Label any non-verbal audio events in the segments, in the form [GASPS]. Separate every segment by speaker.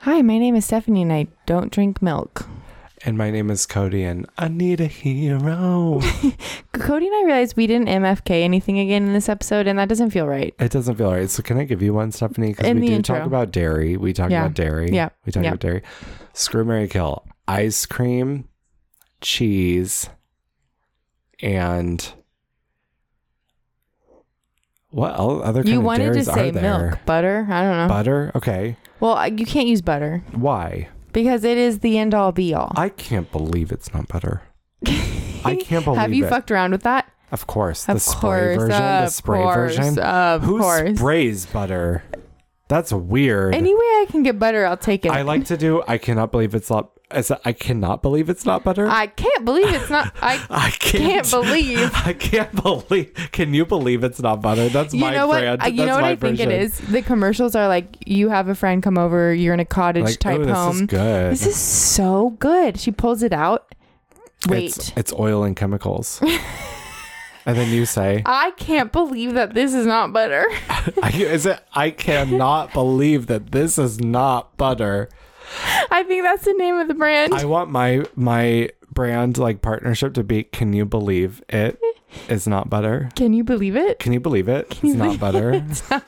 Speaker 1: Hi, my name is Stephanie and I don't drink milk.
Speaker 2: And my name is Cody, and I need a hero.
Speaker 1: [LAUGHS] Cody and I realized we didn't MFK anything again in this episode, and that doesn't feel right.
Speaker 2: it doesn't feel right. So, can I give you one, Stephanie? Because
Speaker 1: In
Speaker 2: we
Speaker 1: the
Speaker 2: do
Speaker 1: intro.
Speaker 2: talk about dairy. We talk
Speaker 1: Yeah.
Speaker 2: about dairy.
Speaker 1: Yeah.
Speaker 2: We talk
Speaker 1: Yeah.
Speaker 2: about dairy. Screw Mary Kill. Ice cream, cheese, and what el- other kind
Speaker 1: you
Speaker 2: of
Speaker 1: wanted to
Speaker 2: dairies
Speaker 1: say
Speaker 2: are there?
Speaker 1: milk, butter. I don't know.
Speaker 2: Butter? Okay.
Speaker 1: well, I- you can't use butter
Speaker 2: Why?
Speaker 1: because it is the end all be all.
Speaker 2: I can't believe it's not
Speaker 1: [LAUGHS]
Speaker 2: butter. I can't believe
Speaker 1: Have you
Speaker 2: it.
Speaker 1: fucked around with that?
Speaker 2: Of course, the
Speaker 1: Of
Speaker 2: spray
Speaker 1: course,
Speaker 2: version. the
Speaker 1: of
Speaker 2: spray
Speaker 1: course,
Speaker 2: version.
Speaker 1: of
Speaker 2: Who
Speaker 1: course.
Speaker 2: sprays butter? That's weird.
Speaker 1: Any way I can get butter, I'll take it. [LAUGHS]
Speaker 2: I
Speaker 1: I,
Speaker 2: like to do. I cannot believe it's not. Is it- I cannot believe it's not butter.
Speaker 1: can't believe it's not.
Speaker 2: [LAUGHS]
Speaker 1: I
Speaker 2: I can't,
Speaker 1: can't believe.
Speaker 2: I can't believe. Can you believe it's not butter? That's
Speaker 1: you
Speaker 2: my
Speaker 1: know what?
Speaker 2: brand.
Speaker 1: I- You
Speaker 2: That's
Speaker 1: know what
Speaker 2: my
Speaker 1: I think it
Speaker 2: version.
Speaker 1: is. The commercials are like, you have a friend come over. You're in a cottage
Speaker 2: Like,
Speaker 1: type
Speaker 2: oh, this
Speaker 1: home.
Speaker 2: is good.
Speaker 1: This is so good. She pulls it out. Wait.
Speaker 2: It's, it's oil and chemicals.
Speaker 1: [LAUGHS]
Speaker 2: and then you say,
Speaker 1: I can't believe that this is not butter. [LAUGHS]
Speaker 2: I, "Is it? I cannot believe that this is not butter."
Speaker 1: I think that's the name of the brand.
Speaker 2: I want my my brand like partnership to be can you believe it is not butter?
Speaker 1: Can you believe
Speaker 2: [LAUGHS]
Speaker 1: it?
Speaker 2: Can you believe it? it's
Speaker 1: [LAUGHS]
Speaker 2: not butter. I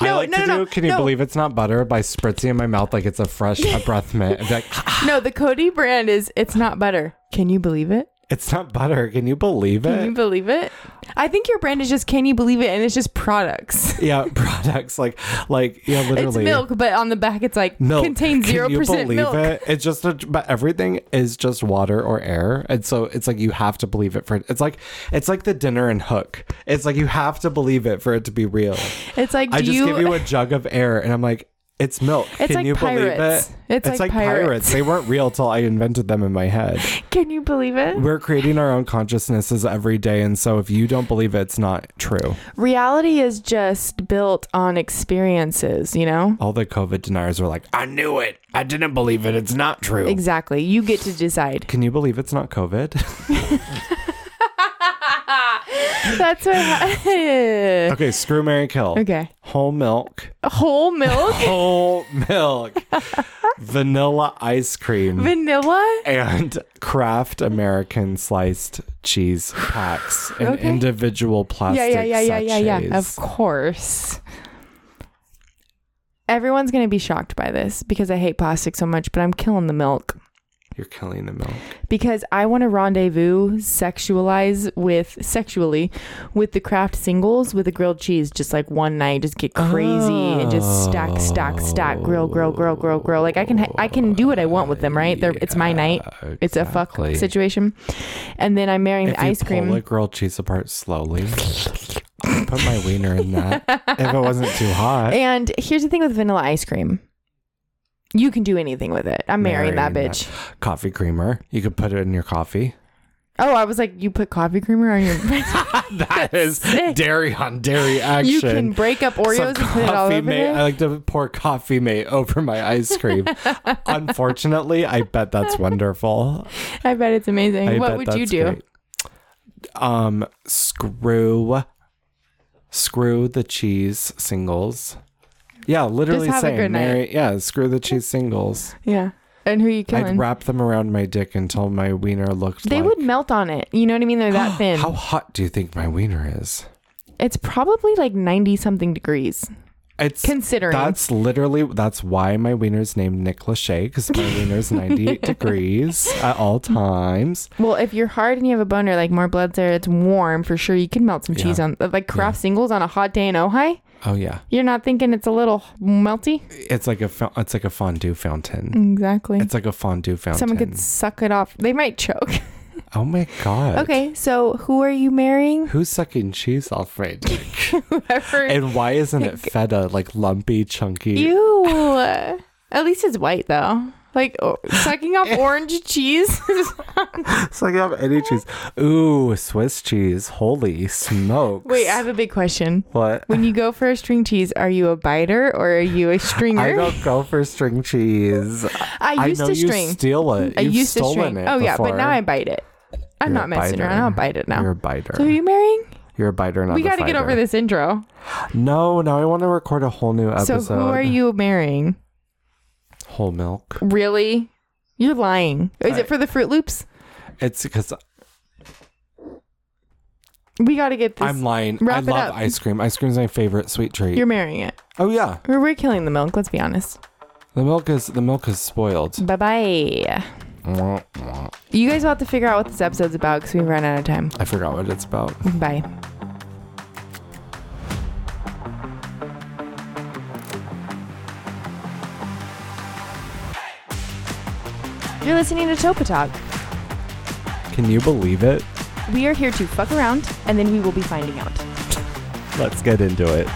Speaker 1: No,
Speaker 2: like
Speaker 1: no, no,
Speaker 2: to do
Speaker 1: no,
Speaker 2: can you
Speaker 1: no.
Speaker 2: believe it's not butter by spritzing in my mouth like it's a fresh a
Speaker 1: [LAUGHS]
Speaker 2: breath mint. Like, [LAUGHS]
Speaker 1: No, the Cody brand is it's not butter. Can you believe it?
Speaker 2: it's not butter. Can you believe
Speaker 1: Can you
Speaker 2: it?
Speaker 1: believe it? I think your brand is just can you believe it and it's just products. [LAUGHS]
Speaker 2: [LAUGHS] yeah, products like like yeah,
Speaker 1: It's
Speaker 2: literally.
Speaker 1: milk, but on the back it's like
Speaker 2: Milk.
Speaker 1: contains
Speaker 2: Can
Speaker 1: zero
Speaker 2: you
Speaker 1: percent
Speaker 2: believe
Speaker 1: milk.
Speaker 2: it? It's just, a, but everything is just water or air, and so it's like you have to believe it for it. It's like, it's like the dinner and hook. It's like you have to believe it for it to be real.
Speaker 1: It's like do
Speaker 2: I just
Speaker 1: you,
Speaker 2: give you a jug of air, and I'm like, it's milk.
Speaker 1: It's
Speaker 2: Can
Speaker 1: like
Speaker 2: you
Speaker 1: pirates.
Speaker 2: believe it?
Speaker 1: It's like pirates.
Speaker 2: They weren't real till I invented them in my head.
Speaker 1: [LAUGHS] can you believe it?
Speaker 2: We're creating our own consciousnesses every day, and so if you don't believe it, it's not true.
Speaker 1: Reality is just built on experiences, you know?
Speaker 2: All the COVID deniers were like, "I knew it. I didn't believe it. It's not true."
Speaker 1: Exactly. You get to
Speaker 2: [LAUGHS]
Speaker 1: decide.
Speaker 2: Can you believe it's
Speaker 1: [LAUGHS]
Speaker 2: not COVID?
Speaker 1: That's what happened.
Speaker 2: okay, screw Mary Kill.
Speaker 1: Okay.
Speaker 2: Whole milk.
Speaker 1: Whole
Speaker 2: [LAUGHS]
Speaker 1: milk,
Speaker 2: Whole
Speaker 1: [LAUGHS]
Speaker 2: milk. vanilla ice cream.
Speaker 1: vanilla.
Speaker 2: and Kraft American sliced cheese packs in
Speaker 1: Okay.
Speaker 2: individual plastic
Speaker 1: Yeah, yeah, yeah, yeah, yeah, yeah. Of
Speaker 2: sachets.
Speaker 1: course. Everyone's going to be shocked by this because I hate plastic so much, but I'm killing the milk
Speaker 2: You're killing the milk.
Speaker 1: because I want to rendezvous sexualize with sexually with the craft singles with a grilled cheese just like one night just get crazy and just stack stack stack grill grill grill grill grill like I can I can do what I want with them right They're, it's my night it's a fuck
Speaker 2: exactly.
Speaker 1: situation and then I'm marrying
Speaker 2: If
Speaker 1: the ice
Speaker 2: you
Speaker 1: cream
Speaker 2: pull a grilled cheese apart slowly, put my wiener in that. if it wasn't too
Speaker 1: [LAUGHS]
Speaker 2: hot,
Speaker 1: And here's the thing with vanilla ice cream. You can do anything with it. I'm marrying, that
Speaker 2: Marrying
Speaker 1: bitch.
Speaker 2: coffee creamer. You could put it in your
Speaker 1: [LAUGHS]
Speaker 2: coffee. [LAUGHS]
Speaker 1: Oh, I was like, you put coffee creamer on your. [LAUGHS]
Speaker 2: That is
Speaker 1: Sick.
Speaker 2: dairy on dairy action.
Speaker 1: you can break up Oreos and
Speaker 2: Some
Speaker 1: put it all over
Speaker 2: mate. I
Speaker 1: there.
Speaker 2: like to pour coffee mate over my ice
Speaker 1: [LAUGHS]
Speaker 2: cream. Unfortunately, I bet that's wonderful.
Speaker 1: I bet it's amazing.
Speaker 2: I
Speaker 1: what
Speaker 2: bet
Speaker 1: would you
Speaker 2: that's
Speaker 1: do?
Speaker 2: great. Um, screw, screw the cheese singles. Yeah, literally
Speaker 1: have a
Speaker 2: saying,
Speaker 1: good night.
Speaker 2: Mary, yeah, screw the cheese singles.
Speaker 1: Yeah. And who are you
Speaker 2: I'd
Speaker 1: killing?
Speaker 2: wrap them around my dick until my wiener looked
Speaker 1: they
Speaker 2: like.
Speaker 1: would melt on it. You know what I mean? They're
Speaker 2: [GASPS]
Speaker 1: that thin.
Speaker 2: How hot do you think my wiener is?
Speaker 1: It's probably like 90 something degrees.
Speaker 2: It's
Speaker 1: Considering.
Speaker 2: that's literally that's why my wiener's named Nick Lachey because my
Speaker 1: [LAUGHS]
Speaker 2: wiener's 98 degrees at all times.
Speaker 1: Well, if you're hard and you have a boner, like more blood's there, it's warm for sure. You can melt some cheese on, uh, like craft singles on a hot day in Ojai.
Speaker 2: Oh yeah,
Speaker 1: You're not thinking it's a little melty?
Speaker 2: it's like a fo- it's like a fondue fountain.
Speaker 1: Exactly.
Speaker 2: It's like a fondue fountain.
Speaker 1: Mm-hmm. Someone could suck it off. They might choke.
Speaker 2: Oh my god.
Speaker 1: okay, so who are you marrying?
Speaker 2: Who's sucking cheese off my dick?
Speaker 1: [LAUGHS] Whoever.
Speaker 2: and why isn't it feta, like lumpy, chunky?
Speaker 1: Ew. [LAUGHS] At least it's white though. Like o sucking
Speaker 2: [LAUGHS]
Speaker 1: off orange cheese. [LAUGHS]
Speaker 2: Sucking off any cheese. Ooh, Swiss cheese. Holy smokes.
Speaker 1: Wait, I have a big question.
Speaker 2: what?
Speaker 1: When you go for a string cheese, are you a biter or are you a
Speaker 2: [LAUGHS] I
Speaker 1: stringer?
Speaker 2: don't go for string cheese.
Speaker 1: I, used
Speaker 2: know
Speaker 1: to
Speaker 2: you
Speaker 1: string.
Speaker 2: steal it.
Speaker 1: I
Speaker 2: You've
Speaker 1: used to
Speaker 2: stolen
Speaker 1: string.
Speaker 2: it
Speaker 1: Oh yeah, but
Speaker 2: before.
Speaker 1: now I bite it. I'm
Speaker 2: You're a
Speaker 1: not messing
Speaker 2: biter.
Speaker 1: around. I'll bite it now.
Speaker 2: You're a biter.
Speaker 1: so who are you marrying?
Speaker 2: You're a biter, not
Speaker 1: we
Speaker 2: a
Speaker 1: got to get
Speaker 2: fighter.
Speaker 1: over this intro.
Speaker 2: No, now I want to record a whole new episode.
Speaker 1: So who are you marrying?
Speaker 2: whole milk.
Speaker 1: Really? You're lying. Is it for the Fruit Loops?
Speaker 2: It's because
Speaker 1: We got to get this.
Speaker 2: I'm lying.
Speaker 1: Wrap
Speaker 2: I
Speaker 1: it
Speaker 2: love
Speaker 1: up.
Speaker 2: ice cream. Ice cream's my favorite sweet treat.
Speaker 1: You're marrying it.
Speaker 2: oh yeah,
Speaker 1: We're, we're killing the milk. Let's be honest.
Speaker 2: the milk is the milk is spoiled.
Speaker 1: Bye bye.
Speaker 2: I
Speaker 1: You guys will have to figure out what this episode's about because we've run out of time.
Speaker 2: forgot what it's about.
Speaker 1: Bye. You're listening to Topa Talk.
Speaker 2: Can you believe it?
Speaker 1: We are here to fuck around, and then we will be finding out.
Speaker 2: Let's get into it.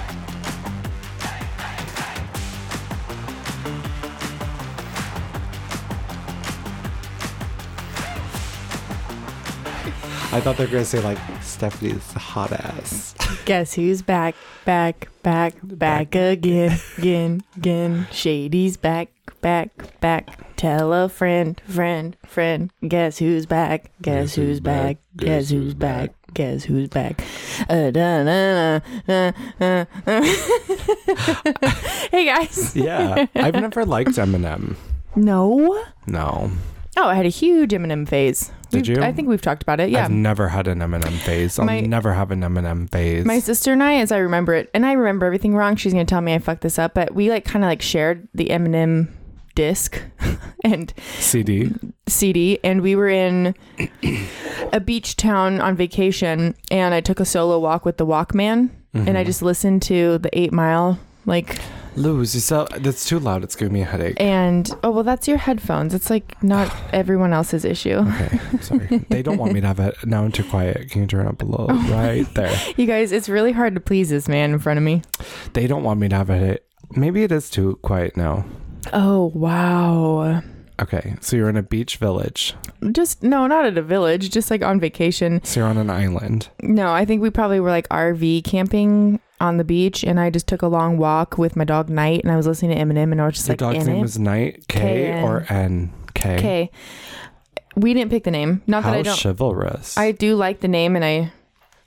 Speaker 2: I thought they were gonna say like Stephanie's hot ass.
Speaker 1: Guess who's back, back, back, back again, again, again. Shady's back, back, back. Tell a friend, friend, friend. Guess who's back? Guess who's back? Guess who's back? Guess who's back? Uh, da, na, na, na, na. [LAUGHS] Hey guys.
Speaker 2: [LAUGHS] Yeah, I've never liked Eminem.
Speaker 1: No.
Speaker 2: No,
Speaker 1: Oh, I had a huge Eminem phase.
Speaker 2: Did
Speaker 1: We've-
Speaker 2: you?
Speaker 1: I think we've talked about it. Yeah.
Speaker 2: I've never had an Eminem phase. I'll
Speaker 1: My-
Speaker 2: never have an Eminem phase.
Speaker 1: My sister and I, as I remember it, and I remember everything wrong. She's gonna tell me I fucked this up, but we like kind of like shared the Eminem disc [LAUGHS] and
Speaker 2: CD.
Speaker 1: CD, and we were in a beach town on vacation, and I took a solo walk with the Walkman, and
Speaker 2: Mm-hmm.
Speaker 1: I just listened to the Eight Mile, like,
Speaker 2: Lose yourself. That's too loud. It's giving me a headache.
Speaker 1: and oh well, that's your headphones. It's like not [SIGHS] everyone else's issue.
Speaker 2: Okay,
Speaker 1: [LAUGHS]
Speaker 2: I'm sorry. they don't want me to have it. Now I'm too quiet. Can you turn up a little?
Speaker 1: Oh
Speaker 2: Right
Speaker 1: [LAUGHS]
Speaker 2: there.
Speaker 1: You guys, it's really hard to please this man in front of me.
Speaker 2: They don't want me to have a headache. Maybe it is too quiet now.
Speaker 1: Oh wow.
Speaker 2: Okay, so you're in a beach village.
Speaker 1: Just no, not at a village, just like on vacation.
Speaker 2: So you're on an island.
Speaker 1: No, I think we probably were like RV camping on the beach, and I just took a long walk with my dog Knight, and I was listening to Eminem, and I was just
Speaker 2: Your
Speaker 1: like,
Speaker 2: dog's name
Speaker 1: Eminem?
Speaker 2: was Knight K
Speaker 1: K-N.
Speaker 2: or N K.
Speaker 1: okay. We didn't pick the name. Not that
Speaker 2: How
Speaker 1: I don't.
Speaker 2: chivalrous.
Speaker 1: I do like the name, and I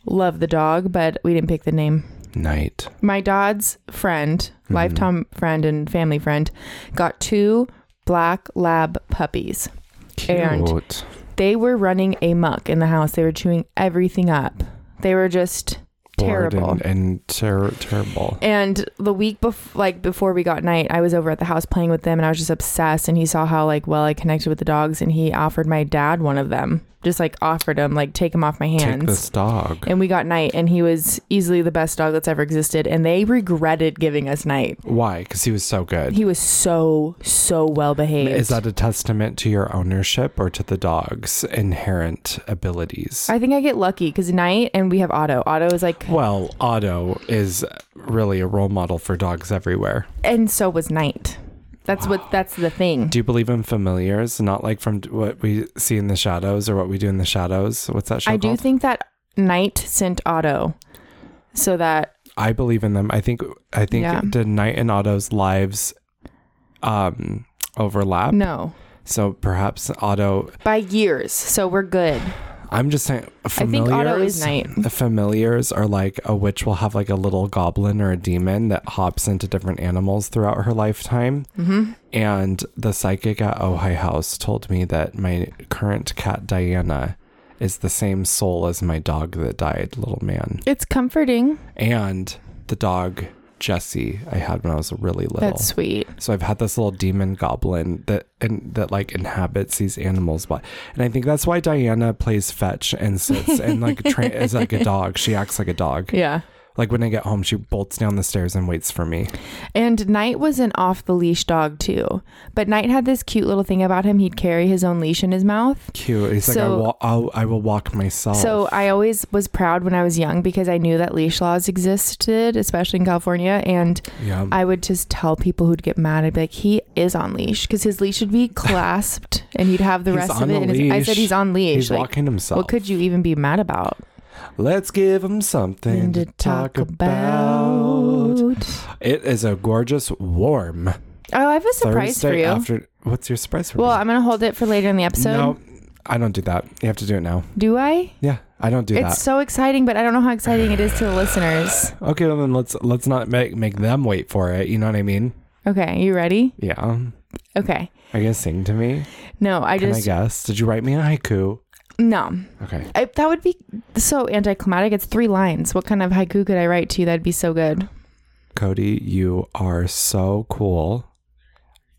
Speaker 1: love the dog, but we didn't pick the name.
Speaker 2: Knight.
Speaker 1: My dad's friend,
Speaker 2: Mm-hmm.
Speaker 1: lifetime friend, and family friend, got two black lab puppies.
Speaker 2: Cute.
Speaker 1: And- They were running amok in the house. They were chewing everything up. They were just
Speaker 2: Bored
Speaker 1: terrible.
Speaker 2: And, and ter- terrible.
Speaker 1: And the week bef- like before we got night, I was over at the house playing with them, and I was just obsessed. And he saw how like well I connected with the dogs, and he offered my dad one of them, just like offered him like take him off my
Speaker 2: Take
Speaker 1: hands.
Speaker 2: this dog.
Speaker 1: And we got night, and he was easily the best dog that's ever existed. And they regretted giving us night.
Speaker 2: Why? Because he was so good.
Speaker 1: He was so so well behaved.
Speaker 2: Is that a testament to your ownership or to the dog's inherent abilities?
Speaker 1: I think I get lucky because night, and we have Otto. Otto is like,
Speaker 2: well, Otto is really a role model for dogs everywhere.
Speaker 1: and so was night. That's what that's the thing.
Speaker 2: Do you believe in familiars? Not like from d- what we see in the shadows or what we do in the shadows. What's that show
Speaker 1: I do
Speaker 2: called?
Speaker 1: think that night sent Otto, so that
Speaker 2: I believe in them. I think I think
Speaker 1: Yeah.
Speaker 2: did Knight and Otto's lives um overlap.
Speaker 1: no.
Speaker 2: So perhaps Otto.
Speaker 1: by years, so we're good.
Speaker 2: I'm just saying. Familiars.
Speaker 1: I think Otto is night.
Speaker 2: The familiars are like a witch will have like a little goblin or a demon that hops into different animals throughout her lifetime. Mm-hmm. And the psychic at Ojai House told me that my current cat Diana is the same soul as my dog that died, little man,
Speaker 1: It's comforting.
Speaker 2: and the dog Jesse I had when I was really little.
Speaker 1: That's sweet.
Speaker 2: So I've had this little demon goblin that and that like inhabits these animals, but and I think that's why Diana plays fetch and
Speaker 1: [LAUGHS]
Speaker 2: sits and like tra- is like a dog. She acts like a dog.
Speaker 1: Yeah.
Speaker 2: Like when I get home, she bolts down the stairs and waits for me.
Speaker 1: And Knight was an off the leash dog too. But Knight had this cute little thing about him. He'd carry his own leash in his mouth.
Speaker 2: Cute. He's like I
Speaker 1: So-
Speaker 2: will. I'll, I will walk myself.
Speaker 1: So I always was proud when I was young because I knew that leash laws existed, especially in California. And
Speaker 2: yeah.
Speaker 1: I would just tell people who'd get mad. I'd be like, he is on leash because his leash would
Speaker 2: [LAUGHS]
Speaker 1: be clasped and he'd have the
Speaker 2: He's
Speaker 1: rest
Speaker 2: on
Speaker 1: of
Speaker 2: a
Speaker 1: it. in his- I
Speaker 2: leash.
Speaker 1: said, he's on leash.
Speaker 2: He's
Speaker 1: like,
Speaker 2: walking himself.
Speaker 1: what could you even be mad about?
Speaker 2: Let's give him something to talk about. It is a gorgeous, warm
Speaker 1: Oh, I have a surprise
Speaker 2: Thursday
Speaker 1: for you.
Speaker 2: after. What's your surprise for
Speaker 1: well,
Speaker 2: me?
Speaker 1: I'm gonna hold it for later in the episode.
Speaker 2: no, I don't do that. You have to do it now.
Speaker 1: Do I?
Speaker 2: Yeah, I don't do
Speaker 1: It's
Speaker 2: that.
Speaker 1: so exciting, but I don't know how exciting it is to the listeners.
Speaker 2: Okay, well then let's let's not make make them wait for it. You know what I mean?
Speaker 1: Okay, you ready?
Speaker 2: Yeah.
Speaker 1: Okay.
Speaker 2: Are you gonna sing to me?
Speaker 1: No, I
Speaker 2: Can I
Speaker 1: just
Speaker 2: guess? Did you write me a haiku?
Speaker 1: no.
Speaker 2: Okay.
Speaker 1: I, that would be so anticlimactic. It's three lines. What kind of haiku could I write to you? That'd be so good.
Speaker 2: Cody, you are so cool.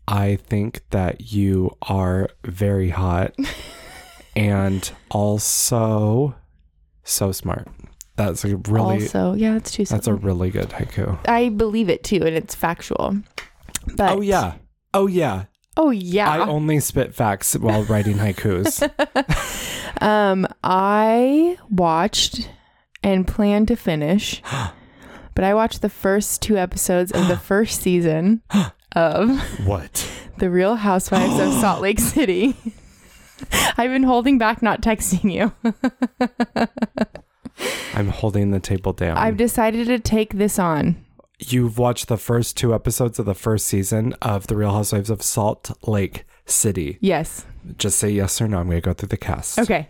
Speaker 2: I think that you are
Speaker 1: [LAUGHS]
Speaker 2: very hot and also so smart. That's a really
Speaker 1: also, yeah, that's too.
Speaker 2: that's a really good haiku.
Speaker 1: I believe it too, and it's factual. But
Speaker 2: Oh yeah. Oh yeah.
Speaker 1: oh yeah.
Speaker 2: I only spit facts while writing haikus.
Speaker 1: [LAUGHS] Um, I watched and plan to [GASPS] finish, but I watched the first two episodes [GASPS] of the first [GASPS] season of
Speaker 2: what?
Speaker 1: The Real Housewives of Salt [GASPS] Lake City. [LAUGHS] I've been holding back not texting you.
Speaker 2: I'm holding the table down.
Speaker 1: I've decided to take this on.
Speaker 2: You've watched the first two episodes of the first season of The Real Housewives of Salt Lake City.
Speaker 1: Yes.
Speaker 2: Just say yes or no. I'm going to go through the cast.
Speaker 1: Okay.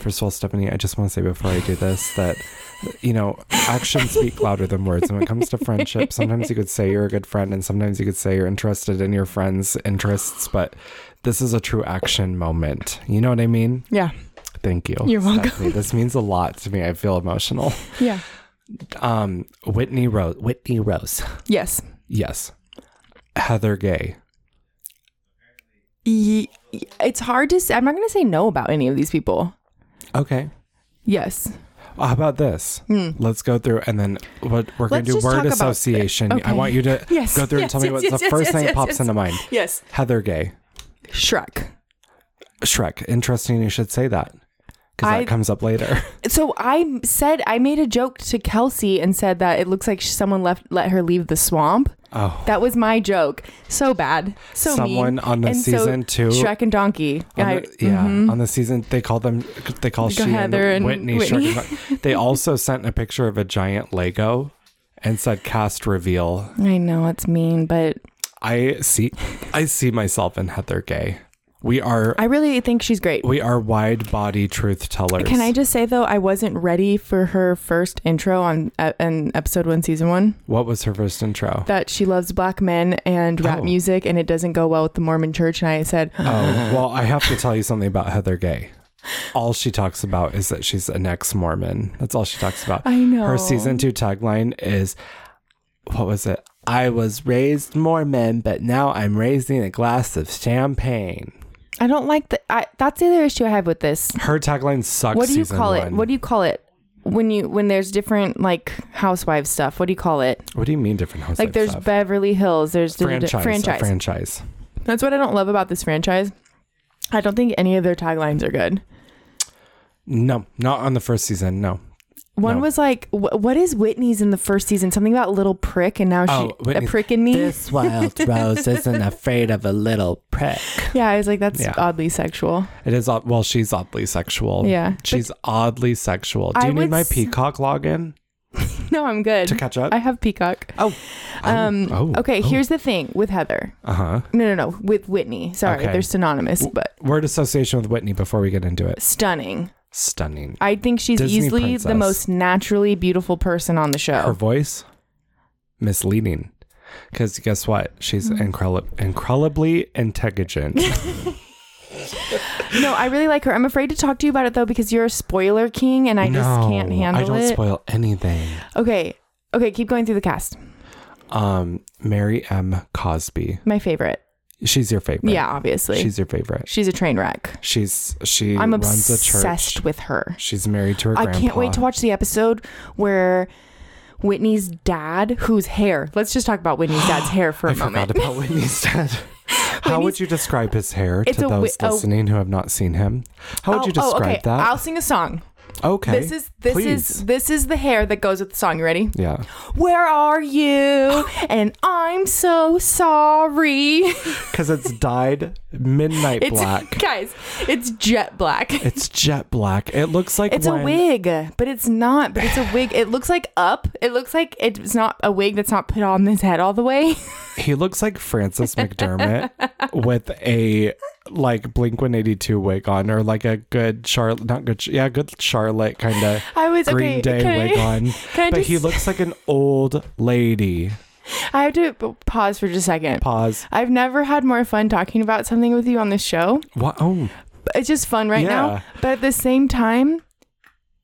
Speaker 2: First of all, Stephanie, I just want to say before I do this that, you know,
Speaker 1: [LAUGHS]
Speaker 2: actions speak louder than words. When it comes to friendship, sometimes you could say you're a good friend and sometimes you could say you're interested in your friend's interests, but this is a true action moment. You know what I mean?
Speaker 1: Yeah.
Speaker 2: Thank you.
Speaker 1: You're welcome.
Speaker 2: Stephanie. This means a lot to me. I feel emotional.
Speaker 1: Yeah.
Speaker 2: Um, Whitney Rose. Whitney Rose.
Speaker 1: Yes.
Speaker 2: Yes. Heather Gay.
Speaker 1: Ye- it's hard to say. I'm not going to say no about any of these people.
Speaker 2: Okay.
Speaker 1: Yes.
Speaker 2: How about this? Let's go through and then what we're going
Speaker 1: Hmm. Let's
Speaker 2: to do
Speaker 1: just talk
Speaker 2: word
Speaker 1: about-
Speaker 2: association. I
Speaker 1: okay.
Speaker 2: want you to
Speaker 1: [LAUGHS] Yes,
Speaker 2: go through
Speaker 1: yes,
Speaker 2: and tell me
Speaker 1: yes,
Speaker 2: what's
Speaker 1: yes,
Speaker 2: the
Speaker 1: yes,
Speaker 2: first
Speaker 1: yes,
Speaker 2: thing that
Speaker 1: yes,
Speaker 2: pops
Speaker 1: yes.
Speaker 2: into mind.
Speaker 1: Yes.
Speaker 2: Heather Gay.
Speaker 1: Shrek.
Speaker 2: Shrek. Interesting you should say that because
Speaker 1: I-
Speaker 2: that comes
Speaker 1: [LAUGHS]
Speaker 2: up later.
Speaker 1: So I said I made a joke to Kelsey and said that it looks like sh- someone left let her leave the swamp.
Speaker 2: Oh.
Speaker 1: That was my joke. So bad. So mean.
Speaker 2: Someone on the
Speaker 1: And so
Speaker 2: season two-
Speaker 1: Shrek and Donkey.
Speaker 2: On
Speaker 1: I-
Speaker 2: the- yeah, on the season they call them they call she
Speaker 1: Heather and
Speaker 2: and Whitney.
Speaker 1: Whitney.
Speaker 2: Shrek and- they also sent a picture of a giant Lego and said cast reveal.
Speaker 1: I know it's mean, but
Speaker 2: I see I see myself in Heather Gay. We are
Speaker 1: I really think she's great.
Speaker 2: we are wide body truth tellers.
Speaker 1: Can I just say though, I wasn't ready for her first intro on uh, in episode one, season one,
Speaker 2: What was her
Speaker 1: [LAUGHS]
Speaker 2: first intro?
Speaker 1: that she loves black men and rap
Speaker 2: Oh.
Speaker 1: music, and it doesn't go well with the Mormon Church. And I said,
Speaker 2: oh, well, I have to tell you something about Heather Gay. All she talks about is that she's an ex Mormon. That's all she talks about.
Speaker 1: I know
Speaker 2: Her season two tagline is what was it? I was raised Mormon, but now I'm raising a glass of champagne.
Speaker 1: I don't like the. I, that's the other issue I have with this.
Speaker 2: Her tagline sucks.
Speaker 1: what do you
Speaker 2: season
Speaker 1: call it?
Speaker 2: one.
Speaker 1: What do you call it when you when there's different like housewife stuff? What do you call it?
Speaker 2: What do you mean different housewives?
Speaker 1: Like there's
Speaker 2: stuff?
Speaker 1: Beverly Hills. There's the
Speaker 2: franchise. a
Speaker 1: franchise.
Speaker 2: franchise.
Speaker 1: That's what I don't love about this franchise. I don't think any of their taglines are good.
Speaker 2: No, not on the first season. No.
Speaker 1: One
Speaker 2: No.
Speaker 1: was like, wh- "What is Whitney's in the first season? Something about little prick, and now she
Speaker 2: Oh,
Speaker 1: a
Speaker 2: Whitney's-
Speaker 1: prick in me."
Speaker 2: wild rose isn't afraid of a little prick.
Speaker 1: yeah, I was like, "That's
Speaker 2: Yeah.
Speaker 1: oddly sexual."
Speaker 2: It is odd. Well, she's oddly sexual.
Speaker 1: Yeah.
Speaker 2: She's oddly sexual. Do
Speaker 1: I
Speaker 2: you
Speaker 1: would
Speaker 2: need my
Speaker 1: s-
Speaker 2: peacock login
Speaker 1: [LAUGHS] No, I'm good.
Speaker 2: to catch up?
Speaker 1: I have Peacock.
Speaker 2: oh.
Speaker 1: Um,
Speaker 2: oh.
Speaker 1: okay, here's the thing with Heather.
Speaker 2: Uh huh.
Speaker 1: No, no, no, with Whitney. Sorry,
Speaker 2: Okay.
Speaker 1: they're synonymous, but
Speaker 2: Word association with Whitney before we get into it.
Speaker 1: stunning.
Speaker 2: Stunning.
Speaker 1: I think she's
Speaker 2: Disney
Speaker 1: easily the
Speaker 2: princess.
Speaker 1: most naturally beautiful person on the
Speaker 2: Her
Speaker 1: show.
Speaker 2: voice, misleading. Because guess what? She's
Speaker 1: Hmm.
Speaker 2: incredible, incredibly intelligent.
Speaker 1: no, I really like her. I'm afraid to talk to you about it though because you're a spoiler king and [LAUGHS] I just can't
Speaker 2: No,
Speaker 1: handle
Speaker 2: I don't
Speaker 1: it.
Speaker 2: spoil anything.
Speaker 1: okay. Okay, keep going through the cast.
Speaker 2: Um, Mary M. Cosby.
Speaker 1: My favorite.
Speaker 2: She's your favorite.
Speaker 1: Yeah, obviously. She's,
Speaker 2: She's your favorite.
Speaker 1: a train wreck.
Speaker 2: She's she
Speaker 1: I'm
Speaker 2: runs a
Speaker 1: obsessed
Speaker 2: church.
Speaker 1: with her.
Speaker 2: She's married to her
Speaker 1: I
Speaker 2: grandpa.
Speaker 1: can't wait to watch the episode where Whitney's dad, whose hair, let's just talk about
Speaker 2: [GASPS]
Speaker 1: Whitney's dad's hair for a
Speaker 2: I
Speaker 1: moment.
Speaker 2: forgot about
Speaker 1: [LAUGHS]
Speaker 2: Whitney's dad. How would you describe his hair
Speaker 1: It's
Speaker 2: to
Speaker 1: a wi-
Speaker 2: those
Speaker 1: a-
Speaker 2: listening who have not seen him? How would you
Speaker 1: Oh,
Speaker 2: describe
Speaker 1: oh, okay.
Speaker 2: that?
Speaker 1: I'll sing a song.
Speaker 2: okay.
Speaker 1: This is this
Speaker 2: Please.
Speaker 1: is this is the hair that goes with the song. You ready?
Speaker 2: Yeah.
Speaker 1: Where are
Speaker 2: [GASPS]
Speaker 1: you? And I'm so sorry.
Speaker 2: Because it's dyed midnight
Speaker 1: It's [LAUGHS]
Speaker 2: black.
Speaker 1: guys, it's jet black.
Speaker 2: It's jet black. It looks like
Speaker 1: It's
Speaker 2: when,
Speaker 1: a wig, but it's not. But it's a wig. It looks like up. It looks like it's not a wig that's not put on his head all the way. [LAUGHS]
Speaker 2: He looks like Francis McDermott with a like Blink 182 wig on, or like a good Charlotte, not good, yeah, good Charlotte kind of
Speaker 1: I was okay.
Speaker 2: Green Day
Speaker 1: can [LAUGHS] I-
Speaker 2: wig on.
Speaker 1: can I
Speaker 2: But he
Speaker 1: just-
Speaker 2: looks like an old lady.
Speaker 1: I have to p- pause for just a second.
Speaker 2: Pause.
Speaker 1: I've never had more fun talking about something with you on this show.
Speaker 2: What? Oh,
Speaker 1: But It's just fun right
Speaker 2: Yeah.
Speaker 1: now. But at the same time,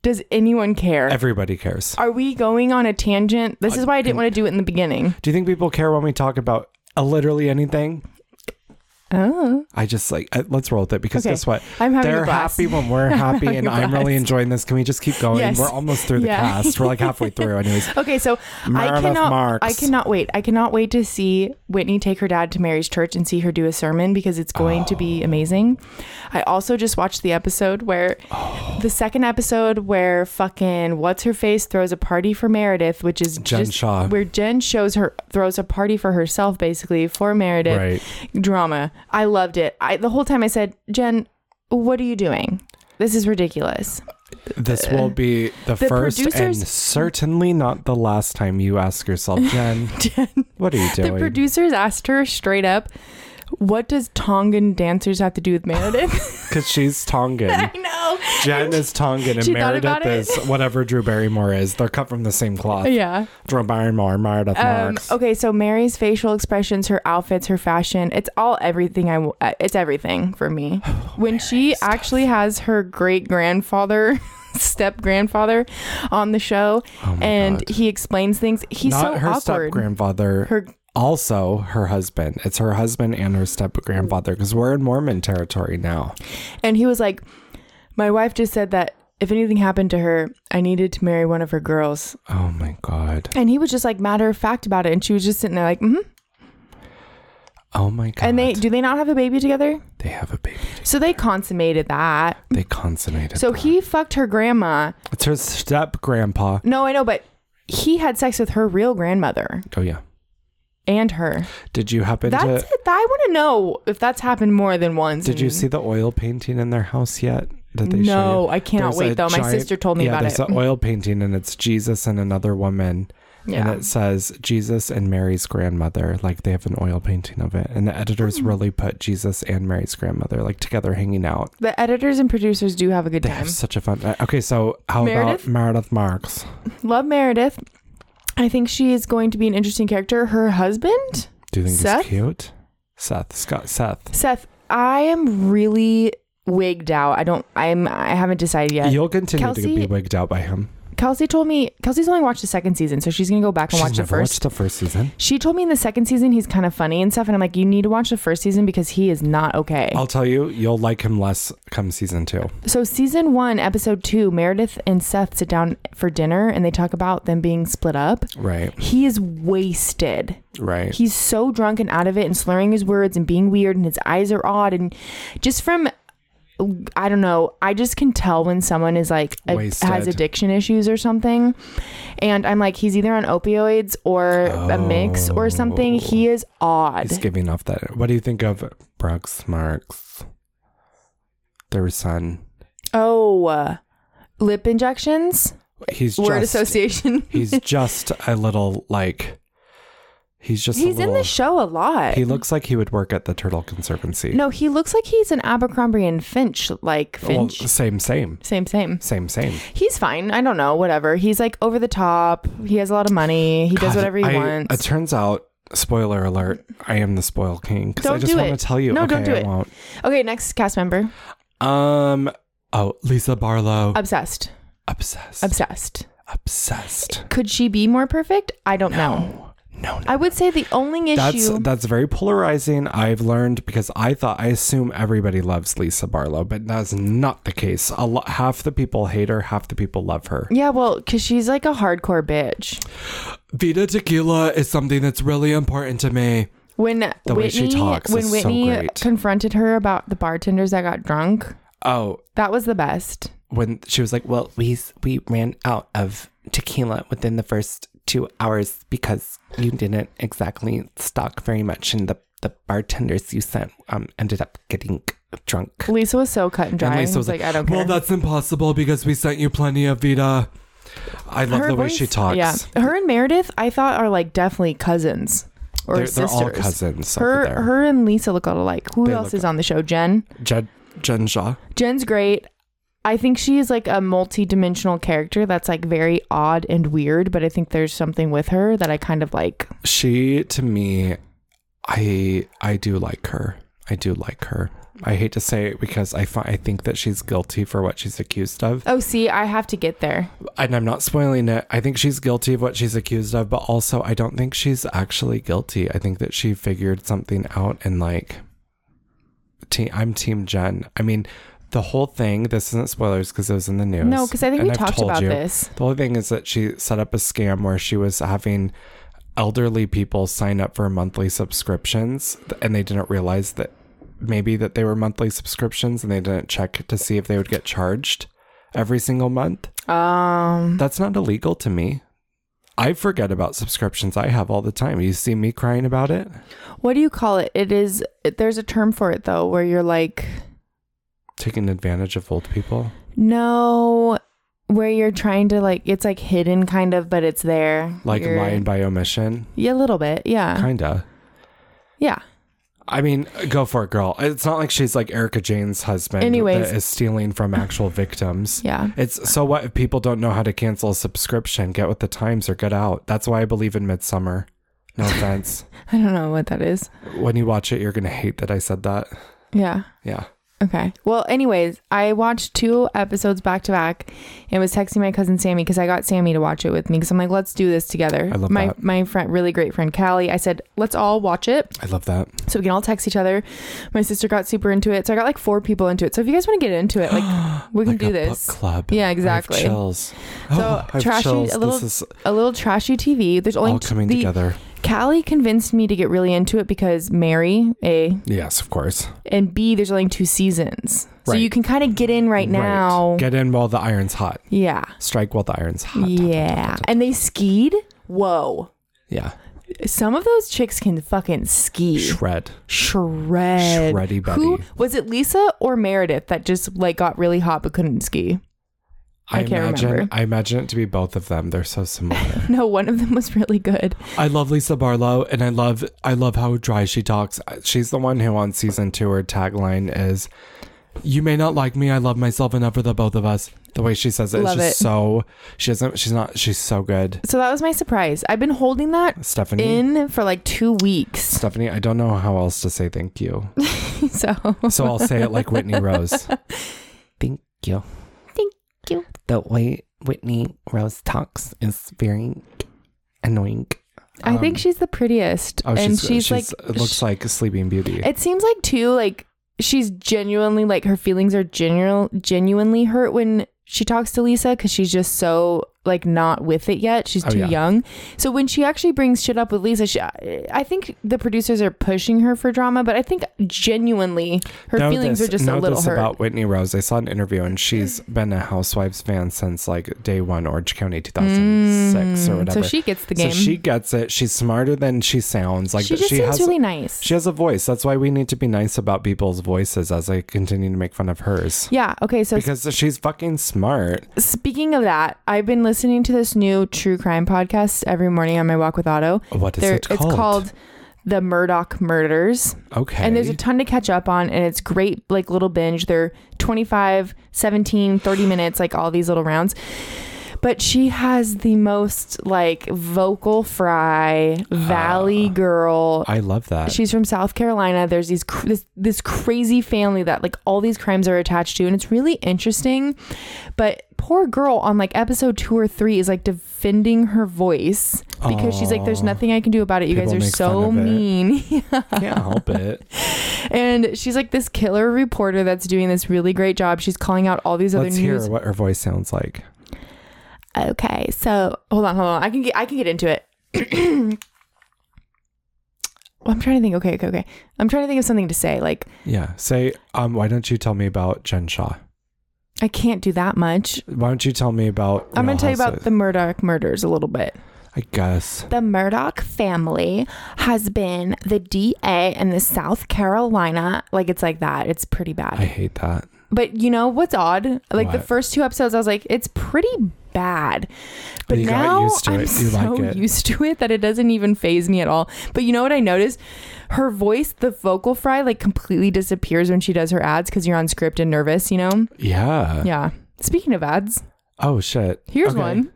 Speaker 1: does anyone care?
Speaker 2: everybody cares.
Speaker 1: Are we going on a tangent? This is why I didn't want to do it in the beginning.
Speaker 2: Do you think people care when we talk about uh, literally anything?
Speaker 1: Oh,
Speaker 2: I just like uh, let's roll with it because
Speaker 1: Okay.
Speaker 2: guess what?
Speaker 1: I'm having
Speaker 2: They're
Speaker 1: a blast.
Speaker 2: happy when we're happy, and I'm really enjoying this. Can we just keep going?
Speaker 1: Yes.
Speaker 2: We're almost through the
Speaker 1: Yeah.
Speaker 2: cast. We're like halfway through,
Speaker 1: [LAUGHS]
Speaker 2: anyways.
Speaker 1: [LAUGHS] Okay, so I
Speaker 2: Meredith
Speaker 1: cannot.
Speaker 2: Marks.
Speaker 1: I cannot wait. I cannot wait to see Whitney take her dad to Mary's church and see her do a sermon because it's going to
Speaker 2: Oh.
Speaker 1: be amazing. I also just watched the episode where
Speaker 2: Oh.
Speaker 1: the second episode where fucking what's her face throws a party for Meredith, which is
Speaker 2: Jen
Speaker 1: just,
Speaker 2: Shaw.
Speaker 1: where Jen shows her throws a party for herself basically for Meredith
Speaker 2: Right.
Speaker 1: drama. I loved it. I the whole time I said, Jen, what are you doing? This is ridiculous.
Speaker 2: This will be the,
Speaker 1: the
Speaker 2: first and
Speaker 1: producers-
Speaker 2: certainly not the last time you ask
Speaker 1: [LAUGHS]
Speaker 2: yourself, Jen,
Speaker 1: Jen,
Speaker 2: what are you
Speaker 1: The
Speaker 2: doing?
Speaker 1: producers asked her straight up, "What does Tongan dancers have to do with Meredith?"
Speaker 2: [LAUGHS]
Speaker 1: [LAUGHS]
Speaker 2: Because she's Tongan.
Speaker 1: I know.
Speaker 2: Jen is Tongan
Speaker 1: [LAUGHS]
Speaker 2: and
Speaker 1: She thought
Speaker 2: Meredith
Speaker 1: about it.
Speaker 2: is whatever Drew Barrymore is. They're cut from the same cloth.
Speaker 1: Yeah.
Speaker 2: Drew Barrymore, Meredith
Speaker 1: Um,
Speaker 2: Marks.
Speaker 1: okay, so Mary's facial expressions, her outfits, her fashion—it's all everything. I w- uh, it's everything for
Speaker 2: [SIGHS]
Speaker 1: me.
Speaker 2: Oh,
Speaker 1: When she actually has her great grandfather, [LAUGHS] step grandfather, on the show,
Speaker 2: Oh my
Speaker 1: and
Speaker 2: God.
Speaker 1: he explains things, he's
Speaker 2: not
Speaker 1: so
Speaker 2: her step
Speaker 1: awkward.
Speaker 2: grandfather.
Speaker 1: her
Speaker 2: also, her husband. It's her husband and her step grandfather because we're in Mormon territory now.
Speaker 1: And he was like, My wife just said that if anything happened to her, I needed to marry one of her girls.
Speaker 2: Oh my God.
Speaker 1: And he was just like matter of fact about it. And she was just sitting there like, mm-hmm.
Speaker 2: Oh my God.
Speaker 1: And they do they not have a baby together?
Speaker 2: They have a baby. together.
Speaker 1: So they consummated that.
Speaker 2: They consummated.
Speaker 1: So
Speaker 2: that.
Speaker 1: he fucked her grandma.
Speaker 2: It's her step grandpa.
Speaker 1: No, I know, but he had sex with her real grandmother
Speaker 2: Oh yeah.
Speaker 1: and her.
Speaker 2: Did you happen
Speaker 1: That's
Speaker 2: to?
Speaker 1: it. I want to know if that's happened more than once.
Speaker 2: uh, Did you
Speaker 1: And
Speaker 2: see the oil painting in their house yet? That they
Speaker 1: No,
Speaker 2: showed?
Speaker 1: I cannot
Speaker 2: There's
Speaker 1: wait
Speaker 2: a
Speaker 1: though. My
Speaker 2: giant-
Speaker 1: sister told me
Speaker 2: yeah,
Speaker 1: about
Speaker 2: there's
Speaker 1: it.
Speaker 2: an oil painting, and it's Jesus and another woman.
Speaker 1: Yeah.
Speaker 2: And it says Jesus and Mary's grandmother. Like they have an oil painting of it, and the
Speaker 1: Hmm.
Speaker 2: editors really put Jesus and Mary's grandmother like together hanging out.
Speaker 1: the editors and producers do have a good
Speaker 2: They
Speaker 1: time.
Speaker 2: have such a fun. uh, Okay, so how
Speaker 1: Meredith?
Speaker 2: about Meredith Marks?
Speaker 1: Love Meredith. I think she is going to be an interesting character. Her husband,
Speaker 2: Do you think
Speaker 1: Seth?
Speaker 2: he's cute? Seth Scott Seth.
Speaker 1: Seth, I am really wigged out. I don't I'm I haven't decided yet.
Speaker 2: You'll continue
Speaker 1: Kelsey-
Speaker 2: to be wigged out by him.
Speaker 1: Kelsey told me Kelsey's only watched the second season, so she's gonna go back and
Speaker 2: She's
Speaker 1: watch the
Speaker 2: never
Speaker 1: first.
Speaker 2: watched the first season.
Speaker 1: she told me in the second season he's kind of funny and stuff, and I'm like, you need to watch the first season because he is not okay.
Speaker 2: I'll tell you, you'll like him less come season two.
Speaker 1: so season one, episode two, Meredith and Seth sit down for dinner and they talk about them being split up.
Speaker 2: Right,
Speaker 1: He is wasted.
Speaker 2: right.
Speaker 1: He's so drunk and out of it and slurring his words and being weird and his eyes are odd and just from I don't know, I just can tell when someone is like a- has
Speaker 2: Wasted.
Speaker 1: addiction issues or something. And I'm like he's either on opioids or a mix or something. He is odd.
Speaker 2: Oh. He's giving off that. What do you think of Brooks Marks? Their son.
Speaker 1: oh, uh, lip injections,
Speaker 2: He's
Speaker 1: word
Speaker 2: just.
Speaker 1: association. [LAUGHS]
Speaker 2: [LAUGHS] he's just a little like. He's just.
Speaker 1: he's
Speaker 2: a little,
Speaker 1: in the show a lot.
Speaker 2: He looks like he would work at the Turtle Conservancy.
Speaker 1: no, he looks like he's an Abercrombie and Finch like
Speaker 2: well,
Speaker 1: Finch.
Speaker 2: same, same,
Speaker 1: same, same.
Speaker 2: same, same.
Speaker 1: He's fine. I don't know. Whatever. He's like over the top. He has a lot of money. He does
Speaker 2: God,
Speaker 1: whatever he
Speaker 2: I-
Speaker 1: wants.
Speaker 2: It turns out. Spoiler alert! I am the spoil king because I
Speaker 1: Don't
Speaker 2: just
Speaker 1: do
Speaker 2: want
Speaker 1: it.
Speaker 2: to tell you.
Speaker 1: No,
Speaker 2: okay,
Speaker 1: don't do
Speaker 2: I
Speaker 1: it.
Speaker 2: won't.
Speaker 1: okay, next cast member.
Speaker 2: Um. Oh, Lisa Barlow.
Speaker 1: Obsessed.
Speaker 2: obsessed.
Speaker 1: Obsessed.
Speaker 2: obsessed.
Speaker 1: Could she be more perfect? I don't know.
Speaker 2: No, no.
Speaker 1: I would say the only
Speaker 2: That's
Speaker 1: issue.
Speaker 2: that's very polarizing. I've learned because I thought I assume everybody loves Lisa Barlow, but that's not the case. A lot, half the people hate her, half the people love her.
Speaker 1: yeah, well, because she's like a hardcore bitch.
Speaker 2: Vita Tequila is something that's really important to me.
Speaker 1: When Whitney,
Speaker 2: way she talks
Speaker 1: when
Speaker 2: is so
Speaker 1: Whitney
Speaker 2: great.
Speaker 1: confronted her about the bartenders that got drunk,
Speaker 2: Oh,
Speaker 1: that was the best.
Speaker 2: when she was like, "Well, we we ran out of tequila within the first two hours because you didn't exactly stock very much, and the the bartenders you sent um ended up getting drunk."
Speaker 1: Lisa was so cut and dry.
Speaker 2: And Lisa was like,
Speaker 1: I don't care.
Speaker 2: Well, that's impossible because we sent you plenty of Vita. I love
Speaker 1: Her
Speaker 2: the way
Speaker 1: voice-
Speaker 2: she talks.
Speaker 1: Yeah, her and Meredith, I thought are like definitely cousins or
Speaker 2: they're, they're
Speaker 1: sisters.
Speaker 2: all cousins over
Speaker 1: Her,
Speaker 2: there.
Speaker 1: her and Lisa look alike. Who
Speaker 2: They
Speaker 1: else
Speaker 2: look
Speaker 1: is on the show? Jen.
Speaker 2: Jen, Jen Shaw.
Speaker 1: Jen's great. I think she is like a multi-dimensional character that's like very odd and weird, but I think there's something with her that I kind of like.
Speaker 2: She to me, I I do like her. I do like her. I hate to say it because I fi- I think that she's guilty for what she's accused of,
Speaker 1: Oh, see, I have to get there.
Speaker 2: and I'm not spoiling it. I think she's guilty of what she's accused of, but also I don't think she's actually guilty. I think that she figured something out and like. Team, I'm Team Jen. I mean, the whole thing. This isn't spoilers because it was in the news.
Speaker 1: No, because I think
Speaker 2: and
Speaker 1: we
Speaker 2: I've
Speaker 1: talked
Speaker 2: told
Speaker 1: about
Speaker 2: you.
Speaker 1: this.
Speaker 2: The only thing is that she set up a scam where she was having elderly people sign up for monthly subscriptions th- and they didn't realize that maybe that they were monthly subscriptions and they didn't check to see if they would get charged every single month.
Speaker 1: Um,
Speaker 2: That's not illegal to me. I forget about subscriptions I have all the time. You see me crying about it?
Speaker 1: what do you call it? It is. It, there's a term for it though, where you're like,
Speaker 2: Taking advantage of old people.
Speaker 1: no, where you're trying to like, it's like hidden kind of, but it's there.
Speaker 2: Like
Speaker 1: You're-
Speaker 2: lying by omission.
Speaker 1: Yeah, a little bit. Yeah.
Speaker 2: Kinda.
Speaker 1: Yeah.
Speaker 2: I mean, go for it, girl. It's not like she's like Erica Jane's husband
Speaker 1: Anyways.
Speaker 2: that is stealing from actual victims.
Speaker 1: [LAUGHS] Yeah.
Speaker 2: It's so what if people don't know how to cancel a subscription? Get with the times or get out. That's why I believe in Midsummer.
Speaker 1: [LAUGHS]
Speaker 2: No offense.
Speaker 1: I don't know what that is.
Speaker 2: when you watch it, you're gonna hate that I said that.
Speaker 1: Yeah.
Speaker 2: Yeah.
Speaker 1: Okay. Well, anyways, I watched two episodes back to back and was texting my cousin Sammy because I got Sammy to watch it with me because I'm like, let's do this together.
Speaker 2: I love
Speaker 1: my
Speaker 2: that.
Speaker 1: my friend, really great friend Callie. I said, let's all watch it
Speaker 2: I love that.
Speaker 1: so we can all text each other. My sister got super into it, so I got like four people into it. So if you guys want to get into it,
Speaker 2: [GASPS]
Speaker 1: like we can
Speaker 2: Like
Speaker 1: do
Speaker 2: a
Speaker 1: this.
Speaker 2: book club.
Speaker 1: Yeah,
Speaker 2: I have
Speaker 1: exactly.
Speaker 2: chills. [GASPS] I have
Speaker 1: trashy-
Speaker 2: chills.
Speaker 1: a little
Speaker 2: this is
Speaker 1: A little trashy TV. There's only
Speaker 2: all coming
Speaker 1: the,
Speaker 2: together.
Speaker 1: Callie convinced me to get really into it because Mary a
Speaker 2: Yes, of course.
Speaker 1: and B. There's only two seasons, so
Speaker 2: Right.
Speaker 1: you can kind of get in right now.
Speaker 2: Get in while the iron's hot.
Speaker 1: yeah.
Speaker 2: Strike while the iron's hot.
Speaker 1: Yeah. And they skied? Whoa.
Speaker 2: Yeah.
Speaker 1: Some of those chicks can fucking ski.
Speaker 2: Shred.
Speaker 1: Shred.
Speaker 2: Shreddy Betty.
Speaker 1: Who was it Lisa or Meredith that just like got really hot but couldn't ski? [LAUGHS] I can't
Speaker 2: imagine
Speaker 1: remember.
Speaker 2: I imagine it to be both of them. They're so similar.
Speaker 1: No, one of them was really good.
Speaker 2: I love Lisa Barlow, and I love I love how dry she talks. Uh, She's the one who on season two her tagline is, "You may not like me, I love myself enough for the both of us." The way she says it is
Speaker 1: Love
Speaker 2: just
Speaker 1: it.
Speaker 2: so she doesn't she's not she's so good.
Speaker 1: So that was my surprise. I've been holding that
Speaker 2: Stephanie,
Speaker 1: in for like 2 weeks. [LAUGHS]
Speaker 2: Stephanie, I don't know how else to say thank you, [LAUGHS]
Speaker 1: So
Speaker 2: so I'll say it like Whitney
Speaker 1: [LAUGHS]
Speaker 2: Rose. Thank you.
Speaker 1: Thank you.
Speaker 2: The way Whitney Rose talks is very annoying.
Speaker 1: I think she's the prettiest
Speaker 2: Um, Oh,
Speaker 1: and
Speaker 2: she's,
Speaker 1: she's, like
Speaker 2: it looks like Sleeping Beauty.
Speaker 1: It seems like too like she's genuinely like her feelings are genuine genuinely hurt when she talks to Lisa cuz she's just so like not with it yet. She's
Speaker 2: Oh,
Speaker 1: too
Speaker 2: yeah.
Speaker 1: young. So when she actually brings shit up with Lisa, she, I I think the producers are pushing her for drama, but I think genuinely her
Speaker 2: Know
Speaker 1: feelings
Speaker 2: this-
Speaker 1: are just
Speaker 2: know
Speaker 1: a little
Speaker 2: this
Speaker 1: hurt. Mm.
Speaker 2: about Whitney Rose. I saw an interview and she's been a Housewives fan since like day one, Orange County, two thousand six or
Speaker 1: Mm,
Speaker 2: whatever.
Speaker 1: So she gets the
Speaker 2: So
Speaker 1: game.
Speaker 2: she gets it. She's smarter than she sounds. Like
Speaker 1: she
Speaker 2: that
Speaker 1: just
Speaker 2: she
Speaker 1: seems
Speaker 2: has.
Speaker 1: really nice.
Speaker 2: she has a voice. That's why we need to be nice about people's voices as I continue to make fun of hers.
Speaker 1: yeah. Okay. So
Speaker 2: Because she's fucking smart.
Speaker 1: speaking of that, I've been listening to this new true crime podcast every morning on my walk with Otto.
Speaker 2: What is
Speaker 1: There,
Speaker 2: it called?
Speaker 1: It's called the Murdoch Murders,
Speaker 2: Okay.
Speaker 1: and there's a ton to catch up on, and it's great, like little binge. They're 25, 17, 30 minutes, like all these little rounds. But she has the most like vocal fry valley girl.
Speaker 2: Ah. I love that.
Speaker 1: She's from South Carolina. There's these cr- this this crazy family that like all these crimes are attached to, and it's really interesting. But poor girl on like episode two or three is like defending her voice because she's like, "There's
Speaker 2: Aw.
Speaker 1: nothing I can do about it. You
Speaker 2: People
Speaker 1: guys are
Speaker 2: make fun
Speaker 1: so
Speaker 2: of it.
Speaker 1: mean." [LAUGHS]
Speaker 2: Can't help it.
Speaker 1: and she's like this killer reporter that's doing this really great job. She's calling out all these other
Speaker 2: Let's
Speaker 1: news.
Speaker 2: hear what her voice sounds like.
Speaker 1: Okay, so hold on, hold on. I can get I can get into it. [CLEARS THROAT] Well, I'm trying to think. Okay, okay, okay. I'm trying to think of something to say. Like,
Speaker 2: Yeah. Say, um, why don't you tell me about Jen Shaw?
Speaker 1: I can't do that much.
Speaker 2: Why don't you tell me about?
Speaker 1: I'm
Speaker 2: Real
Speaker 1: going to tell you about
Speaker 2: Housewives?
Speaker 1: the Murdoch murders a little bit.
Speaker 2: I guess.
Speaker 1: The Murdoch family has been the DA in the South Carolina. Like, it's like that. It's pretty bad.
Speaker 2: I hate that.
Speaker 1: but you know what's odd? Like, the
Speaker 2: What?
Speaker 1: first two episodes, I was like, it's pretty bad. But
Speaker 2: You got
Speaker 1: now
Speaker 2: used to
Speaker 1: I'm
Speaker 2: it. You
Speaker 1: so
Speaker 2: like it.
Speaker 1: used to it that it doesn't even phase me at all. But you know what I noticed? Her voice, the vocal fry, like completely disappears when she does her ads because you're on script and nervous. You know?
Speaker 2: Yeah.
Speaker 1: Yeah. Speaking of ads,
Speaker 2: Oh shit.
Speaker 1: here's
Speaker 2: Uh. Okay.
Speaker 1: one.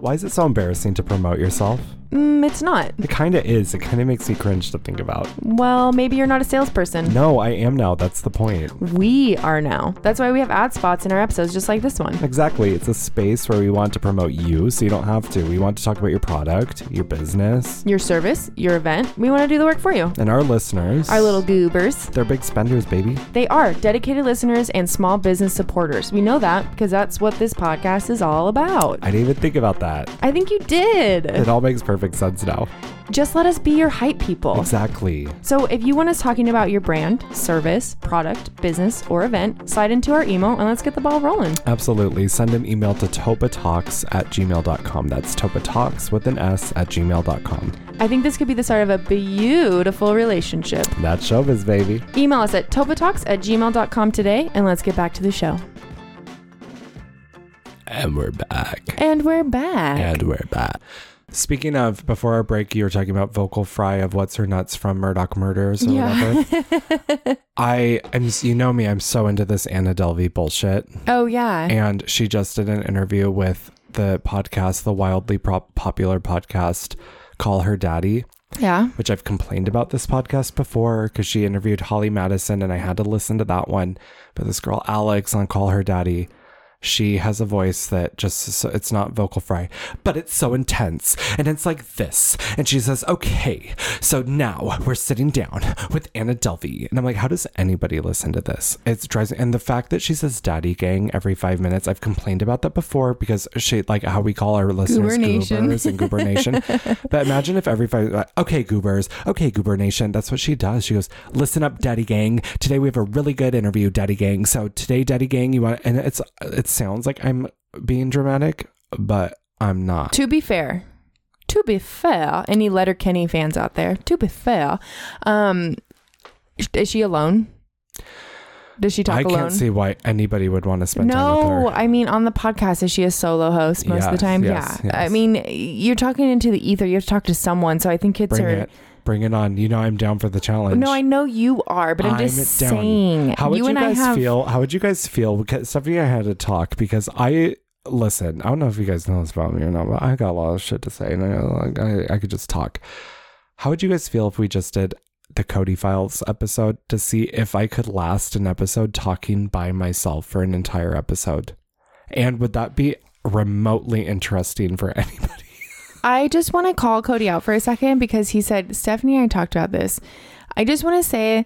Speaker 2: Why is it so embarrassing to promote yourself?
Speaker 1: Mm, it's not.
Speaker 2: It kind of is. It kind of makes me cringe to think about.
Speaker 1: Well, maybe you're not a salesperson.
Speaker 2: No, I am now. That's the point.
Speaker 1: We are now. That's why we have ad spots in our episodes, just like this one.
Speaker 2: Exactly. It's a space where we want to promote you so you don't have to. We want to talk about your product, your business,
Speaker 1: Your service, your event, we want to do the work for you.
Speaker 2: and our listeners.
Speaker 1: Our little goobers,
Speaker 2: They're big spenders, baby.
Speaker 1: they are dedicated listeners and small business supporters. We know that because that's what this podcast is all about.
Speaker 2: I didn't even think about that.
Speaker 1: I think you
Speaker 2: It
Speaker 1: did.
Speaker 2: all makes perfect sense now.
Speaker 1: Just let us be your hype people.
Speaker 2: Exactly.
Speaker 1: So if you want us talking about your brand, service, product, business, or event, slide into our email and let's get the ball rolling.
Speaker 2: Absolutely. Send an email to topatalks at gmail.com. That's topatalks with an S at gmail.com.
Speaker 1: I think this could be the start of a beautiful relationship.
Speaker 2: That's showbiz, baby.
Speaker 1: Email us at topatalks at gmail.com today, and let's get back to the show.
Speaker 2: And we're back.
Speaker 1: And we're back.
Speaker 2: And we're back. Speaking of, before our break, you were talking about vocal fry of what's her nuts from Murdoch Murders or
Speaker 1: Yeah.
Speaker 2: whatever. I am, you know me, I'm so into this Anna Delvey bullshit.
Speaker 1: oh, yeah.
Speaker 2: And she just did an interview with the podcast, the wildly prop- popular podcast, Call Her Daddy.
Speaker 1: yeah.
Speaker 2: which I've complained about this podcast before because she interviewed Holly Madison and I had to listen to that one. But this girl, Alex, on Call Her Daddy, she has a voice that just, is so- it's not vocal fry, but it's so intense. And it's like this. And she says, okay, so now we're sitting down with Anna Delvey. And I'm like, how does anybody listen to this? It's drives me. And the fact that she says daddy gang every five minutes, I've complained about that before because she, like how we call our listeners
Speaker 1: Goober Nation.
Speaker 2: goobers and goober nation.
Speaker 1: [LAUGHS]
Speaker 2: but imagine if every five, like, okay, goobers, okay, goober nation. That's what she does. She goes, listen up, daddy gang. Today we have a really good interview, daddy gang. So today, daddy gang, you want, and it's, it sounds like I'm being dramatic, but I'm not.
Speaker 1: To be fair, to be fair, any Letterkenny fans out there, to be fair, um, is she alone? Does she talk
Speaker 2: I
Speaker 1: alone?
Speaker 2: can't see why anybody would want to spend time with
Speaker 1: no,
Speaker 2: her.
Speaker 1: I mean on the podcast, is she a solo host most of the
Speaker 2: Yes,
Speaker 1: time?
Speaker 2: yes,
Speaker 1: yeah.
Speaker 2: yes.
Speaker 1: I mean, you're talking into the ether. You have to talk to someone. So I think it's
Speaker 2: Bring
Speaker 1: her.
Speaker 2: it. Bring it on. You know I'm down for the challenge.
Speaker 1: No, I know you are, but I'm, just
Speaker 2: down.
Speaker 1: saying.
Speaker 2: How would you,
Speaker 1: and
Speaker 2: guys
Speaker 1: I have,
Speaker 2: feel? How would you guys feel? Because Stephanie, and I had to talk because I listen. I don't know if you guys know this about me or not, but I got a lot of shit to say, and I, like, I, I could just talk. How would you guys feel if we just did the Cody Files episode to see if I could last an episode talking by myself for an entire episode? And would that be remotely interesting for anybody?
Speaker 1: I just want to call Cody out for a second because he said, Stephanie and I talked about this. I just want to say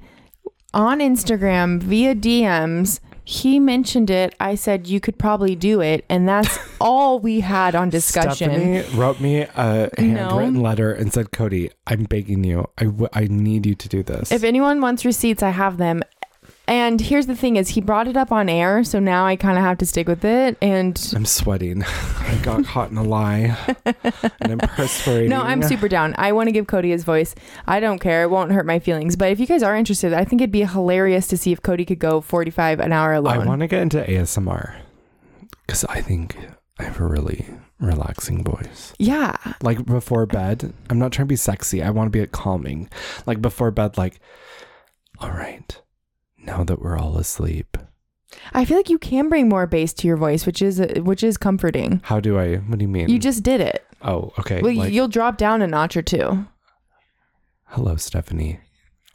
Speaker 1: on Instagram via DMs, he mentioned it. I said, you could probably do it. And that's all we had on discussion.
Speaker 2: Stephanie wrote me a handwritten letter and said, "Cody, I'm begging you. I, w- I need you to do this."
Speaker 1: If anyone wants receipts, I have them. And here's the thing is he brought it up on air, so now I kind of have to stick with it. And [LAUGHS]
Speaker 2: I'm sweating. [LAUGHS] I got caught in a lie,
Speaker 1: [LAUGHS]
Speaker 2: and I'm perspiring.
Speaker 1: no, I'm super down. I want to give Cody his voice. I don't care. It won't hurt my feelings. But if you guys are interested, I think it'd be hilarious to see if Cody could go 45 an hour alone.
Speaker 2: I want to get into ASMR because I think I have a really relaxing voice.
Speaker 1: Yeah.
Speaker 2: Like before bed, I'm not trying to be sexy. I want to be calming. Like before bed, like, all right, now that we're all asleep,
Speaker 1: I feel like you can bring more bass to your voice, which is which is comforting.
Speaker 2: how do I? What do you mean?
Speaker 1: You just did it.
Speaker 2: oh, okay.
Speaker 1: Well,
Speaker 2: like,
Speaker 1: you'll drop down a notch or two.
Speaker 2: hello, Stephanie.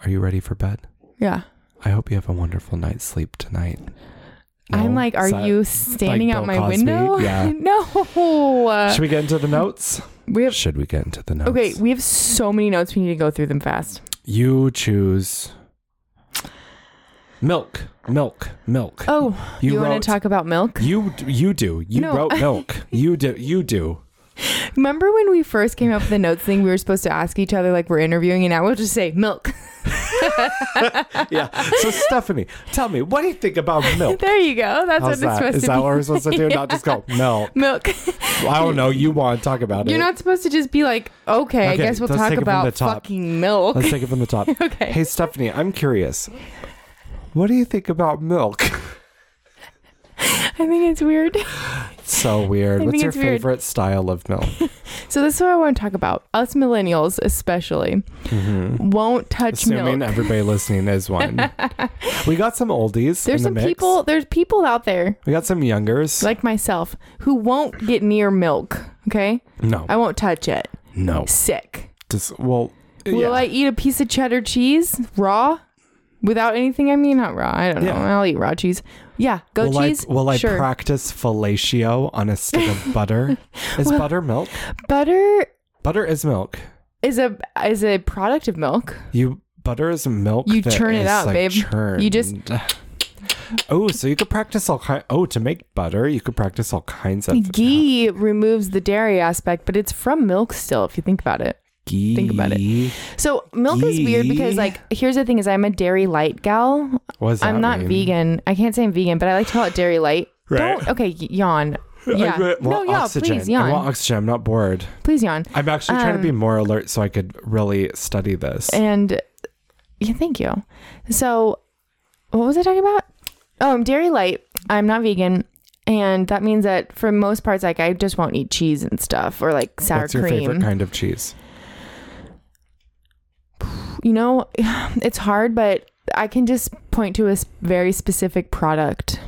Speaker 2: Are you ready for bed?
Speaker 1: Yeah.
Speaker 2: I hope you have a wonderful night's sleep tonight.
Speaker 1: I'm
Speaker 2: No?
Speaker 1: like, are
Speaker 2: Is that-
Speaker 1: you standing
Speaker 2: like
Speaker 1: out
Speaker 2: Bill
Speaker 1: my
Speaker 2: Cosby?
Speaker 1: window?
Speaker 2: Yeah.
Speaker 1: [LAUGHS] no.
Speaker 2: Should we get into the notes?
Speaker 1: we have
Speaker 2: Should we get into the notes?
Speaker 1: Okay, we have so many notes. We need to go through them fast.
Speaker 2: You choose milk, milk, milk.
Speaker 1: Oh, you,
Speaker 2: you,
Speaker 1: want
Speaker 2: wrote
Speaker 1: to talk about milk?
Speaker 2: you you do. You
Speaker 1: No.
Speaker 2: wrote milk.
Speaker 1: [LAUGHS]
Speaker 2: you do you do.
Speaker 1: Remember when we first came up with the notes thing? We were supposed to ask each other like we're interviewing, and now we'll just say milk.
Speaker 2: Yeah. So Stephanie, tell me, what do you think about
Speaker 1: [LAUGHS]
Speaker 2: milk?
Speaker 1: there you go. That's
Speaker 2: Oh. How's
Speaker 1: what it's
Speaker 2: that?
Speaker 1: supposed
Speaker 2: Is
Speaker 1: to
Speaker 2: that
Speaker 1: be.
Speaker 2: what we're supposed to
Speaker 1: [LAUGHS]
Speaker 2: do? Not just go milk.
Speaker 1: milk.
Speaker 2: Well, I don't know. You want to talk about
Speaker 1: You're
Speaker 2: it?
Speaker 1: not supposed to just be like, okay, I
Speaker 2: Okay,
Speaker 1: guess we'll
Speaker 2: let's
Speaker 1: talk
Speaker 2: take it from the
Speaker 1: about
Speaker 2: top.
Speaker 1: fucking milk.
Speaker 2: Let's take it from the top.
Speaker 1: [LAUGHS] Okay.
Speaker 2: Hey Stephanie, I'm curious. What do you think about milk? [LAUGHS]
Speaker 1: I think it's weird. [LAUGHS]
Speaker 2: so weird.
Speaker 1: I
Speaker 2: What's
Speaker 1: think
Speaker 2: your
Speaker 1: it's weird.
Speaker 2: favorite style of milk?
Speaker 1: So this is what I want to talk about. Us millennials, especially,
Speaker 2: Mhm.
Speaker 1: won't touch
Speaker 2: Assuming
Speaker 1: milk.
Speaker 2: everybody listening is
Speaker 1: [LAUGHS]
Speaker 2: one. we got some oldies.
Speaker 1: There's
Speaker 2: in the
Speaker 1: some
Speaker 2: mix.
Speaker 1: people. There's people out there
Speaker 2: We got some youngers.
Speaker 1: like myself who won't get near milk. Okay,
Speaker 2: no,
Speaker 1: I won't touch it.
Speaker 2: no.
Speaker 1: Sick.
Speaker 2: Just, well,
Speaker 1: Will
Speaker 2: yeah.
Speaker 1: I eat a piece of cheddar cheese raw, without anything? I mean, not raw. I don't know.
Speaker 2: Yeah.
Speaker 1: I'll eat raw cheese. Yeah, goat
Speaker 2: will
Speaker 1: cheese.
Speaker 2: I, will I
Speaker 1: sure.
Speaker 2: practice fellatio on a
Speaker 1: [LAUGHS]
Speaker 2: stick of butter? Is
Speaker 1: Well-
Speaker 2: butter milk?
Speaker 1: butter
Speaker 2: Butter is milk.
Speaker 1: is a is a product of milk.
Speaker 2: You butter is milk.
Speaker 1: You
Speaker 2: that
Speaker 1: churn it
Speaker 2: is,
Speaker 1: out,
Speaker 2: like,
Speaker 1: babe.
Speaker 2: Churned.
Speaker 1: You just-
Speaker 2: Oh, so you could practice all kind. Oh, to make butter, you could practice all kinds of
Speaker 1: Ghee removes the dairy aspect, but it's from milk still. If you think about it.
Speaker 2: Ghee.
Speaker 1: Think about it. So milk is weird because
Speaker 2: Yee.
Speaker 1: like here's the thing is I'm a dairy light gal.
Speaker 2: What does
Speaker 1: I'm
Speaker 2: that
Speaker 1: not
Speaker 2: mean?
Speaker 1: vegan. I can't say I'm vegan, but I like to call it dairy light.
Speaker 2: Right.
Speaker 1: Don't okay, y- yawn.
Speaker 2: I
Speaker 1: Yeah.
Speaker 2: want
Speaker 1: no, yeah,
Speaker 2: oxygen.
Speaker 1: please
Speaker 2: I
Speaker 1: yawn.
Speaker 2: want oxygen. I'm not bored.
Speaker 1: please yawn.
Speaker 2: I'm actually trying to be
Speaker 1: Um,
Speaker 2: more alert so I could really study this.
Speaker 1: And yeah, thank you. So what was I talking about? Oh, I'm dairy light. I'm not vegan. And that means that for most parts, like I just won't eat cheese and stuff or like sour
Speaker 2: What's your
Speaker 1: cream.
Speaker 2: favorite kind of cheese?
Speaker 1: You know, [SIGHS] it's hard, but I can just point to a s- very specific product.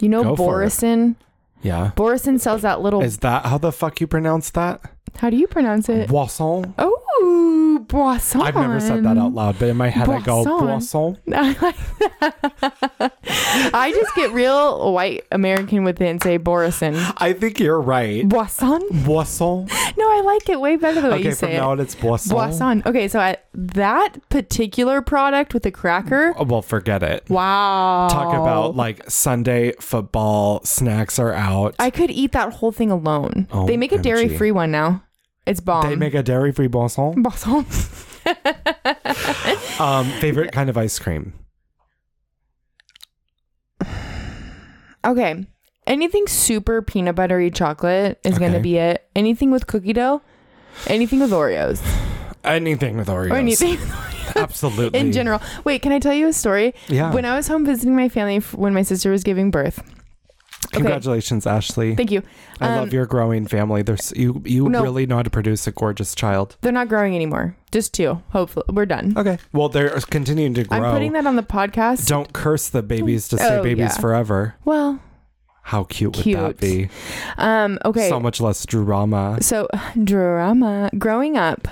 Speaker 1: You know,
Speaker 2: Go for it.
Speaker 1: Borison.
Speaker 2: Yeah.
Speaker 1: Borison sells that little.
Speaker 2: Is that how the fuck you pronounce that?
Speaker 1: how do you pronounce it?
Speaker 2: Boisson?
Speaker 1: Oh, boisson.
Speaker 2: I've never said that out loud, but in my head I go
Speaker 1: um, Boisson.
Speaker 2: boisson.
Speaker 1: I like that. I just get real white American with it and say
Speaker 2: [GASPS]
Speaker 1: Borison.
Speaker 2: I think you're right.
Speaker 1: Boisson? [LAUGHS]
Speaker 2: Boisson.
Speaker 1: No, I like it way better the way
Speaker 2: Okay,
Speaker 1: you
Speaker 2: from
Speaker 1: say
Speaker 2: now
Speaker 1: it.
Speaker 2: on Oh. it's boisson.
Speaker 1: Boisson. Okay, so I, that particular product with the cracker.
Speaker 2: Oh, well, forget it.
Speaker 1: Wow.
Speaker 2: Talk about like Sunday football snacks are out.
Speaker 1: I could eat that whole thing alone.
Speaker 2: Oh,
Speaker 1: they make a
Speaker 2: OMG.
Speaker 1: dairy free one now. It's bomb.
Speaker 2: they make a dairy free boisson.
Speaker 1: [LAUGHS] Boisson.
Speaker 2: Um, favorite kind of ice cream.
Speaker 1: Okay. Anything super peanut buttery chocolate is going
Speaker 2: Okay.
Speaker 1: to be it. Anything with cookie dough, anything with Oreos,
Speaker 2: Anything with Oreos.
Speaker 1: or anything
Speaker 2: [LAUGHS]
Speaker 1: [LAUGHS]
Speaker 2: Absolutely.
Speaker 1: in general. Wait, can I tell you a story?
Speaker 2: Yeah.
Speaker 1: When I was home visiting my family f- when my sister was giving birth.
Speaker 2: Congratulations, Ashley.
Speaker 1: Thank you. Um,
Speaker 2: I love your growing family. There's you. You
Speaker 1: No.
Speaker 2: really know how to produce a gorgeous child.
Speaker 1: They're not growing anymore. Just two. Hopefully, we're done.
Speaker 2: Okay. Well, they're continuing to grow.
Speaker 1: I'm putting that on the podcast.
Speaker 2: Don't curse the babies to stay
Speaker 1: Oh,
Speaker 2: babies
Speaker 1: yeah.
Speaker 2: forever.
Speaker 1: well,
Speaker 2: How cute, would that
Speaker 1: Cute.
Speaker 2: be?
Speaker 1: um, okay.
Speaker 2: So much less drama.
Speaker 1: So, drama. Growing up,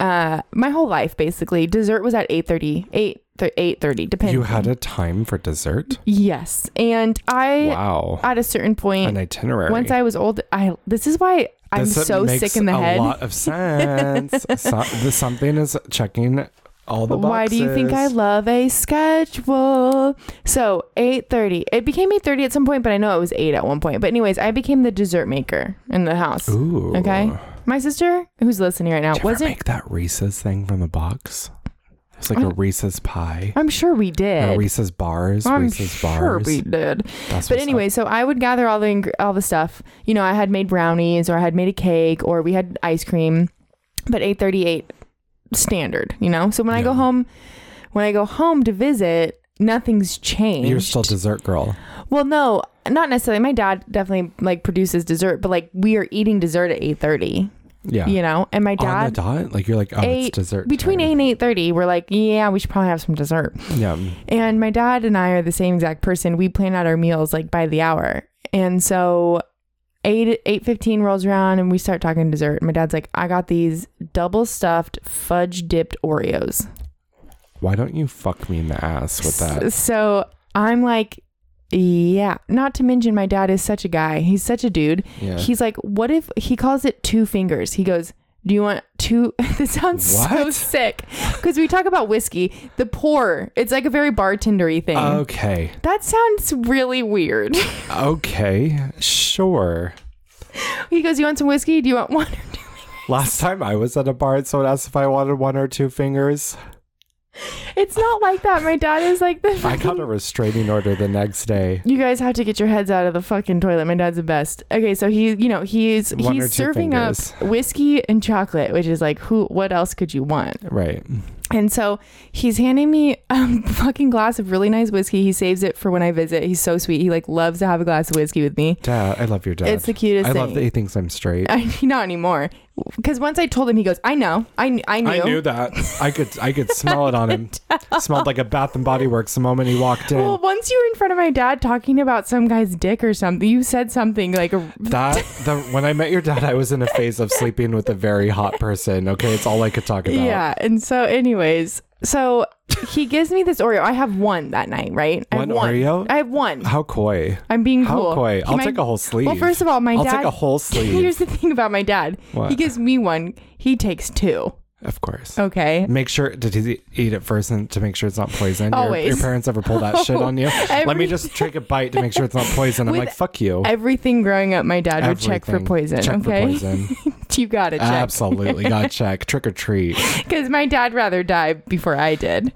Speaker 1: uh, my whole life basically, dessert was at 8.30, 8, 8.30, depending.
Speaker 2: You had a time for dessert.
Speaker 1: Yes. And I,
Speaker 2: Wow.
Speaker 1: at a certain
Speaker 2: An
Speaker 1: point,
Speaker 2: itinerary.
Speaker 1: once I was old, I this is why I'm
Speaker 2: This
Speaker 1: so
Speaker 2: makes
Speaker 1: sick in the
Speaker 2: a
Speaker 1: head.
Speaker 2: A lot
Speaker 1: [LAUGHS]
Speaker 2: of sense. so, the, something is checking all the boxes.
Speaker 1: Why do you think I love a schedule? So eight thirty. It became eight thirty at some point, but I know it was eight at one point. But anyways, I became the dessert maker in the house.
Speaker 2: Ooh.
Speaker 1: Okay, my sister who's listening right now
Speaker 2: Did you ever
Speaker 1: wasn't.
Speaker 2: make that Reese's thing from the box? It's like a Reese's pie.
Speaker 1: I'm sure we
Speaker 2: Or
Speaker 1: did.
Speaker 2: Reese's bars.
Speaker 1: I'm
Speaker 2: Reese's
Speaker 1: sure
Speaker 2: bars.
Speaker 1: we did.
Speaker 2: That's
Speaker 1: But
Speaker 2: what's
Speaker 1: anyway, so I would gather all the ing- all the stuff. You know, I had made brownies, or I had made a cake, or we had ice cream. But eight thirty eight standard, you know. So when I go
Speaker 2: Yeah.
Speaker 1: home, when I go home to visit, nothing's
Speaker 2: up.
Speaker 1: changed.
Speaker 2: you're still dessert girl.
Speaker 1: well, no, not necessarily. My dad definitely like produces dessert, but like we are eating dessert at eight thirty,
Speaker 2: Yeah. Oh,
Speaker 1: you know. And my
Speaker 2: On the
Speaker 1: dad
Speaker 2: dot, like you're like, oh,
Speaker 1: Eight-
Speaker 2: it's dessert.
Speaker 1: between eight and
Speaker 2: time.
Speaker 1: eight thirty, we're like, yeah, we should probably have some dessert.
Speaker 2: Yeah.
Speaker 1: And my dad and I are the same exact person. We plan out our meals like by the hour. And so 8 8:15 rolls around and we start talking dessert. And my dad's like, "I got these double stuffed fudge dipped Oreos."
Speaker 2: Why don't you fuck me in the ass
Speaker 1: [LAUGHS]
Speaker 2: with that?
Speaker 1: S- So I'm like, yeah. Not to mention my dad is such a guy. He's such a dude.
Speaker 2: Yeah.
Speaker 1: He's like, "What if he calls it two fingers?" He goes, do you want two? [LAUGHS] This sounds so
Speaker 2: What?
Speaker 1: sick because we talk about whiskey. The pour, it's like a very bartendery thing.
Speaker 2: Oh, Okay.
Speaker 1: That sounds really weird. [LAUGHS]
Speaker 2: Okay. Sure.
Speaker 1: he goes, You want some whiskey? Do you want one [LAUGHS] or two?
Speaker 2: Last time I was at a bar and someone asked if I wanted one or two fingers.
Speaker 1: It's not like that. My dad is like the
Speaker 2: I
Speaker 1: [LAUGHS]
Speaker 2: got a restraining order the next day.
Speaker 1: You guys have to get your heads out of the fucking toilet. My dad's the best. Okay, so he, you know, he's
Speaker 2: One or two
Speaker 1: he's serving up
Speaker 2: fingers.
Speaker 1: whiskey and chocolate, which is like, who? What else could you want?
Speaker 2: Right.
Speaker 1: And so he's handing me a [LAUGHS] fucking glass of really nice whiskey. He saves it for when I visit. He's so sweet. He like loves to have a glass of whiskey with me.
Speaker 2: Dad, I love your dad.
Speaker 1: It's the cutest
Speaker 2: I
Speaker 1: thing.
Speaker 2: love that he thinks I'm straight.
Speaker 1: [LAUGHS] I, not anymore. Because once I told him, he goes, I know. I, kn- I knew.
Speaker 2: I knew that. I could I could smell it on
Speaker 1: [LAUGHS]
Speaker 2: him. Smelled like a Bath and Body Works the moment he walked in.
Speaker 1: Well, once you were in front of my dad talking about some guy's dick or something, you said something like, a, [LAUGHS]
Speaker 2: that the, when I met your dad, I was in a phase of sleeping with a very hot person. Okay, it's all I could talk about.
Speaker 1: yeah. And so, anyways, so he gives me this Oreo. I have one that night, right? I have
Speaker 2: One Oreo?
Speaker 1: I have one.
Speaker 2: How coy.
Speaker 1: I'm being [LAUGHS]
Speaker 2: How
Speaker 1: cool.
Speaker 2: coy.
Speaker 1: He
Speaker 2: I'll
Speaker 1: might-
Speaker 2: take
Speaker 1: [LAUGHS]
Speaker 2: a whole sleeve.
Speaker 1: Well, first of all, my
Speaker 2: I'll
Speaker 1: dad.
Speaker 2: take a whole sleeve.
Speaker 1: Here's the thing about my dad.
Speaker 2: What?
Speaker 1: He gives me one. He takes two.
Speaker 2: of course.
Speaker 1: Okay.
Speaker 2: Make sure did he eat it first and to make sure it's not poison? Your- Your,
Speaker 1: Always.
Speaker 2: parents ever pull that shit on you? Let me
Speaker 1: [LAUGHS] Every-
Speaker 2: just take a bite to make sure it's not poison. I'm
Speaker 1: With
Speaker 2: like, fuck you.
Speaker 1: Everything growing up, my dad would check for
Speaker 2: Everything.
Speaker 1: poison.
Speaker 2: Check for
Speaker 1: okay.
Speaker 2: poison.
Speaker 1: [LAUGHS] you got to check
Speaker 2: Absolutely. Got check. Trick or treat.
Speaker 1: because my dad rather die before I
Speaker 2: [SIGHS]
Speaker 1: did.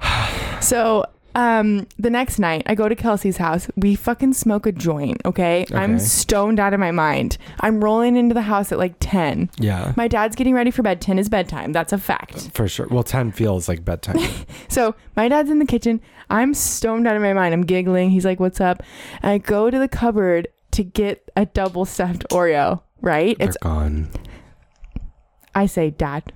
Speaker 1: So. Um, the next night I go to Kelsey's house. We fucking smoke a joint, okay? I'm
Speaker 2: Okay.
Speaker 1: stoned out of my mind. I'm rolling into the house at like 10.
Speaker 2: Yeah.
Speaker 1: My dad's getting ready for bed. 10 is bedtime. That's a fact.
Speaker 2: For sure. Well, 10 feels
Speaker 1: [LAUGHS]
Speaker 2: like bedtime.
Speaker 1: So my dad's in the kitchen. I'm stoned out of my mind. I'm giggling. He's like, "What's up?" And I go to the cupboard to get a double stuffed Oreo. Right?
Speaker 2: They're
Speaker 1: It's
Speaker 2: gone.
Speaker 1: I say, "Dad."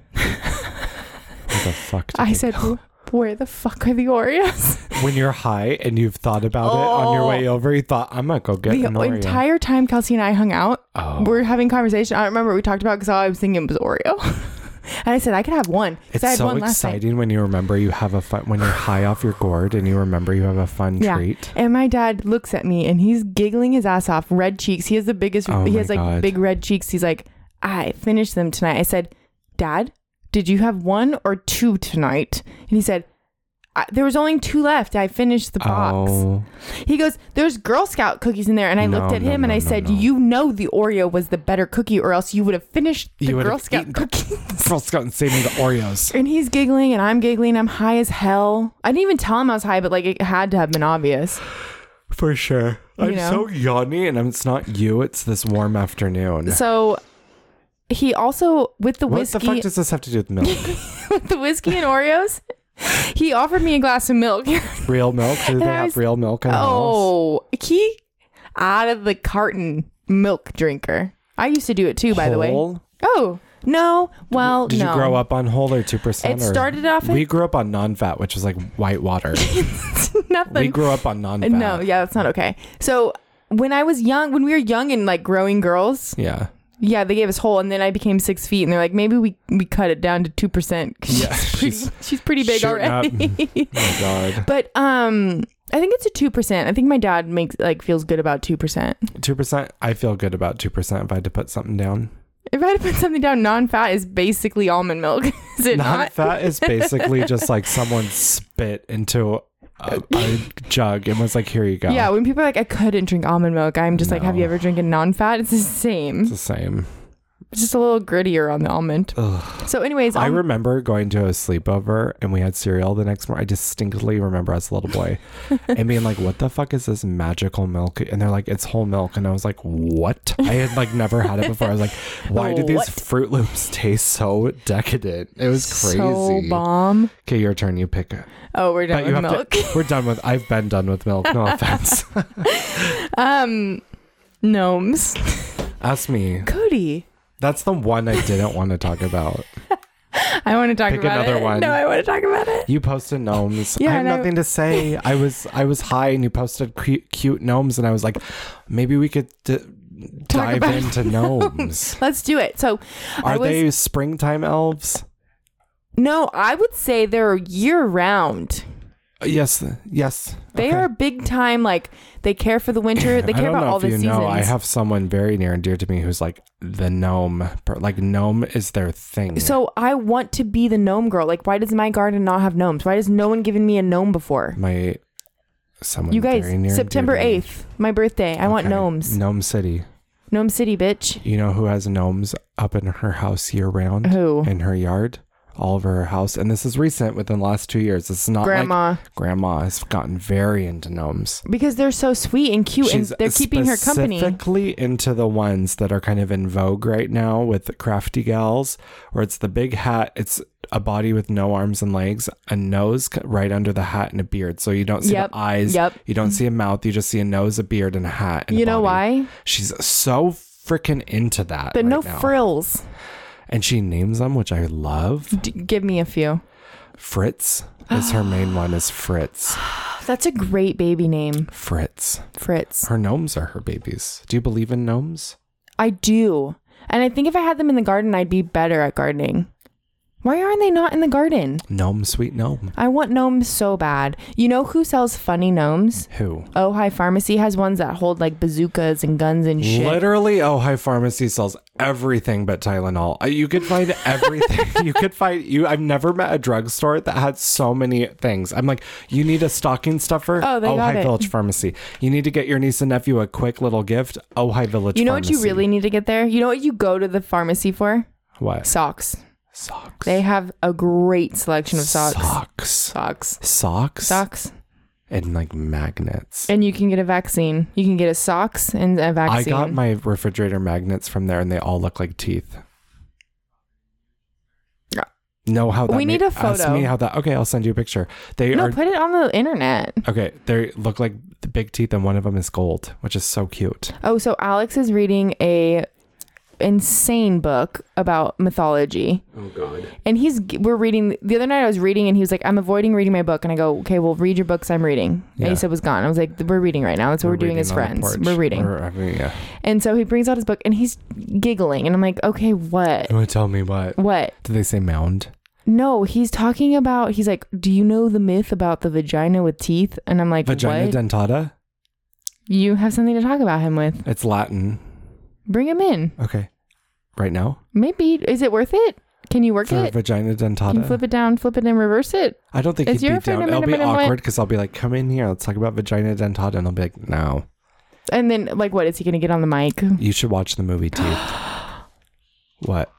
Speaker 2: What the fuck? did
Speaker 1: I
Speaker 2: you-
Speaker 1: said, "Wh- "Where the fuck are the Oreos?"
Speaker 2: when you're high and you've thought about it on your
Speaker 1: Oh.
Speaker 2: way over, you thought, I'm going to go get
Speaker 1: the
Speaker 2: an Oreo.
Speaker 1: entire time Kelsey and I hung out,
Speaker 2: oh.
Speaker 1: we we're having conversation. I don't remember what we talked about because all I was thinking was Oreo. [LAUGHS] and I said, "I could have one." 'Cause I
Speaker 2: It's
Speaker 1: had
Speaker 2: so
Speaker 1: one last night.
Speaker 2: exciting when you remember you have a fun when you're high off your gourd and you remember you have a fun
Speaker 1: Yeah.
Speaker 2: treat.
Speaker 1: And my dad looks at me and he's giggling his ass off, red cheeks. He has the biggest,
Speaker 2: Oh
Speaker 1: he
Speaker 2: my
Speaker 1: has like
Speaker 2: God.
Speaker 1: big red cheeks. He's like, I finished them tonight. I said, Dad, did you have one or two tonight? And he said, I, there was only two left. I finished the box. [LAUGHS]
Speaker 2: Oh,
Speaker 1: He goes, There's Girl Scout cookies in there. And I looked
Speaker 2: No,
Speaker 1: at
Speaker 2: no,
Speaker 1: him
Speaker 2: no,
Speaker 1: and I
Speaker 2: no,
Speaker 1: said,
Speaker 2: no.
Speaker 1: You know the Oreo was the better cookie, or else you would have finished the
Speaker 2: You would
Speaker 1: Girl
Speaker 2: have
Speaker 1: Scout
Speaker 2: eaten the-
Speaker 1: cookie.
Speaker 2: Girl Scout and saving the Oreos.
Speaker 1: and he's giggling and I'm giggling. I'm high as hell. I didn't even tell him I was high, but like it had to have been obvious.
Speaker 2: For sure. I'm
Speaker 1: You know?
Speaker 2: so yawny and I'm, it's not you, it's this warm afternoon.
Speaker 1: So he also with the
Speaker 2: what
Speaker 1: whiskey
Speaker 2: the fuck does this have to do with milk?
Speaker 1: [LAUGHS] with the whiskey and Oreos, he offered me a glass of milk. [LAUGHS]
Speaker 2: real milk? Do they
Speaker 1: I
Speaker 2: have
Speaker 1: was-
Speaker 2: real milk in the house?
Speaker 1: oh, he out of the carton milk drinker. I used to do it too, by the way.
Speaker 2: Whole?
Speaker 1: Oh no, well
Speaker 2: Did
Speaker 1: no.
Speaker 2: you grow up on whole or two
Speaker 1: It
Speaker 2: percent?
Speaker 1: started off
Speaker 2: We
Speaker 1: as
Speaker 2: grew up on non-fat, which was like
Speaker 1: [LAUGHS]
Speaker 2: white water. we
Speaker 1: nothing.
Speaker 2: grew up on non-fat.
Speaker 1: no, yeah, that's not okay. So when I was young, when we were young and like growing girls,
Speaker 2: Yeah.
Speaker 1: [LAUGHS] yeah, they gave us whole, and then I became six feet, and they're like, maybe we we cut it down to two percent. [LAUGHS]
Speaker 2: Yeah,
Speaker 1: she's pretty,
Speaker 2: she's
Speaker 1: she's, pretty big
Speaker 2: shooting up.
Speaker 1: already.
Speaker 2: Oh god.
Speaker 1: [LAUGHS] But um, I think it's a two percent. I think my dad makes like feels good about two percent.
Speaker 2: Two percent. I feel good about two percent if I had to put something down.
Speaker 1: If I had to put something down, non-fat is basically almond milk, [LAUGHS] is it not? [LAUGHS]
Speaker 2: Non-fat is basically just like someone spit into a, a jug and was like, "Here you go."
Speaker 1: Yeah, when people are like, I couldn't drink almond milk, I'm just like, Have you
Speaker 2: No.
Speaker 1: ever drinking non-fat? It's the
Speaker 2: It's
Speaker 1: same.
Speaker 2: the same.
Speaker 1: It's just a little grittier on the almond. So, anyways,
Speaker 2: I
Speaker 1: um,
Speaker 2: remember going to a sleepover and we had cereal the next morning. I distinctly remember as a
Speaker 1: [LAUGHS]
Speaker 2: little boy and being like, "What the fuck is this magical milk?" And they're like, "It's whole milk," and I was like, "What?" I had like never had it before. I
Speaker 1: [LAUGHS]
Speaker 2: was like, "Why do these
Speaker 1: What?
Speaker 2: Fruit Loops taste so decadent?" It was crazy.
Speaker 1: so bomb.
Speaker 2: okay, your turn. You pick it.
Speaker 1: Oh, we're done
Speaker 2: But you
Speaker 1: with
Speaker 2: have
Speaker 1: milk.
Speaker 2: to. [LAUGHS] We're done with. I've been done with milk.
Speaker 1: [LAUGHS]
Speaker 2: No offense.
Speaker 1: um,
Speaker 2: [LAUGHS]
Speaker 1: gnomes.
Speaker 2: Ask me.
Speaker 1: Cody,
Speaker 2: That's the one I didn't want to talk about.
Speaker 1: I want to talk
Speaker 2: Pick
Speaker 1: about
Speaker 2: another
Speaker 1: it.
Speaker 2: one.
Speaker 1: No, I want to talk about it.
Speaker 2: You posted gnomes.
Speaker 1: Yeah,
Speaker 2: I have
Speaker 1: and I-
Speaker 2: nothing to say. I was I was high, and you posted cute, cute gnomes, and I was like, maybe we could d- dive
Speaker 1: about [LAUGHS]
Speaker 2: into gnomes.
Speaker 1: Let's do it. So, I
Speaker 2: Are
Speaker 1: was,
Speaker 2: they springtime elves?
Speaker 1: No, I would say they're year round.
Speaker 2: Uh, Yes, yes.
Speaker 1: They
Speaker 2: Okay.
Speaker 1: are big time. Like they care for the
Speaker 2: [LAUGHS]
Speaker 1: winter. They
Speaker 2: I
Speaker 1: care
Speaker 2: don't
Speaker 1: about
Speaker 2: know
Speaker 1: all
Speaker 2: if
Speaker 1: the
Speaker 2: you
Speaker 1: seasons.
Speaker 2: know. I have someone very near and dear to me who's like the gnome. per- Like gnome is their thing.
Speaker 1: so I want to be the gnome girl. Like, why does my garden not have gnomes? Why has no one given me a gnome before?
Speaker 2: my someone
Speaker 1: You guys,
Speaker 2: very near and dear
Speaker 1: September
Speaker 2: to me.
Speaker 1: eighth, my birthday. I want
Speaker 2: Okay.
Speaker 1: gnomes.
Speaker 2: Gnome City.
Speaker 1: Gnome City, bitch.
Speaker 2: You know who has gnomes up in her house year round
Speaker 1: Who?
Speaker 2: in her yard? all over her house. And this is recent within the last two years. It's not like
Speaker 1: Grandma,
Speaker 2: grandma has gotten very into gnomes.
Speaker 1: because they're so sweet and cute, and
Speaker 2: She's
Speaker 1: they're keeping her company.
Speaker 2: Specifically into the ones that are kind of in vogue right now with the crafty gals, where it's the big hat, it's a body with no arms and legs, a nose c- right under the hat, and a beard. So you don't see
Speaker 1: Yep.
Speaker 2: the eyes,
Speaker 1: Yep.
Speaker 2: you don't see a mouth, you just see a nose, a beard, and a hat. and a
Speaker 1: You know
Speaker 2: body.
Speaker 1: why?
Speaker 2: She's so freaking into that.
Speaker 1: The
Speaker 2: right
Speaker 1: no
Speaker 2: now.
Speaker 1: frills.
Speaker 2: And she names them, which I love.
Speaker 1: D- give me a few.
Speaker 2: Fritz is
Speaker 1: [GASPS]
Speaker 2: her main one, is Fritz.
Speaker 1: That's a great baby name,
Speaker 2: Fritz.
Speaker 1: Fritz.
Speaker 2: Her gnomes are her babies. Do you believe in gnomes?
Speaker 1: I do. And I think if I had them in the garden, I'd be better at gardening. Why aren't they not in the garden?
Speaker 2: Gnome, sweet gnome.
Speaker 1: I want gnomes so bad. You know who sells funny gnomes?
Speaker 2: Who?
Speaker 1: Oh Hi Pharmacy has ones that hold like bazookas and guns and shit.
Speaker 2: Literally, Ohio Pharmacy sells everything but Tylenol. Uh, You
Speaker 1: [LAUGHS]
Speaker 2: could find everything. you could find you. I've never met a drugstore that had so many things. I'm like, you need a stocking stuffer.
Speaker 1: Oh, they
Speaker 2: Ojai
Speaker 1: got it.
Speaker 2: Village Pharmacy. You need to get your niece and nephew a quick little gift. Ohio Village.
Speaker 1: you know what you
Speaker 2: Pharmacy.
Speaker 1: really need to get there? You know what you go to the pharmacy for?
Speaker 2: what
Speaker 1: Socks.
Speaker 2: socks?
Speaker 1: They have a great selection of socks.
Speaker 2: socks,
Speaker 1: Socks.
Speaker 2: socks,
Speaker 1: Socks.
Speaker 2: and like magnets.
Speaker 1: And you can get a vaccine. You can get a socks and a
Speaker 2: I
Speaker 1: vaccine.
Speaker 2: got my refrigerator magnets from there, and they all look like teeth.
Speaker 1: Yeah.
Speaker 2: Know how that
Speaker 1: We need
Speaker 2: ma-
Speaker 1: a
Speaker 2: Ask
Speaker 1: photo.
Speaker 2: me how that. Okay, I'll send you a picture. They
Speaker 1: no,
Speaker 2: are
Speaker 1: put it on the internet.
Speaker 2: okay. They look like the big teeth, and one of them is gold, which is so cute.
Speaker 1: Oh, so Alex is reading a insane book about mythology.
Speaker 2: Oh God.
Speaker 1: And he's we're reading the other night I was reading and he was like, I'm avoiding reading my book and I go, Okay, well read your books I'm reading.
Speaker 2: Yeah.
Speaker 1: And he said was gone. I was like, We're reading right now. That's what we're, doing as friends. We're reading.
Speaker 2: I mean, yeah.
Speaker 1: and so he brings out his book and he's giggling and I'm like, Okay, what?
Speaker 2: You want to tell me what?
Speaker 1: What?
Speaker 2: Did they say mound?
Speaker 1: No, he's talking about he's like, Do you know the myth about the vagina with teeth? And I'm like,
Speaker 2: Vagina
Speaker 1: What?
Speaker 2: dentata.
Speaker 1: you have something to talk about him with.
Speaker 2: It's Latin.
Speaker 1: Bring him in.
Speaker 2: Okay. Right now
Speaker 1: Maybe is it worth it? Can you work
Speaker 2: for
Speaker 1: it?
Speaker 2: vagina
Speaker 1: Can you
Speaker 2: dentata.
Speaker 1: flip it down, flip it and reverse it?
Speaker 2: I don't think
Speaker 1: Is
Speaker 2: he'd be
Speaker 1: your friend
Speaker 2: down.
Speaker 1: a
Speaker 2: It'll
Speaker 1: minute,
Speaker 2: be
Speaker 1: minute, minute?
Speaker 2: awkward because I'll be like, "Come in here, let's talk about vagina dentata," and I'll be like, "No."
Speaker 1: And then like what is he gonna get on the mic?
Speaker 2: You should watch the
Speaker 1: [GASPS]
Speaker 2: movie Teeth. what?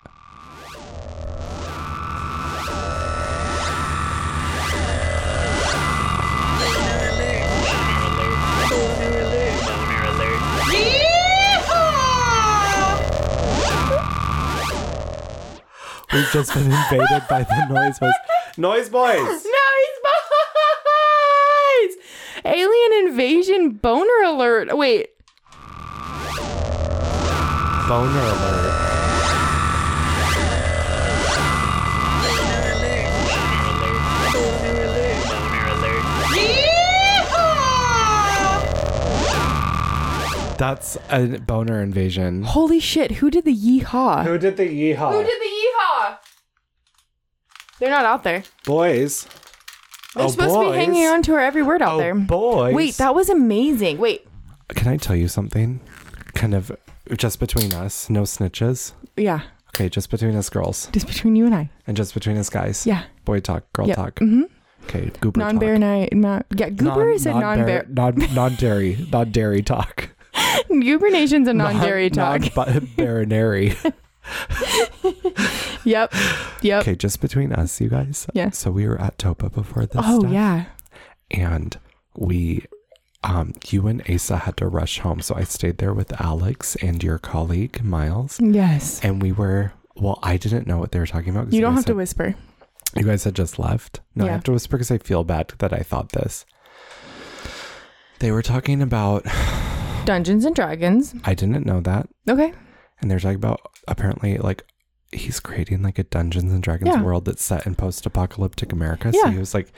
Speaker 2: We've just been invaded
Speaker 1: [LAUGHS]
Speaker 2: by the noise boys. Noise boys!
Speaker 1: No, he's behind! Alien invasion boner alert. Wait.
Speaker 2: Boner alert. That's a boner invasion.
Speaker 1: Holy shit, who did the yeehaw?
Speaker 2: Who did the yeehaw?
Speaker 1: the yeehaw? They're not out there.
Speaker 2: boys.
Speaker 1: They're supposed to be hanging on to her every word out
Speaker 2: Oh,
Speaker 1: there.
Speaker 2: boys.
Speaker 1: Wait, that was amazing. Wait.
Speaker 2: Can I tell you something? Kind of just between us, no snitches.
Speaker 1: Yeah.
Speaker 2: Okay, just between us girls
Speaker 1: Just between you and I.
Speaker 2: and just between us guys.
Speaker 1: Yeah.
Speaker 2: Boy talk, girl
Speaker 1: Yep.
Speaker 2: talk.
Speaker 1: Mm-hmm.
Speaker 2: Okay, goober
Speaker 1: Non bear
Speaker 2: talk.
Speaker 1: night. not- Yeah, Goober is a non bear.
Speaker 2: non non dairy non dairy talk.
Speaker 1: Goober Nation's a [LAUGHS] non dairy talk.
Speaker 2: Non-baronary.
Speaker 1: [LAUGHS] Yep. Yep.
Speaker 2: okay, just between us, you guys.
Speaker 1: Yeah.
Speaker 2: So we were at Topa before this.
Speaker 1: Oh,
Speaker 2: stuff,
Speaker 1: yeah.
Speaker 2: And we, um, you and Asa had to rush home, so I stayed there with Alex and your colleague Miles,
Speaker 1: Yes.
Speaker 2: and we were. Well, I didn't know what they were talking about. 'cause
Speaker 1: You don't
Speaker 2: guys
Speaker 1: have
Speaker 2: had-
Speaker 1: to whisper.
Speaker 2: You guys had just left. No, I
Speaker 1: Yeah.
Speaker 2: have to whisper because I feel bad that I thought this. They were talking about,
Speaker 1: Dungeons and Dragons.
Speaker 2: I didn't know that.
Speaker 1: Okay.
Speaker 2: And they're talking about apparently, like, he's creating like a Dungeons and Dragons
Speaker 1: Yeah.
Speaker 2: world that's set in post apocalyptic America. So
Speaker 1: Yeah.
Speaker 2: he was like,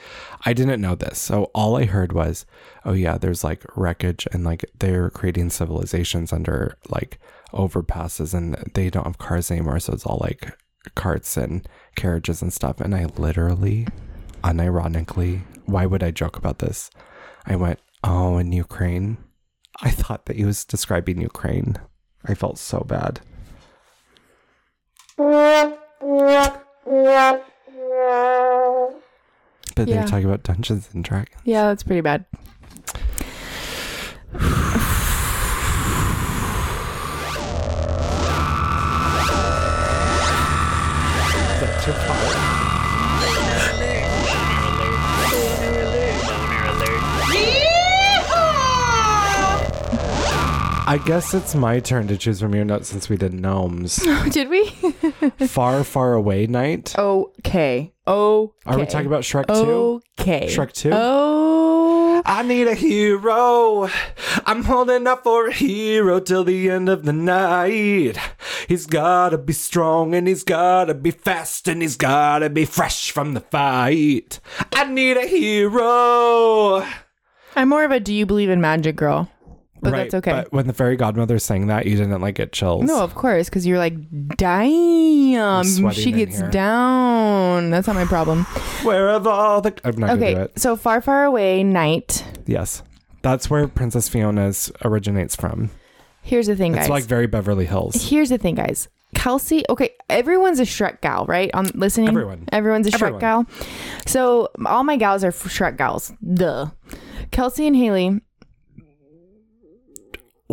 Speaker 2: I didn't know this. So all I heard was, oh, yeah, there's like wreckage and like they're creating civilizations under like overpasses and they don't have cars anymore. So it's all like carts and carriages and stuff. And I literally, unironically, why would I joke about this? I went, oh, in Ukraine. I thought that he was describing Ukraine. I felt so bad. But they
Speaker 1: Yeah.
Speaker 2: were talking about Dungeons and Dragons.
Speaker 1: Yeah, that's pretty bad.
Speaker 2: Is that too far? I guess it's my turn to choose from your notes since we
Speaker 1: [LAUGHS]
Speaker 2: did gnomes.
Speaker 1: [LAUGHS] Did we?
Speaker 2: far, far away night.
Speaker 1: Okay. Okay. Oh,
Speaker 2: Are we talking about Shrek 2?
Speaker 1: Okay.
Speaker 2: Shrek 2?
Speaker 1: Oh.
Speaker 2: I need a hero. I'm holding up for a hero till the end of the night. He's gotta be strong and he's gotta be fast and he's gotta be fresh from the fight. I need a hero.
Speaker 1: I'm more of a do you believe in magic girl. But that's okay.
Speaker 2: But when the fairy godmother sang that, you didn't like get chills.
Speaker 1: no, of course, because you're like, damn,
Speaker 2: sweating
Speaker 1: she
Speaker 2: in
Speaker 1: gets
Speaker 2: here.
Speaker 1: down. That's not my problem.
Speaker 2: Where have all the. I'm not gonna do
Speaker 1: Okay,
Speaker 2: it.
Speaker 1: so far, far away night.
Speaker 2: Yes. That's where Princess Fiona's originates from.
Speaker 1: Here's the thing, guys.
Speaker 2: It's like very Beverly Hills.
Speaker 1: Here's the thing, guys. Kelsey, okay, everyone's a Shrek gal, right? On listening,
Speaker 2: Everyone.
Speaker 1: everyone's a
Speaker 2: Everyone.
Speaker 1: Shrek gal. So all my gals are f- Shrek gals. Duh. Kelsey and Haley.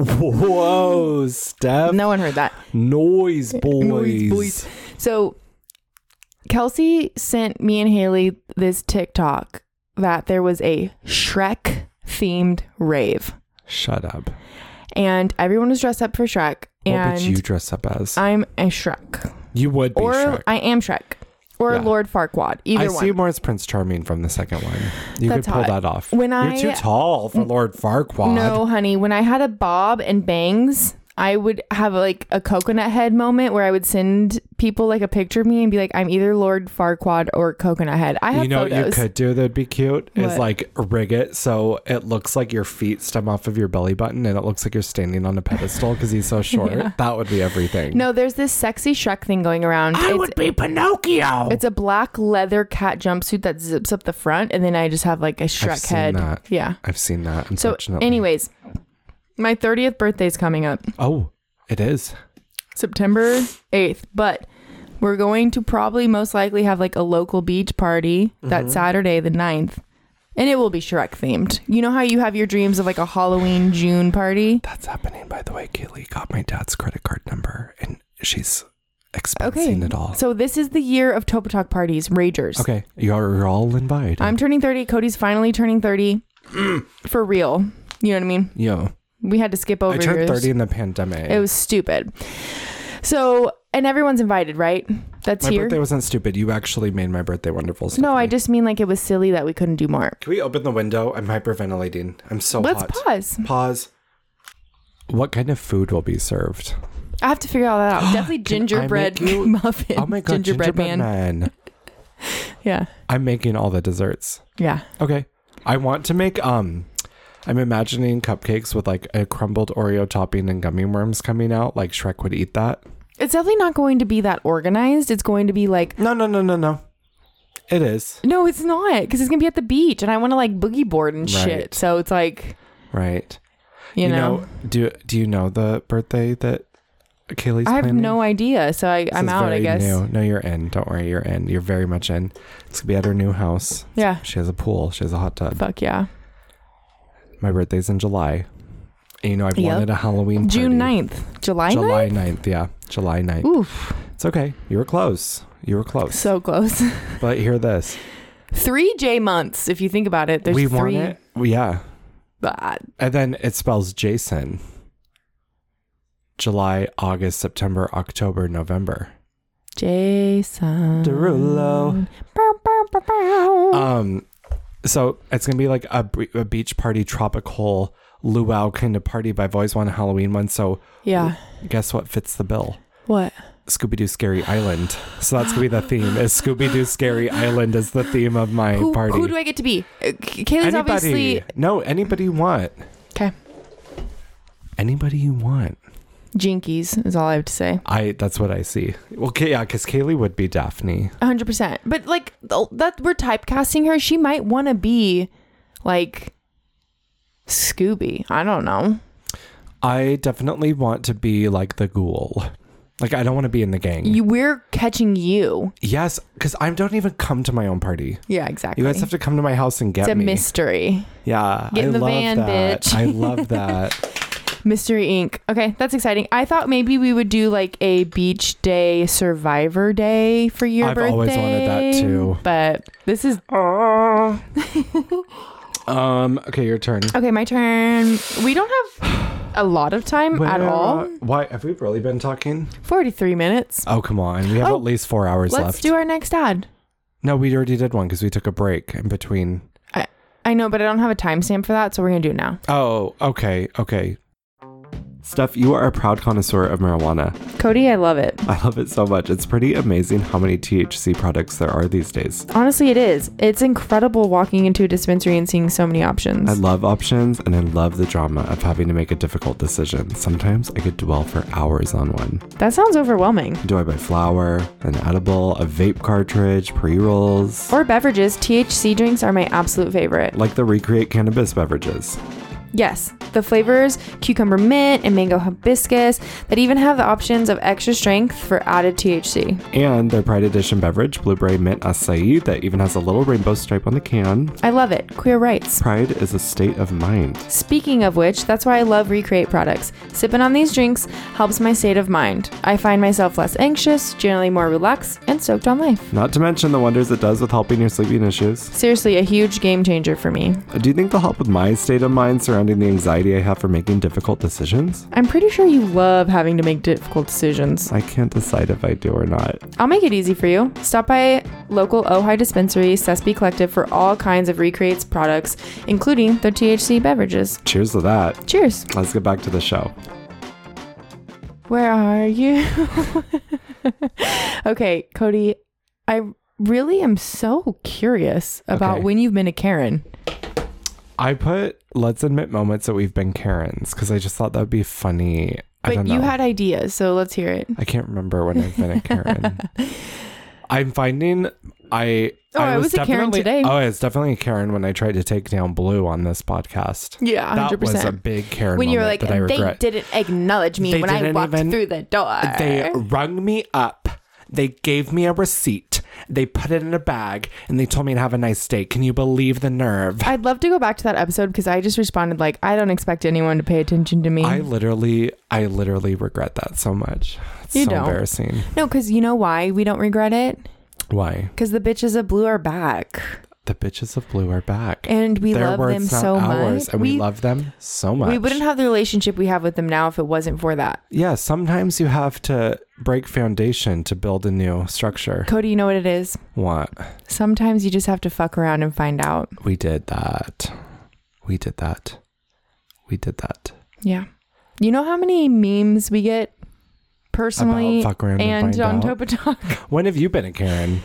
Speaker 2: Whoa, Steph.
Speaker 1: No one heard that.
Speaker 2: Noise boys.
Speaker 1: Noise boys. So Kelsey sent me and Haley this TikTok that there was a Shrek themed rave,
Speaker 2: Shut up.
Speaker 1: and everyone was dressed up for Shrek.
Speaker 2: what
Speaker 1: and
Speaker 2: would you dress up as?
Speaker 1: I'm a Shrek,
Speaker 2: you would be
Speaker 1: or
Speaker 2: Shrek. I,
Speaker 1: I am Shrek, or
Speaker 2: Yeah.
Speaker 1: Lord Farquaad. Either
Speaker 2: see
Speaker 1: one.
Speaker 2: you more as Prince Charming from the second one. You
Speaker 1: That's
Speaker 2: could pull
Speaker 1: hot.
Speaker 2: that off.
Speaker 1: When
Speaker 2: You're
Speaker 1: I-
Speaker 2: too tall for Lord Farquaad.
Speaker 1: No, honey. When I had a bob and bangs, I would have like a coconut head moment where I would send people like a picture of me and be like, "I'm either Lord Farquaad or Coconut Head." I have
Speaker 2: You know what you
Speaker 1: photos.
Speaker 2: could do that'd be cute is
Speaker 1: What?
Speaker 2: like rig it so it looks like your feet stem off of your belly button and it looks like you're standing on a pedestal because
Speaker 1: [LAUGHS]
Speaker 2: he's so short. That would be everything.
Speaker 1: No, there's this sexy Shrek thing going around. it's,
Speaker 2: be Pinocchio.
Speaker 1: it's a black leather cat jumpsuit that zips up the front, and then I just have like a Shrek
Speaker 2: seen
Speaker 1: head.
Speaker 2: that.
Speaker 1: Yeah.
Speaker 2: I've seen that.
Speaker 1: So,
Speaker 2: Unfortunately.
Speaker 1: anyways, my 30th birthday's coming up.
Speaker 2: oh, it is.
Speaker 1: September 8th, but we're going to probably most likely have like a local beach party
Speaker 2: Mm-hmm.
Speaker 1: that Saturday the 9th. And it will be Shrek themed. You know how you have your dreams of like a Halloween June party?
Speaker 2: That's happening, by the way. Kaylee got my dad's credit card number, and she's expensing
Speaker 1: Okay.
Speaker 2: it all.
Speaker 1: So this is the year of Topa Talk parties, Ragers.
Speaker 2: okay, you're, you're all invited.
Speaker 1: I'm turning 30. Cody's finally turning
Speaker 2: [CLEARS THROAT]
Speaker 1: 30. For real. You know what I mean?
Speaker 2: Yo,
Speaker 1: We had to skip over
Speaker 2: I turned
Speaker 1: yours.
Speaker 2: 30 in the pandemic.
Speaker 1: It was stupid. So, and everyone's invited, right? That's
Speaker 2: my
Speaker 1: here.
Speaker 2: birthday wasn't stupid. You actually made my birthday wonderful.
Speaker 1: no, I
Speaker 2: Stephanie.
Speaker 1: just mean like it was silly that we couldn't do more.
Speaker 2: Can we open the window? I'm hyperventilating. I'm so
Speaker 1: Let's
Speaker 2: hot.
Speaker 1: pause.
Speaker 2: Pause. What kind of food will be served?
Speaker 1: I have to figure all
Speaker 2: [GASPS]
Speaker 1: that out. Definitely gingerbread [LAUGHS]
Speaker 2: make you-
Speaker 1: muffin.
Speaker 2: Oh my god,
Speaker 1: gingerbread, man.
Speaker 2: man.
Speaker 1: Yeah,
Speaker 2: I'm making all the desserts.
Speaker 1: yeah.
Speaker 2: Okay. I want to make um I'm imagining cupcakes with like a crumbled Oreo topping and gummy worms coming out. Like Shrek would eat that.
Speaker 1: It's definitely not going to be that organized. It's going to be like
Speaker 2: No, no, no, no, no. It is.
Speaker 1: no, it's not because it's gonna be at the beach, and I want to like boogie board and
Speaker 2: Right.
Speaker 1: shit. So it's like
Speaker 2: Right.
Speaker 1: you, know,
Speaker 2: do do you know the birthday that Kaylee's
Speaker 1: I have
Speaker 2: planning?
Speaker 1: no idea. So I,
Speaker 2: This
Speaker 1: I'm
Speaker 2: is
Speaker 1: out. I
Speaker 2: very
Speaker 1: guess.
Speaker 2: New. No, you're in. Don't worry, you're in. You're very much in. It's gonna be at her new house.
Speaker 1: Yeah.
Speaker 2: She has a pool. She has a hot tub.
Speaker 1: Fuck yeah.
Speaker 2: My birthday's in July. And you know I've
Speaker 1: Yep.
Speaker 2: wanted a Halloween party.
Speaker 1: June 9th. July 9th?
Speaker 2: July 9th, yeah. July 9th.
Speaker 1: Oof.
Speaker 2: It's okay. You were close. You were close.
Speaker 1: So close. [LAUGHS]
Speaker 2: But hear this.
Speaker 1: three J months, if you think about it. There's
Speaker 2: we want
Speaker 1: three.
Speaker 2: it. Yeah.
Speaker 1: But
Speaker 2: And then it spells Jason. July, August, September, October, November.
Speaker 1: Jason.
Speaker 2: Derulo.
Speaker 1: Bow, bow, bow, bow.
Speaker 2: Um, so it's gonna be like a, b- a beach party, tropical luau kind of party. But I've always wanted a Halloween one. So
Speaker 1: yeah.
Speaker 2: guess what fits the bill?
Speaker 1: What?
Speaker 2: Scooby Doo Scary Island. So that's gonna be the theme. Is Scooby Doo Scary Island is the theme of my
Speaker 1: who,
Speaker 2: party?
Speaker 1: Who do I get to be? Uh, K- Kaylee's
Speaker 2: anybody?
Speaker 1: obviously
Speaker 2: No, anybody you want.
Speaker 1: okay.
Speaker 2: Anybody you want.
Speaker 1: Jinkies is all I have to say.
Speaker 2: I that's what I see. Well, K- yeah, because Kaylee would be Daphne.
Speaker 1: 100. percent But like th- that, we're typecasting her. She might want to be like Scooby. I don't know.
Speaker 2: I definitely want to be like the ghoul. Like I don't want to be in the gang.
Speaker 1: You, we're catching you.
Speaker 2: yes, because I don't even come to my own party.
Speaker 1: Yeah, exactly.
Speaker 2: You guys have to come to my house and get
Speaker 1: it's a
Speaker 2: me.
Speaker 1: mystery.
Speaker 2: yeah,
Speaker 1: Get
Speaker 2: I
Speaker 1: in the
Speaker 2: love
Speaker 1: van,
Speaker 2: that.
Speaker 1: bitch. [LAUGHS]
Speaker 2: I love that.
Speaker 1: Mystery Inc. Okay, that's exciting. I thought maybe we would do like a beach day survivor day for your
Speaker 2: I've
Speaker 1: birthday.
Speaker 2: always wanted that too.
Speaker 1: But this is [LAUGHS]
Speaker 2: um. Okay, your turn.
Speaker 1: Okay, my turn. We don't have a lot of time at
Speaker 2: Where-
Speaker 1: all.
Speaker 2: Why have we really been talking?
Speaker 1: 43 minutes.
Speaker 2: Oh come on, we have
Speaker 1: Oh,
Speaker 2: at least four hours
Speaker 1: Let's
Speaker 2: left.
Speaker 1: do our next ad.
Speaker 2: no, we already did one because we took a break in between.
Speaker 1: I, I know, but I don't have a timestamp for that, so we're going to do it now.
Speaker 2: Oh, okay, okay. Steph, you are a proud connoisseur of marijuana.
Speaker 1: Cody, I love it.
Speaker 2: I love it so much. It's pretty amazing how many THC products there are these days.
Speaker 1: Honestly, it is. It's incredible walking into a dispensary and seeing so many options.
Speaker 2: I love options and I love the drama of having to make a difficult decision. Sometimes I could dwell for hours on one.
Speaker 1: that sounds overwhelming.
Speaker 2: Do I buy flour, an edible, a vape cartridge, pre rolls?
Speaker 1: Or beverages, THC drinks are my absolute favorite.
Speaker 2: Like the Recreate Cannabis beverages.
Speaker 1: Yes, the flavors cucumber mint and mango hibiscus that even have the options of extra strength for added THC.
Speaker 2: And their Pride Edition beverage, Blueberry Mint Acai, that even has a little rainbow stripe on the can.
Speaker 1: I love it. Queer rights.
Speaker 2: Pride is a state of mind.
Speaker 1: Speaking of which, that's why I love Recreate products. Sipping on these drinks helps my state of mind. I find myself less anxious, generally more relaxed, and soaked on life.
Speaker 2: Not to mention the wonders it does with helping your sleeping issues.
Speaker 1: Seriously, a huge game changer for me.
Speaker 2: Do you think they'll help with my state of mind surrounding the anxiety I have for making difficult decisions?
Speaker 1: I'm pretty sure you love having to make difficult decisions.
Speaker 2: I can't decide if I do or not.
Speaker 1: I'll make it easy for you. Stop by local Ojai dispensary, Sespe Collective, for all kinds of Recreates products, including their THC beverages.
Speaker 2: Cheers to that.
Speaker 1: Cheers.
Speaker 2: Let's get back to the show.
Speaker 1: Where are you? [LAUGHS] okay, Cody, I really am so curious about
Speaker 2: Okay.
Speaker 1: when you've been a Karen.
Speaker 2: I put let's admit moments that we've been Karens because I just thought that would be funny. I
Speaker 1: But
Speaker 2: don't know.
Speaker 1: you had ideas, so let's hear it. [LAUGHS]
Speaker 2: I can't remember when I've been a Karen. I'm finding I.
Speaker 1: Oh, I was a Karen
Speaker 2: definitely-
Speaker 1: today.
Speaker 2: Oh, it's definitely a Karen when I tried to take down Blue on this podcast.
Speaker 1: Yeah,
Speaker 2: That was a big Karen
Speaker 1: when you were
Speaker 2: moment
Speaker 1: like,
Speaker 2: that
Speaker 1: they
Speaker 2: I regret.
Speaker 1: didn't acknowledge me
Speaker 2: They
Speaker 1: when I
Speaker 2: didn't
Speaker 1: walked
Speaker 2: even-
Speaker 1: through the door.
Speaker 2: They rung me up. They gave me a receipt. They put it in a bag and they told me to have a nice day. Can you believe the nerve?
Speaker 1: I'd love to go back to that episode because I just responded like, I don't expect anyone to pay attention to me.
Speaker 2: I literally, I literally regret that so much. It's
Speaker 1: You
Speaker 2: so
Speaker 1: don't.
Speaker 2: embarrassing.
Speaker 1: No, because you know why we don't regret it?
Speaker 2: Why?
Speaker 1: Because the bitches of blue are back,
Speaker 2: The bitches of blue are back.
Speaker 1: and we
Speaker 2: Their
Speaker 1: love them
Speaker 2: words, not
Speaker 1: so
Speaker 2: ours,
Speaker 1: much.
Speaker 2: and we, love them so much.
Speaker 1: we wouldn't have the relationship we have with them now if it wasn't for that.
Speaker 2: Yeah, sometimes you have to break foundation to build a new structure.
Speaker 1: Cody, you know what it is?
Speaker 2: What?
Speaker 1: Sometimes you just have to fuck around and find out.
Speaker 2: We did that. We did that. We did that.
Speaker 1: Yeah. You know how many memes we get personally
Speaker 2: About fuck around and
Speaker 1: and,
Speaker 2: find
Speaker 1: on
Speaker 2: out?
Speaker 1: Topa Talk
Speaker 2: When have you been a Karen?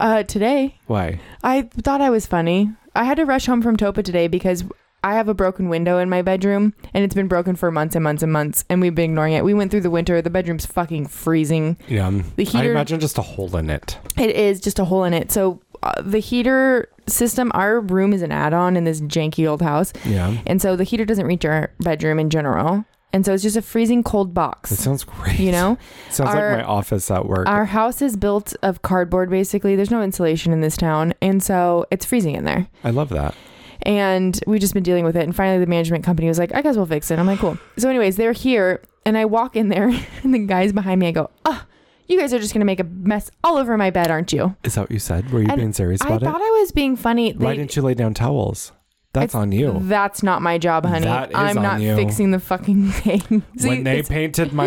Speaker 1: uh, today?
Speaker 2: Why?
Speaker 1: I thought I was funny. I had to rush home from Topa today because I have a broken window in my bedroom and it's been broken for months and months and months and we've been ignoring it. We went through the winter. The bedroom's fucking freezing.
Speaker 2: Yeah.
Speaker 1: The
Speaker 2: I
Speaker 1: heater-
Speaker 2: imagine just a hole in it.
Speaker 1: It is just a hole in it. So uh, the heater system, our room is an add-on in this janky old house.
Speaker 2: Yeah.
Speaker 1: And so the heater doesn't reach our bedroom in general. And so it's just a freezing cold
Speaker 2: That
Speaker 1: box,
Speaker 2: sounds great.
Speaker 1: you know?
Speaker 2: [LAUGHS] Sounds
Speaker 1: Our-
Speaker 2: like my office at work.
Speaker 1: Our house is built of cardboard basically. There's no insulation in this town, and so it's freezing in there.
Speaker 2: I love that.
Speaker 1: And we've just been dealing with it. And finally, the management company was like, "I guess we'll fix it." I'm like, "Cool." So, anyways, they're here, and I walk in there, [LAUGHS] and the guys behind me, I go, "Ah, you guys are just gonna make a mess all over my bed, aren't you?"
Speaker 2: Is that what you said? Were you
Speaker 1: And
Speaker 2: being serious
Speaker 1: I
Speaker 2: about it?
Speaker 1: thought I was being funny.
Speaker 2: Why
Speaker 1: They-
Speaker 2: didn't you lay down towels? That's
Speaker 1: It's-
Speaker 2: on you.
Speaker 1: That's not my job, honey.
Speaker 2: That is
Speaker 1: I'm
Speaker 2: on
Speaker 1: not
Speaker 2: you.
Speaker 1: fixing the fucking [LAUGHS] thing. See,
Speaker 2: when they
Speaker 1: this-
Speaker 2: painted my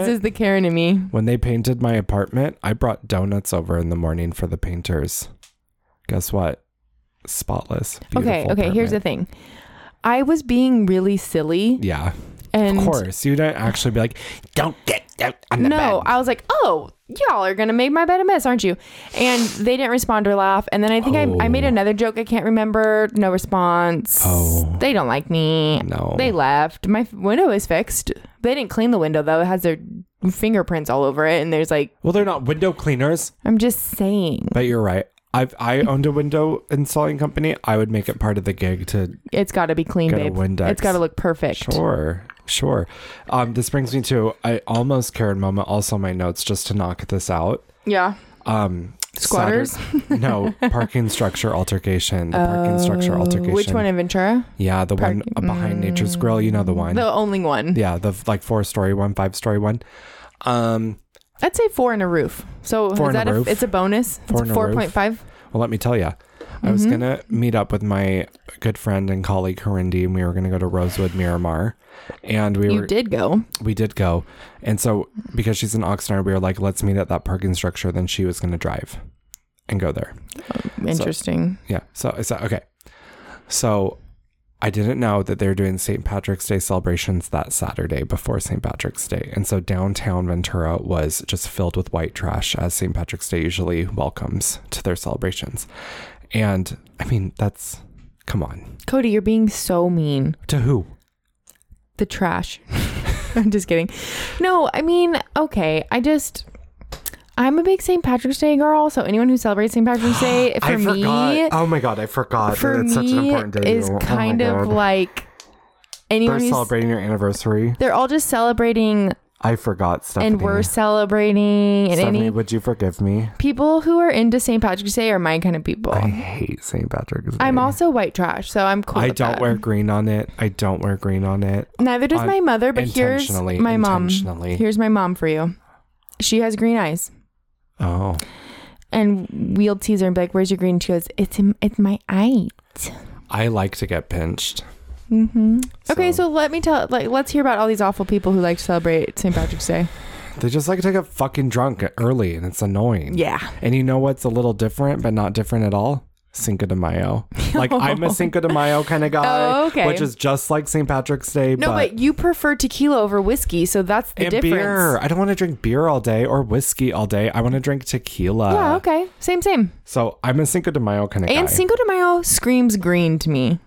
Speaker 1: [LAUGHS] this is the Karen in me.
Speaker 2: when they painted my apartment, I brought donuts over in the morning for the painters. Guess what? Spotless.
Speaker 1: Okay, okay, here's the thing. I was being really silly
Speaker 2: Yeah,
Speaker 1: and
Speaker 2: of course. You don't actually be like, don't get out on the
Speaker 1: no,
Speaker 2: bed."
Speaker 1: I was like, "Oh, y'all are going to make my bed a mess, aren't you?" And they didn't respond or laugh. And then I think I, I made
Speaker 2: Oh.
Speaker 1: another joke I can't remember, no response.
Speaker 2: Oh.
Speaker 1: They don't like me.
Speaker 2: No.
Speaker 1: They left. My f- window is fixed. They didn't clean the window though. It has their fingerprints all over it and there's like
Speaker 2: well, they're not window cleaners,
Speaker 1: I'm just saying.
Speaker 2: but you're right. I've
Speaker 1: [LAUGHS]
Speaker 2: I owned a window installing company. I would make it part of the gig to
Speaker 1: It's got to be clean,
Speaker 2: Get a
Speaker 1: babe.
Speaker 2: Windex.
Speaker 1: It's got to look perfect.
Speaker 2: Sure, sure. Um, this brings me to I almost Karen moment. Also, my notes just to knock this out.
Speaker 1: Yeah.
Speaker 2: Um,
Speaker 1: Squatters?
Speaker 2: Satur-
Speaker 1: [LAUGHS]
Speaker 2: no, parking structure altercation. The parking structure
Speaker 1: Oh,
Speaker 2: altercation.
Speaker 1: Which one in Ventura?
Speaker 2: Yeah, the one
Speaker 1: Park-
Speaker 2: uh, behind Nature's Grill. You know the one.
Speaker 1: Mm. The only one.
Speaker 2: yeah, the f- like four story one, five story one. Um,
Speaker 1: I'd say four and a roof. So
Speaker 2: Four
Speaker 1: is
Speaker 2: and
Speaker 1: that
Speaker 2: a
Speaker 1: a
Speaker 2: roof.
Speaker 1: it's a bonus.
Speaker 2: Four and
Speaker 1: it's
Speaker 2: a
Speaker 1: four
Speaker 2: roof.
Speaker 1: point five.
Speaker 2: well, let me tell you. I
Speaker 1: Mm-hmm.
Speaker 2: was gonna meet up with my good friend and colleague Harindi, and we were gonna go to Rosewood Miramar, and we
Speaker 1: You
Speaker 2: were
Speaker 1: did go.
Speaker 2: we did go, and so because she's in Oxnard, we were like, let's meet at that parking structure. Then she was gonna drive, and go there.
Speaker 1: Interesting.
Speaker 2: Yeah. So it's okay. So I didn't know that they were doing St. Patrick's Day celebrations that Saturday before St. Patrick's Day. And so downtown Ventura was just filled with white trash as St. Patrick's Day usually welcomes to their celebrations. And I mean, that's come on.
Speaker 1: Cody, you're being so mean.
Speaker 2: To who?
Speaker 1: The
Speaker 2: [LAUGHS]
Speaker 1: trash. I'm just kidding. No, I mean, okay. I just. I'm a big St. Patrick's Day girl, so anyone who celebrates St. Patrick's
Speaker 2: [GASPS]
Speaker 1: Day for
Speaker 2: I forgot.
Speaker 1: me,
Speaker 2: oh my god, I forgot.
Speaker 1: for
Speaker 2: it's such an
Speaker 1: me
Speaker 2: important day.
Speaker 1: is
Speaker 2: Oh my
Speaker 1: kind of
Speaker 2: God.
Speaker 1: like anyone
Speaker 2: they're
Speaker 1: who's
Speaker 2: celebrating your anniversary.
Speaker 1: they're all just celebrating
Speaker 2: I forgot, Stephanie.
Speaker 1: and we're celebrating and
Speaker 2: Stephanie,
Speaker 1: any
Speaker 2: would you forgive me?
Speaker 1: people who are into St. Patrick's Day are my kind of people.
Speaker 2: I
Speaker 1: I,
Speaker 2: hate St. Patrick's Day.
Speaker 1: am also white trash, so I'm cool.
Speaker 2: I
Speaker 1: with
Speaker 2: don't
Speaker 1: that.
Speaker 2: wear green on it. I don't wear green on it.
Speaker 1: Neither does
Speaker 2: on-
Speaker 1: my mother, but here's
Speaker 2: intentionally-
Speaker 1: my mom.
Speaker 2: intentionally.
Speaker 1: Here's my mom for you. She has green eyes.
Speaker 2: Oh,
Speaker 1: And we'll tease her and be like, "Where's your green?" She goes, "It's in, it's my eye."
Speaker 2: I like to get pinched.
Speaker 1: hmm Okay,
Speaker 2: So-
Speaker 1: so let me tell. Like, let's hear about all these awful people who like to celebrate St. Patrick's Day.
Speaker 2: They just like to get fucking drunk early, and it's annoying.
Speaker 1: Yeah,
Speaker 2: And you know what's a little different, but not different at all? Cinco
Speaker 1: [LAUGHS]
Speaker 2: de Mayo. Like I'm a Cinco de Mayo kind of guy,
Speaker 1: Oh, okay.
Speaker 2: which is just like St. Patrick's Day,
Speaker 1: No, but,
Speaker 2: but.
Speaker 1: you prefer tequila over whiskey, so that's the
Speaker 2: and
Speaker 1: difference.
Speaker 2: beer. I don't want to drink beer all day or whiskey all day. I want to drink tequila.
Speaker 1: Yeah, okay. Same, same.
Speaker 2: So I'm a Cinco de Mayo kind of guy.
Speaker 1: And Cinco de Mayo screams green to me.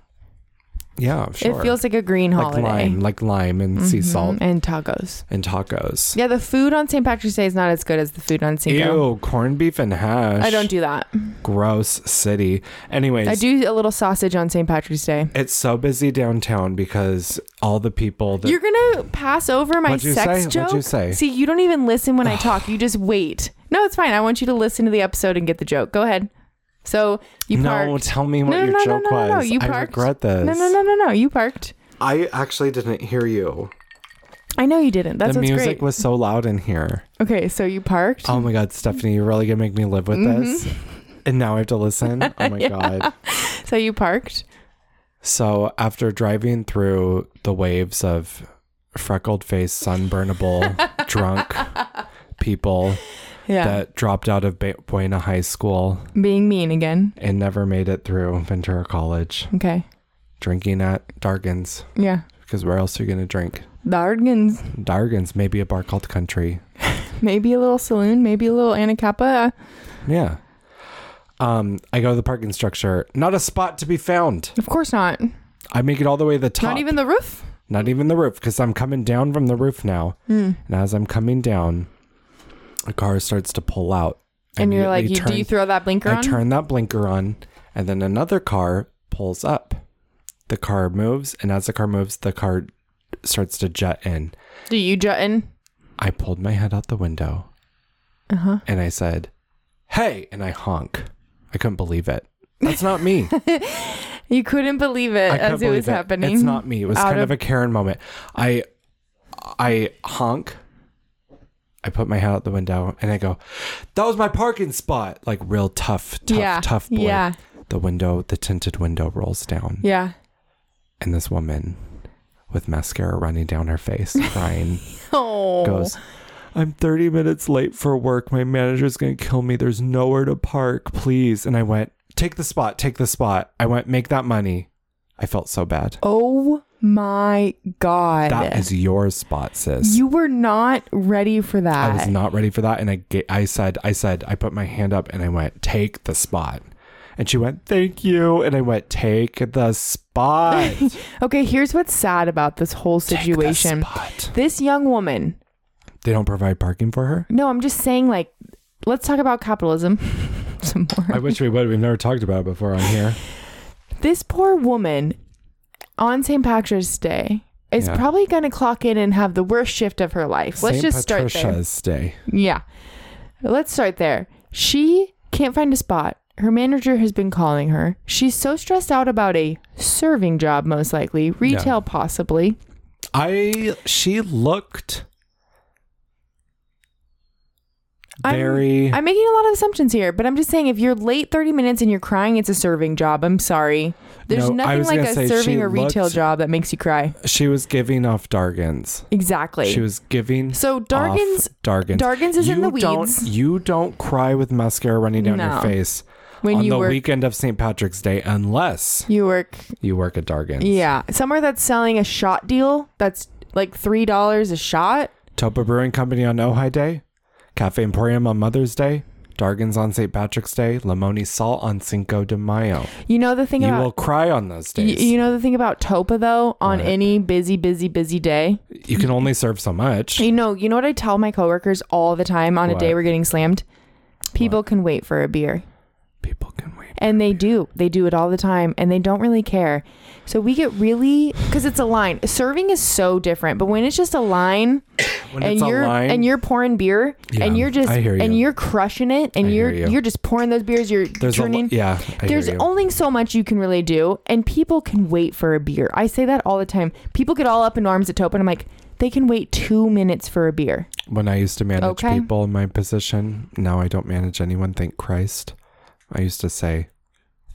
Speaker 2: yeah, sure.
Speaker 1: It feels like a green
Speaker 2: like
Speaker 1: holiday. Mm-hmm.
Speaker 2: lime, like lime and sea salt
Speaker 1: And tacos.
Speaker 2: and tacos.
Speaker 1: Yeah, the food on St. Patrick's Day is not as good as the food on Cinco.
Speaker 2: Ew, corned beef and hash.
Speaker 1: I don't do that.
Speaker 2: gross city. Anyways,
Speaker 1: I do a little sausage on St. Patrick's Day.
Speaker 2: it's so busy downtown because all the people that
Speaker 1: You're gonna pass over my
Speaker 2: What'd you
Speaker 1: sex
Speaker 2: say?
Speaker 1: joke.
Speaker 2: What'd you say?
Speaker 1: See, you don't even listen when I
Speaker 2: [SIGHS]
Speaker 1: talk. You just wait. No, it's fine. I want you to listen to the episode and get the joke. Go ahead. So you parked.
Speaker 2: no, tell me what
Speaker 1: No, no,
Speaker 2: your
Speaker 1: no, no,
Speaker 2: joke
Speaker 1: no, no,
Speaker 2: was.
Speaker 1: no, you
Speaker 2: I
Speaker 1: parked.
Speaker 2: regret this.
Speaker 1: no, no, no, no, no. You parked.
Speaker 2: I actually didn't hear you.
Speaker 1: I know you didn't. That's
Speaker 2: the
Speaker 1: what's
Speaker 2: music
Speaker 1: great.
Speaker 2: was so loud
Speaker 1: [LAUGHS]
Speaker 2: in here.
Speaker 1: okay, so you parked.
Speaker 2: Oh my god, Stephanie, you're really gonna make me live with
Speaker 1: Mm-hmm.
Speaker 2: this. And now I have
Speaker 1: [LAUGHS]
Speaker 2: to listen. Oh my god.
Speaker 1: So you parked.
Speaker 2: So after driving through the waves of freckled
Speaker 1: [LAUGHS]
Speaker 2: faced, sunburnable, drunk people
Speaker 1: Yeah.
Speaker 2: that dropped out of Ba- Buena High School
Speaker 1: Being mean again.
Speaker 2: and never made it through Ventura College,
Speaker 1: Okay.
Speaker 2: drinking at Dargan's
Speaker 1: Yeah.
Speaker 2: because where else are you gonna drink?
Speaker 1: Dargans.
Speaker 2: Dargan's, maybe a bar called Country.
Speaker 1: Maybe a little saloon. Maybe a little Anacapa.
Speaker 2: Yeah. Um, I go to the parking structure. Not a spot to be found.
Speaker 1: Of course not.
Speaker 2: I make it all the way to the top.
Speaker 1: Not even the roof.
Speaker 2: Not even the roof, because I'm coming down from the roof now.
Speaker 1: Hmm.
Speaker 2: And as I'm coming down, a car starts to pull out. I
Speaker 1: And you're like, you,
Speaker 2: immediately
Speaker 1: do you
Speaker 2: turn-
Speaker 1: throw that blinker
Speaker 2: I
Speaker 1: on?
Speaker 2: turn that blinker on, and then another car pulls up. The car moves, and as the car moves, the car starts to jet in.
Speaker 1: Do you jut in?
Speaker 2: I pulled my head out the window
Speaker 1: Uh huh.
Speaker 2: and I said, Hey! And I honk. I couldn't believe it. That's
Speaker 1: [LAUGHS]
Speaker 2: not me.
Speaker 1: You couldn't believe it
Speaker 2: I couldn't
Speaker 1: as it was
Speaker 2: believe
Speaker 1: happening.
Speaker 2: It's not me. It was
Speaker 1: Out
Speaker 2: kind of,
Speaker 1: of-
Speaker 2: a Karen moment. I I honk. I put my head out the window and I go, "That was my parking spot." Like real tough, tough,
Speaker 1: yeah.
Speaker 2: tough boy.
Speaker 1: Yeah.
Speaker 2: The window, the tinted window rolls down,
Speaker 1: Yeah.
Speaker 2: and this woman with mascara running down
Speaker 1: [LAUGHS]
Speaker 2: her face, crying,
Speaker 1: Oh.
Speaker 2: goes, "I'm 30 minutes late for work. My manager's going to kill me. There's nowhere to park, please." And I went, "Take the spot. Take the spot." I went, "Make that money." I felt so bad.
Speaker 1: Oh my God.
Speaker 2: That is your spot, sis.
Speaker 1: you were not ready for
Speaker 2: I
Speaker 1: that.
Speaker 2: was not ready for that, and I ga- I said I said I put my hand up and I went take the spot, and she went thank you, and I went take the spot.
Speaker 1: okay, here's what's sad about this whole
Speaker 2: Take
Speaker 1: [LAUGHS]
Speaker 2: the
Speaker 1: situation.
Speaker 2: spot.
Speaker 1: This young woman.
Speaker 2: They don't provide parking for her.
Speaker 1: No, I'm just saying, like, let's talk about capitalism [LAUGHS] some more.
Speaker 2: [LAUGHS] I wish we would. We've never talked about it before on here.
Speaker 1: this poor woman on St. Patrick's Day is
Speaker 2: Yeah.
Speaker 1: probably going to clock in and have the worst shift of her life. Let's
Speaker 2: Saint
Speaker 1: just start
Speaker 2: Patricia's Day.
Speaker 1: there. Yeah. Let's start there. She can't find a spot. Her manager has been calling her. She's so stressed out about a serving job, most likely, retail, possibly.
Speaker 2: I she looked
Speaker 1: I'm-
Speaker 2: Very.
Speaker 1: I'm making a lot of assumptions here, but I'm just saying if you're late 30 minutes and you're crying, it's a serving job. I'm sorry. There's
Speaker 2: No, I
Speaker 1: nothing
Speaker 2: was
Speaker 1: like
Speaker 2: gonna
Speaker 1: a
Speaker 2: say
Speaker 1: serving
Speaker 2: she
Speaker 1: or retail
Speaker 2: looked-
Speaker 1: job that makes you cry.
Speaker 2: she was giving off Dargans.
Speaker 1: Exactly.
Speaker 2: She was giving.
Speaker 1: so Dargan's
Speaker 2: off Dargans.
Speaker 1: Dargans is in the
Speaker 2: Don't,
Speaker 1: weeds.
Speaker 2: you don't cry with mascara running down
Speaker 1: No.
Speaker 2: your face
Speaker 1: when
Speaker 2: on
Speaker 1: you
Speaker 2: the
Speaker 1: work
Speaker 2: weekend of St. Patrick's Day unless
Speaker 1: you work
Speaker 2: you work at Dargan's.
Speaker 1: yeah, somewhere that's selling a shot deal that's like $3 a shot.
Speaker 2: Topa Brewing Company on Ojai Day, Cafe Emporium on Mother's Day, Dargan's on St. Patrick's Day, Limoni Salt on Cinco de Mayo.
Speaker 1: You know the thing
Speaker 2: You
Speaker 1: about
Speaker 2: will cry on those
Speaker 1: Y-
Speaker 2: days.
Speaker 1: You, know the thing about Topa though, on
Speaker 2: What?
Speaker 1: any busy, busy, busy day.
Speaker 2: you can only serve so much.
Speaker 1: You know, you know what I tell my coworkers all the time on a day
Speaker 2: What?
Speaker 1: we're getting slammed? People can wait for a beer.
Speaker 2: People can wait.
Speaker 1: And they do. They do it all the time and they don't really care. So we get really cuz it's a line. Serving is so different, but when it's just a line
Speaker 2: When
Speaker 1: and
Speaker 2: it's a
Speaker 1: you're
Speaker 2: line,
Speaker 1: and you're pouring beer
Speaker 2: Yeah,
Speaker 1: and you're just
Speaker 2: I hear
Speaker 1: and
Speaker 2: you.
Speaker 1: you're crushing it and
Speaker 2: I
Speaker 1: you're
Speaker 2: hear you.
Speaker 1: you. are just pouring those beers you're
Speaker 2: there's a,
Speaker 1: turning
Speaker 2: lo- yeah, I
Speaker 1: there's
Speaker 2: hear you.
Speaker 1: only so much you can really do, and people can wait for a beer. I say that all the time. People get all up in arms at Tope, and I'm like, they can wait two minutes for a beer.
Speaker 2: when I used to manage
Speaker 1: Okay.
Speaker 2: people in my position, now I don't manage anyone, thank Christ. I used to say,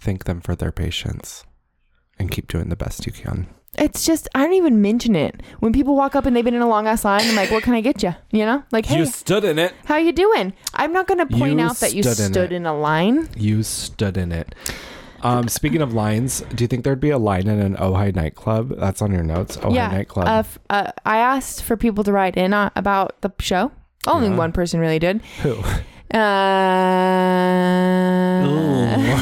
Speaker 2: thank them for their patience and keep doing the best you can.
Speaker 1: It's just I don't even mention it when people walk up and they've been in a long ass line. I'm like, what can I get you? You know, like, hey,
Speaker 2: You stood in it.
Speaker 1: how you doing? I'm not gonna point
Speaker 2: You
Speaker 1: out that you
Speaker 2: stood in
Speaker 1: stood
Speaker 2: it.
Speaker 1: in a line.
Speaker 2: You stood in it. Um, speaking of lines, do you think there'd be a line in an Ojai nightclub? That's on your notes. Ojai
Speaker 1: yeah,
Speaker 2: nightclub.
Speaker 1: uh, f- uh, I asked for people to write in uh, about the show. Only
Speaker 2: Yeah.
Speaker 1: one person really did.
Speaker 2: Who?
Speaker 1: Uh,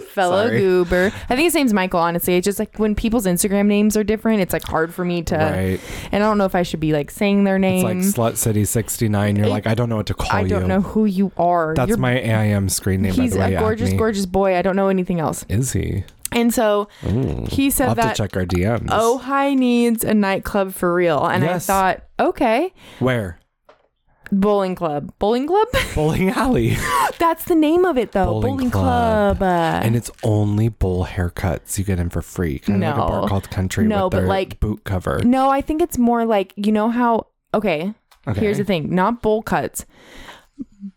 Speaker 1: [LAUGHS] fellow
Speaker 2: Sorry.
Speaker 1: goober. I think his name's Michael, honestly. It's just like when people's Instagram names are different, it's like hard for me to.
Speaker 2: [LAUGHS] right.
Speaker 1: And I don't know if I should be like saying their
Speaker 2: It's
Speaker 1: name.
Speaker 2: like Slut City 69. You're
Speaker 1: It-
Speaker 2: like, I don't know what to call
Speaker 1: I don't
Speaker 2: you.
Speaker 1: know who you are.
Speaker 2: That's
Speaker 1: You're-
Speaker 2: my AIM screen name,
Speaker 1: He's
Speaker 2: by the way.
Speaker 1: a gorgeous,
Speaker 2: Acme.
Speaker 1: gorgeous boy. I don't know anything else.
Speaker 2: Is he?
Speaker 1: And so
Speaker 2: Ooh.
Speaker 1: he
Speaker 2: I'll
Speaker 1: said
Speaker 2: have
Speaker 1: that
Speaker 2: to check our DMs.
Speaker 1: Ojai Oh, needs a nightclub for real. And
Speaker 2: Yes.
Speaker 1: I thought, okay,
Speaker 2: Where?
Speaker 1: bowling club. Bowling club? [LAUGHS]
Speaker 2: Bowling Alley. [LAUGHS]
Speaker 1: That's the name of it, though. Bowling,
Speaker 2: Bowling
Speaker 1: club.
Speaker 2: club.
Speaker 1: Uh,
Speaker 2: and it's only bowl haircuts you get in for free. Kind of like a
Speaker 1: No.
Speaker 2: bar called Country
Speaker 1: No,
Speaker 2: with
Speaker 1: but
Speaker 2: their
Speaker 1: like-
Speaker 2: boot cover.
Speaker 1: No, I think it's more like you know how. Okay,
Speaker 2: Okay.
Speaker 1: here's the thing: not bowl cuts,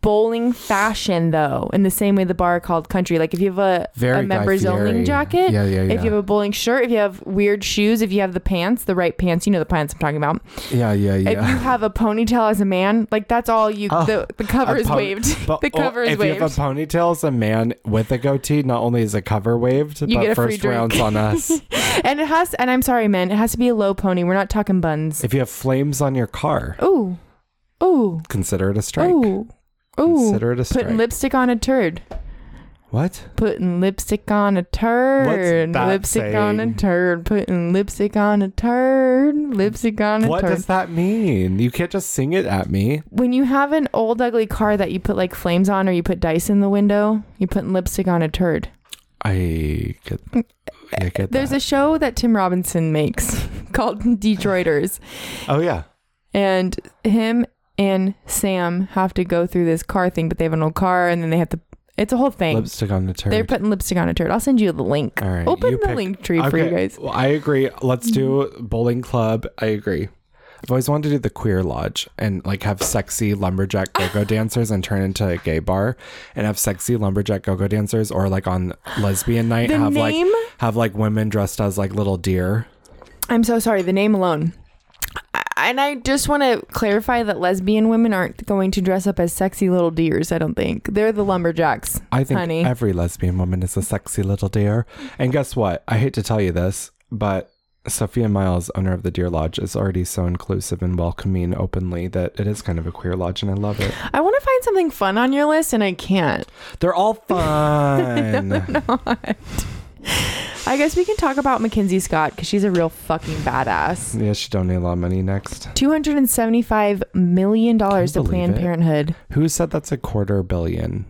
Speaker 1: bowling fashion though. In the same way, the bar called country. Like if you have a
Speaker 2: Very
Speaker 1: a
Speaker 2: Guy
Speaker 1: members only
Speaker 2: Fieri.
Speaker 1: jacket,
Speaker 2: Yeah, yeah, yeah.
Speaker 1: if you have a bowling shirt, if you have weird shoes, if you have the pants, the right pants, you know the pants I'm talking about.
Speaker 2: yeah, yeah, yeah.
Speaker 1: If you have a ponytail as a man, like that's all you.
Speaker 2: Oh,
Speaker 1: the the cover
Speaker 2: a
Speaker 1: is
Speaker 2: pon-
Speaker 1: waved. [LAUGHS]
Speaker 2: But
Speaker 1: the
Speaker 2: oh,
Speaker 1: cover is
Speaker 2: if
Speaker 1: waved.
Speaker 2: you have a ponytail as a man with a goatee, not only is the cover waved,
Speaker 1: You get a
Speaker 2: but
Speaker 1: free
Speaker 2: first
Speaker 1: drink.
Speaker 2: rounds on
Speaker 1: [LAUGHS]
Speaker 2: us.
Speaker 1: and it has. And I'm sorry, man. It has to be a low pony. We're not talking buns.
Speaker 2: if you have flames on your car,
Speaker 1: Ooh, ooh,
Speaker 2: consider it a strike.
Speaker 1: ooh, ooh.
Speaker 2: Consider it a strike.
Speaker 1: Putting lipstick on a turd.
Speaker 2: what?
Speaker 1: Putting lipstick on a turd.
Speaker 2: that
Speaker 1: Lipstick on a
Speaker 2: saying?
Speaker 1: turd. Putting lipstick on a turd. Lipstick on a
Speaker 2: What
Speaker 1: turd.
Speaker 2: does that mean? You can't just sing it at me.
Speaker 1: when you have an old ugly car that you put like flames on or you put dice in the window, you putting lipstick on a turd.
Speaker 2: I get. I get
Speaker 1: There's a
Speaker 2: that.
Speaker 1: show that Tim Robinson makes [LAUGHS] called Detroiters.
Speaker 2: oh yeah.
Speaker 1: And him and Sam have to go through this car thing, but they have an old car and then they have to it's a whole thing.
Speaker 2: Lipstick on the turd.
Speaker 1: They're putting lipstick on a turd. I'll send you the link.
Speaker 2: All right,
Speaker 1: Open
Speaker 2: you
Speaker 1: the
Speaker 2: pick-
Speaker 1: link tree for you
Speaker 2: Okay,
Speaker 1: guys. Mm-hmm.
Speaker 2: well, I agree. Let's do bowling club. I agree. I've always wanted to do the queer lodge and like have sexy
Speaker 1: [LAUGHS]
Speaker 2: lumberjack go-go dancers and turn into a gay bar and have sexy lumberjack go-go dancers or like on lesbian night
Speaker 1: The
Speaker 2: have
Speaker 1: name-
Speaker 2: like have like women dressed as like little deer.
Speaker 1: I'm so sorry. The name alone. I- And I just want to clarify that lesbian women aren't going to dress up as sexy little deers. I don't think they're the lumberjacks.
Speaker 2: I think
Speaker 1: Honey.
Speaker 2: every lesbian woman is a sexy little deer. And guess what? I hate to tell you this, but Sophia Miles, owner of the Deer Lodge, is already so inclusive and welcoming openly that it is kind of a queer lodge and I love it.
Speaker 1: I want to find something fun on your list, and I can't. [LAUGHS]
Speaker 2: They're all fun.
Speaker 1: I guess we can talk about Mackenzie Scott because she's a real fucking badass.
Speaker 2: Yeah, she donated a lot of money next.
Speaker 1: Two hundred and seventy-five million dollars to
Speaker 2: Can you believe
Speaker 1: Planned
Speaker 2: it?
Speaker 1: Parenthood.
Speaker 2: Who said that's a quarter billion?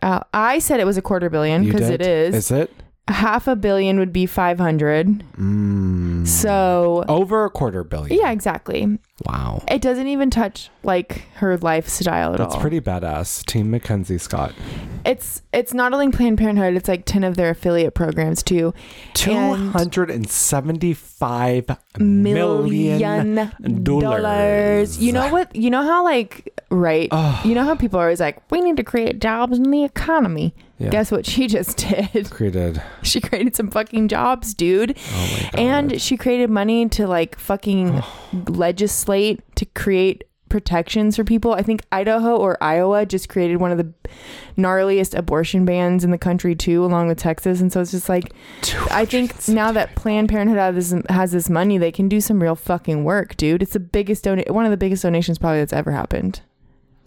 Speaker 1: Uh, I said it was a quarter billion
Speaker 2: You
Speaker 1: because it is.
Speaker 2: did? Is it?
Speaker 1: Half a billion would be five hundred.
Speaker 2: Mm.
Speaker 1: So
Speaker 2: Over a quarter billion.
Speaker 1: Yeah, exactly.
Speaker 3: Wow.
Speaker 1: It doesn't even touch like her lifestyle at
Speaker 2: That's
Speaker 1: all.
Speaker 2: pretty badass. Team Mackenzie Scott.
Speaker 1: It's it's not only Planned Parenthood. It's like ten of their affiliate programs too. And-
Speaker 2: 275 million.
Speaker 1: Million dollars. You know what? You know how like right?
Speaker 2: Ugh.
Speaker 1: You know how people are always like, we need to create jobs in the economy.
Speaker 2: Yeah.
Speaker 1: Guess what she just [LAUGHS] did?
Speaker 2: Created.
Speaker 1: [LAUGHS] she created some fucking jobs, dude.
Speaker 2: Oh my god.
Speaker 1: And she created money to like fucking legislate to create protections for people. I think Idaho or Iowa just created one of the gnarliest abortion bans in the country too, along with Texas. And so it's just like I think now that Planned Parenthood has this, has this money, they can do some real fucking work, dude. It's the biggest donate, one of the biggest donations probably that's ever happened.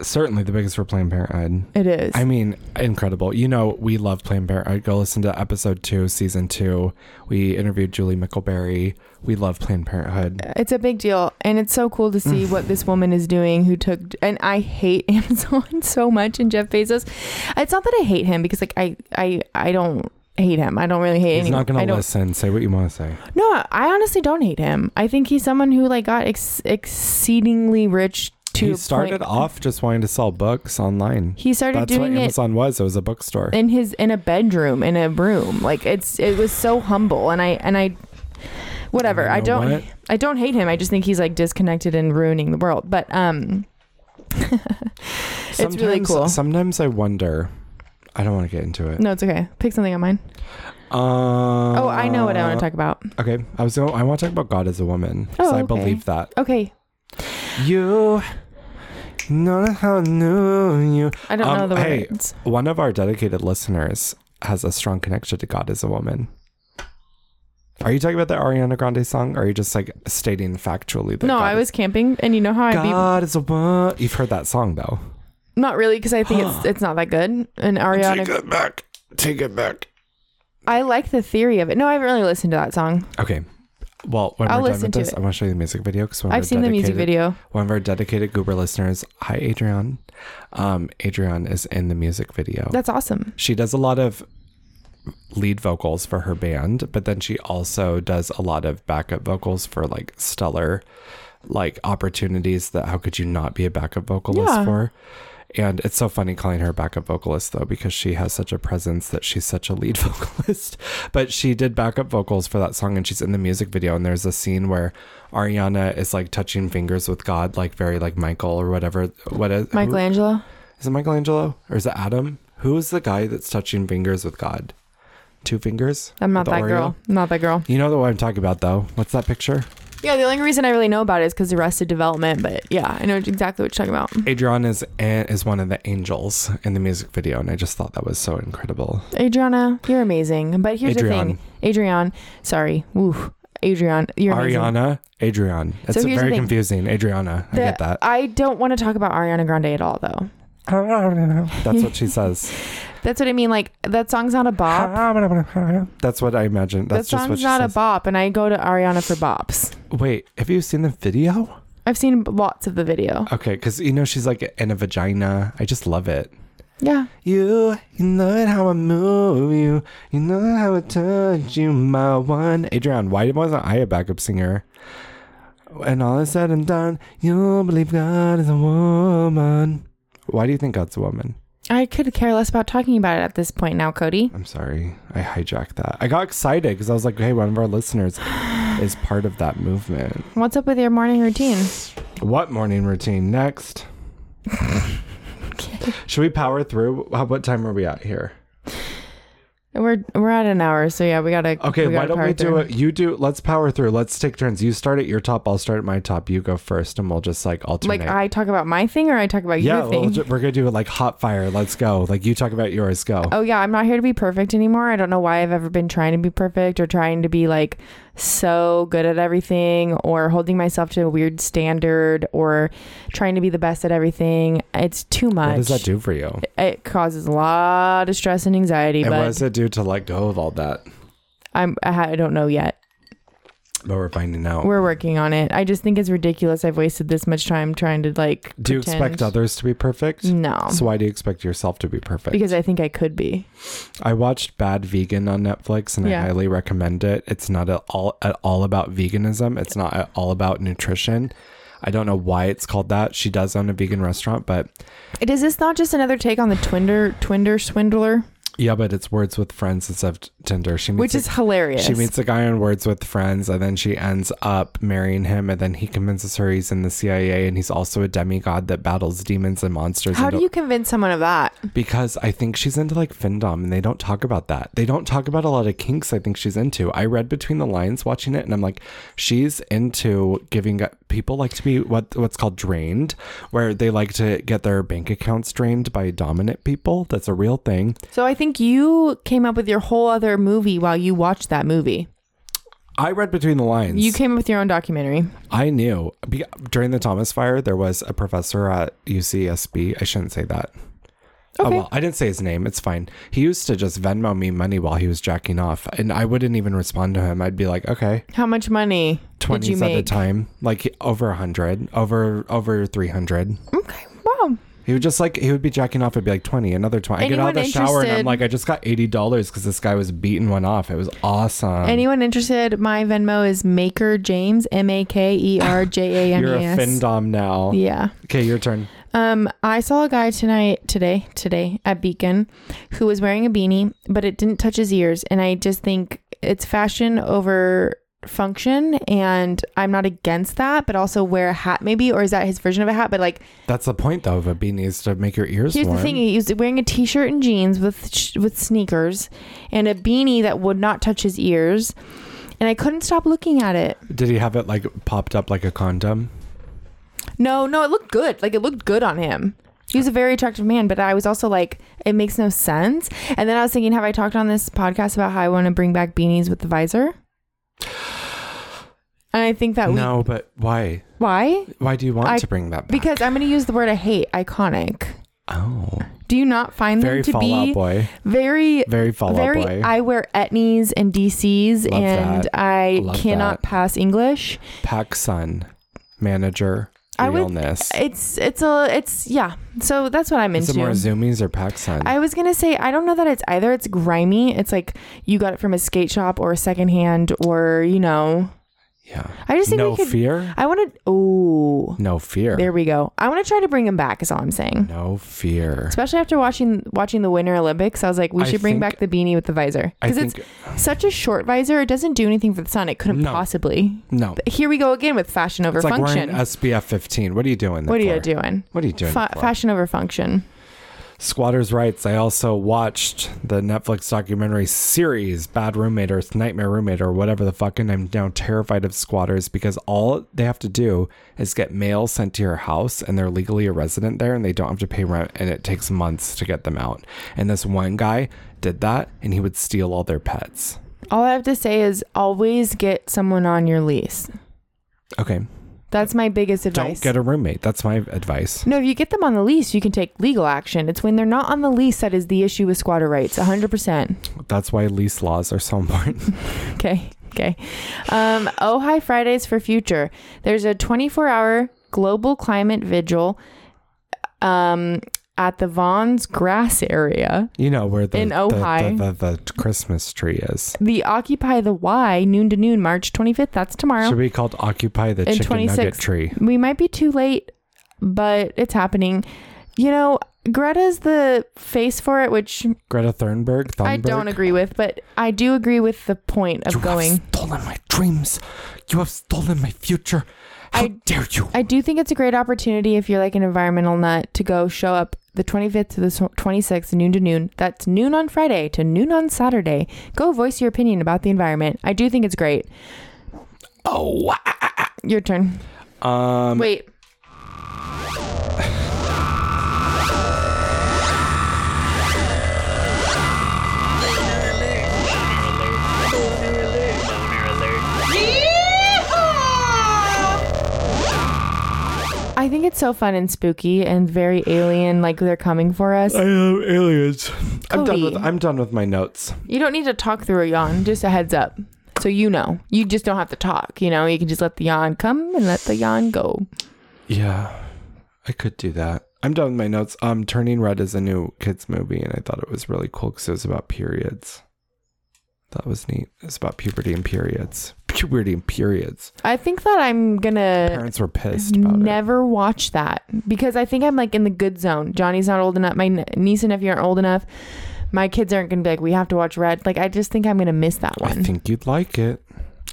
Speaker 2: certainly the biggest for Planned Parenthood.
Speaker 1: It is.
Speaker 2: I mean, incredible. You know, we love Planned Parenthood. Go listen to episode two, season two. We interviewed Julie Mickleberry. We love Planned Parenthood.
Speaker 1: it's a big deal and it's so cool to
Speaker 2: [SIGHS]
Speaker 1: see what this woman is doing who took and i hate [LAUGHS] amazon so much and jeff bezos it's not that i hate him because like i i i don't hate him i don't really hate
Speaker 2: He's
Speaker 1: anyone
Speaker 2: not going
Speaker 1: I
Speaker 2: to
Speaker 1: don't,
Speaker 2: listen. Say what you want to say.
Speaker 1: no i honestly don't hate him i think he's someone who like got ex- exceedingly rich to
Speaker 2: He
Speaker 1: a
Speaker 2: started
Speaker 1: point-
Speaker 2: off just wanting to sell books online.
Speaker 1: he started
Speaker 2: That's what
Speaker 1: doing it
Speaker 2: Amazon was. It was a bookstore.
Speaker 1: in his in a bedroom in a room like it's it was so humble and i and i whatever
Speaker 2: You
Speaker 1: i
Speaker 2: know
Speaker 1: don't
Speaker 2: what?
Speaker 1: i don't hate him i just think he's like disconnected and ruining the world but um it's really
Speaker 2: Sometimes-
Speaker 1: cool
Speaker 2: Sometimes I wonder. I don't want to get into it.
Speaker 1: no it's okay pick something on mine
Speaker 2: Uh,
Speaker 1: oh i know what i want to talk about
Speaker 2: Okay, I was. Gonna, I want to talk about God as a woman because
Speaker 1: Oh,
Speaker 2: I
Speaker 1: okay.
Speaker 2: believe that
Speaker 1: okay
Speaker 2: you. Not how new you.
Speaker 1: i don't
Speaker 2: Um,
Speaker 1: know the
Speaker 2: hey.
Speaker 1: words
Speaker 2: One of our dedicated listeners has a strong connection to God as a woman. Are you talking about the Ariana Grande song? Or are you just like stating factually that?
Speaker 1: no
Speaker 2: God
Speaker 1: i was
Speaker 2: Is,
Speaker 1: camping and you know how i
Speaker 2: God is a woman. You've heard that song though.
Speaker 1: be not really because i think it's it's not that good and ariana
Speaker 2: it back. Take it back.
Speaker 1: i like the theory of it no i haven't really listened to that song
Speaker 2: Okay. Well, when
Speaker 1: I'll
Speaker 2: we're done
Speaker 1: listen
Speaker 2: with
Speaker 1: to
Speaker 2: this,
Speaker 1: it.
Speaker 2: I want to show you the music video because
Speaker 1: i've seen the music video
Speaker 2: One of our dedicated Goober listeners, hi Adrian. Um, Adrian is in the music video.
Speaker 1: that's awesome
Speaker 2: she does a lot of lead vocals for her band, but then she also does a lot of backup vocals for like stellar like opportunities that how could you not be a backup vocalist
Speaker 1: Yeah.
Speaker 2: for? And it's so funny calling her a backup vocalist though, because she has such a presence that she's such a lead [LAUGHS] vocalist. But she did backup vocals for that song and she's in the music video. And there's a scene where Ariana is like touching fingers with God, like very like Michael or whatever. What is who-
Speaker 1: michelangelo
Speaker 2: is it Michelangelo or is it Adam? Who is the guy that's touching fingers with God? Two fingers?
Speaker 1: i'm not
Speaker 2: With
Speaker 1: that
Speaker 2: Oreo?
Speaker 1: girl I'm not that girl
Speaker 2: You know the one I'm talking about though. What's that
Speaker 1: [LAUGHS]
Speaker 2: picture?
Speaker 1: Yeah, the only reason I really know about it is because Arrested Development, but yeah, I know exactly what you're talking about.
Speaker 2: Adrian is is one of the angels in the music video, and I just thought that was so incredible.
Speaker 1: Adriana, you're amazing. But here's the
Speaker 2: Adrian.
Speaker 1: thing, Adrian. Sorry, woof, Adrian, you're amazing.
Speaker 2: Ariana, Adrian. It's
Speaker 1: So here's
Speaker 2: very
Speaker 1: the thing.
Speaker 2: confusing. Adriana, I
Speaker 1: The-
Speaker 2: get that.
Speaker 1: I don't want to talk about Ariana Grande at all, though.
Speaker 2: That's
Speaker 1: [LAUGHS]
Speaker 2: what she says.
Speaker 1: That's what I mean. Like that song's not a bop.
Speaker 2: That's what I imagine. That's
Speaker 1: that
Speaker 2: just what
Speaker 1: song's
Speaker 2: she
Speaker 1: not a
Speaker 2: says.
Speaker 1: bop, and I go to Ariana for bops.
Speaker 2: Wait, have you seen the video?
Speaker 1: I've seen lots of the video.
Speaker 2: Okay, because you know she's like in a vagina. I just love it.
Speaker 1: Yeah,
Speaker 2: You, you know it how I move you. You know it how I touch you, my one. Adrian, why wasn't I a backup singer? And all is said and done, you'll believe God is a woman. Why do you think God's a woman?
Speaker 1: I could care less about talking about it at this point now, Cody.
Speaker 2: I'm sorry, I hijacked that. I got excited because I was like, hey, one of our listeners is part of that movement.
Speaker 1: What's up with your morning routine?
Speaker 2: What morning routine next? Should we power through? How, what time are we at here?
Speaker 1: We're we're at an hour, so yeah, we gotta.
Speaker 2: Okay,
Speaker 1: we
Speaker 2: why
Speaker 1: gotta
Speaker 2: don't
Speaker 1: power
Speaker 2: we
Speaker 1: through.
Speaker 2: do it? You do. Let's power through. Let's take turns. You start at your top. I'll start at my top. You go first, and we'll just like alternate.
Speaker 1: Like I talk about my thing or I talk about
Speaker 2: yeah,
Speaker 1: your
Speaker 2: we'll
Speaker 1: thing.
Speaker 2: ju- we're gonna do it like hot fire. Let's go. Like you talk about yours. Go.
Speaker 1: oh yeah, I'm not here to be perfect anymore. I don't know why I've ever been trying to be perfect or trying to be like so good at everything or holding myself to a weird standard or trying to be the best at everything. It's too much.
Speaker 2: what does that do for you?
Speaker 1: It causes a lot of stress and anxiety,
Speaker 2: And what
Speaker 1: but
Speaker 2: does it do to let go of all that?
Speaker 1: I'm I ha- I don't know yet.
Speaker 2: But we're finding out.
Speaker 1: We're working on it. I just think it's ridiculous I've wasted this much time trying to like
Speaker 2: do you
Speaker 1: pretend-
Speaker 2: expect others to be perfect?
Speaker 1: No.
Speaker 2: So why do you expect yourself to be perfect?
Speaker 1: because I think I could be.
Speaker 2: I watched Bad Vegan on Netflix and
Speaker 1: Yeah.
Speaker 2: I highly recommend it. It's not at all at all about veganism. It's not at all about nutrition. I don't know why it's called that. She does own a vegan restaurant, but
Speaker 1: It is this not just another take on the Twinder Twinder swindler,
Speaker 2: yeah, but it's Words with Friends instead of Tinder. She meets
Speaker 1: which
Speaker 2: a-
Speaker 1: is hilarious.
Speaker 2: She meets a guy on Words with Friends, and then she ends up marrying him, and then he convinces her he's in the CIA, and he's also a demigod that battles demons and monsters.
Speaker 1: How
Speaker 2: and
Speaker 1: do you convince someone of that?
Speaker 2: Because I think she's into like findom, and they don't talk about that. They don't talk about a lot of kinks. I think she's into. I read between the lines watching it, and I'm like, she's into giving people like to be what what's called drained, where they like to get their bank accounts drained by dominant people. That's a real thing.
Speaker 1: So I think you came up with your whole other movie while you watched that movie.
Speaker 2: I read between the lines.
Speaker 1: You came up with your own documentary.
Speaker 2: I knew Be- during the Thomas fire, there was a professor at UCSB. I shouldn't say that. Oh,
Speaker 1: Okay.
Speaker 2: well, I didn't say his name. It's fine. He used to just Venmo me money while he was jacking off, and I wouldn't even respond to him. I'd be like, okay,
Speaker 1: How much money did you
Speaker 2: twenties at
Speaker 1: make?
Speaker 2: a time, like over a hundred, over over three hundred.
Speaker 1: Okay. Wow.
Speaker 2: He would just like he would be jacking off. I'd be like twenty, another twenty. I get out of the
Speaker 1: Anyone
Speaker 2: shower and I'm
Speaker 1: interested-
Speaker 2: like, I just got eighty dollars because this guy was beating one off. It was awesome.
Speaker 1: Anyone interested? My Venmo is Maker James M A K E R J A M
Speaker 2: You're a
Speaker 1: E S.
Speaker 2: findom now.
Speaker 1: Yeah.
Speaker 2: Okay, your turn.
Speaker 1: Um, I saw a guy tonight, today, today at Beacon, who was wearing a beanie, but it didn't touch his ears, and I just think it's fashion over function, and I'm not against that, but also wear a hat maybe, or is that his version of a hat? But like,
Speaker 2: That's the point though of a beanie is to make your ears
Speaker 1: here's
Speaker 2: warm.
Speaker 1: the thing: he was wearing a t-shirt and jeans with sh- with sneakers, and a beanie that would not touch his ears, and I couldn't stop looking at it.
Speaker 2: Did he have it like popped up like a condom?
Speaker 1: No, no, it looked good. Like it looked good on him. He was a very attractive man, but I was also like, it makes no sense. And then I was thinking, have I talked on this podcast about how I want to bring back beanies with the visor? And I think that we
Speaker 2: no, but why?
Speaker 1: why
Speaker 2: Why do you want
Speaker 1: Oh, I-
Speaker 2: to bring that back?
Speaker 1: because I'm going to use the word I hate iconic.
Speaker 2: oh,
Speaker 1: Do you not find
Speaker 2: very
Speaker 1: them to
Speaker 2: Fall Out
Speaker 1: be
Speaker 2: Boy,
Speaker 1: very
Speaker 2: very Fall Out
Speaker 1: very?
Speaker 2: Boy.
Speaker 1: I wear etnies and DCs,
Speaker 2: Love
Speaker 1: and
Speaker 2: that.
Speaker 1: I
Speaker 2: Love
Speaker 1: cannot
Speaker 2: that.
Speaker 1: pass English.
Speaker 2: Pac Sun, manager,
Speaker 1: I would-
Speaker 2: realness.
Speaker 1: It's it's a it's yeah. So that's what I'm
Speaker 2: Is
Speaker 1: into.
Speaker 2: it more zoomies or Pac Sun?
Speaker 1: I was gonna say I don't know that it's either. It's grimy. It's like you got it from a skate shop or a secondhand or you know.
Speaker 2: yeah.
Speaker 1: I just think
Speaker 2: No
Speaker 1: we could.
Speaker 2: fear.
Speaker 1: I want to. Oh,
Speaker 2: No fear.
Speaker 1: there we go. I want to try to bring him back. Is all I'm saying.
Speaker 2: no fear.
Speaker 1: Especially after watching watching the Winter Olympics, I was like, we
Speaker 2: I
Speaker 1: should bring back
Speaker 2: think-
Speaker 1: the beanie with the visor
Speaker 2: I
Speaker 1: because it's
Speaker 2: think
Speaker 1: such a short visor. It doesn't do anything for the sun. It couldn't
Speaker 2: No.
Speaker 1: possibly.
Speaker 2: no.
Speaker 1: Here we go again with fashion over
Speaker 2: It's like
Speaker 1: function.
Speaker 2: wearing SPF 15. What are you doing?
Speaker 1: what are you
Speaker 2: for?
Speaker 1: doing?
Speaker 2: What are you doing?
Speaker 1: Fa-
Speaker 2: for?
Speaker 1: fashion over function.
Speaker 2: Squatters' rights. I also watched the Netflix documentary series Bad Roommate or Nightmare Roommate or whatever the fuck, and I'm now terrified of squatters because all they have to do is get mail sent to your house, and they're legally a resident there, and they don't have to pay rent, and it takes months to get them out. And this one guy did that, and he would steal all their pets.
Speaker 1: All I have to say is always get someone on your lease.
Speaker 2: Okay,
Speaker 1: That's my biggest
Speaker 2: don't
Speaker 1: advice.
Speaker 2: get a roommate. That's my advice.
Speaker 1: No, if you get them on the lease, you can take legal action. It's when they're not on the lease that is the issue with squatter rights. 100%.
Speaker 2: That's why lease laws are so [LAUGHS] important.
Speaker 1: [LAUGHS] Okay. Okay. Um, oh, hi, Fridays for Future. There's a 24 hour global climate vigil um, at the Vaughn's grass area.
Speaker 2: You know where the
Speaker 1: In
Speaker 2: the-
Speaker 1: Ojai.
Speaker 2: the, the, the Christmas tree is.
Speaker 1: The Occupy the Y, noon to noon, March 25th. That's tomorrow.
Speaker 2: Should be called Occupy the
Speaker 1: And
Speaker 2: Chicken Nugget
Speaker 1: 26.
Speaker 2: Tree.
Speaker 1: we might be too late, but it's happening. You know, Greta's the face for it, which
Speaker 2: Greta Thunberg. Thunberg.
Speaker 1: I don't agree with, but I do agree with the point of
Speaker 2: You
Speaker 1: going.
Speaker 2: have stolen my dreams. You have stolen my future. How
Speaker 1: I-
Speaker 2: dare you?
Speaker 1: I do think it's a great opportunity if you're like an environmental nut to go show up the 25th to the 26th, noon to noon. That's noon on Friday to noon on Saturday. Go voice your opinion about the environment. I do think it's great.
Speaker 2: oh.
Speaker 1: Your turn.
Speaker 2: Um.
Speaker 1: Wait. I think it's so fun and spooky and very alien, like they're coming for us.
Speaker 2: I love aliens. I'm done
Speaker 1: Cody.
Speaker 2: with. I'm done with my notes.
Speaker 1: You don't need to talk through a yawn, just a heads up. So you know. You just don't have to talk, you know? You can just let the yawn come and let the yawn go.
Speaker 2: Yeah, I could do that. I'm done with my notes. Um, Turning Red is a new kids movie, and I thought it was really cool because it was about periods. That was neat. It's about puberty and periods. puberty and periods.
Speaker 1: I think that I'm gonna
Speaker 2: Parents were pissed about it.
Speaker 1: never watch that because I think I'm like in the good zone. Johnny's not old enough. My n- niece and nephew aren't old enough. My kids aren't gonna be like, we have to watch Red. Like, I just think I'm gonna miss that
Speaker 2: I
Speaker 1: one.
Speaker 2: think you'd like it.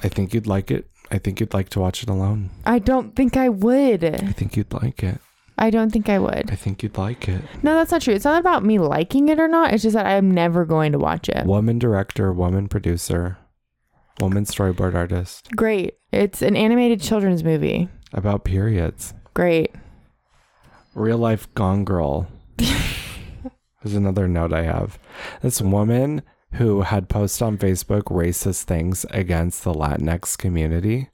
Speaker 2: I think you'd like it. I think you'd like to watch it alone.
Speaker 1: I don't think I
Speaker 2: I
Speaker 1: would.
Speaker 2: think you'd like it.
Speaker 1: I don't think I would.
Speaker 2: I think you'd like it.
Speaker 1: No, that's not true. It's not about me liking it or not. It's just that I'm never going to watch it.
Speaker 2: Woman director, woman producer, woman storyboard artist
Speaker 1: Great. It's an animated children's movie.
Speaker 2: about periods.
Speaker 1: Great.
Speaker 2: Real life Gone Girl. There's another note I have. This woman who had posted on Facebook racist things against the Latinx community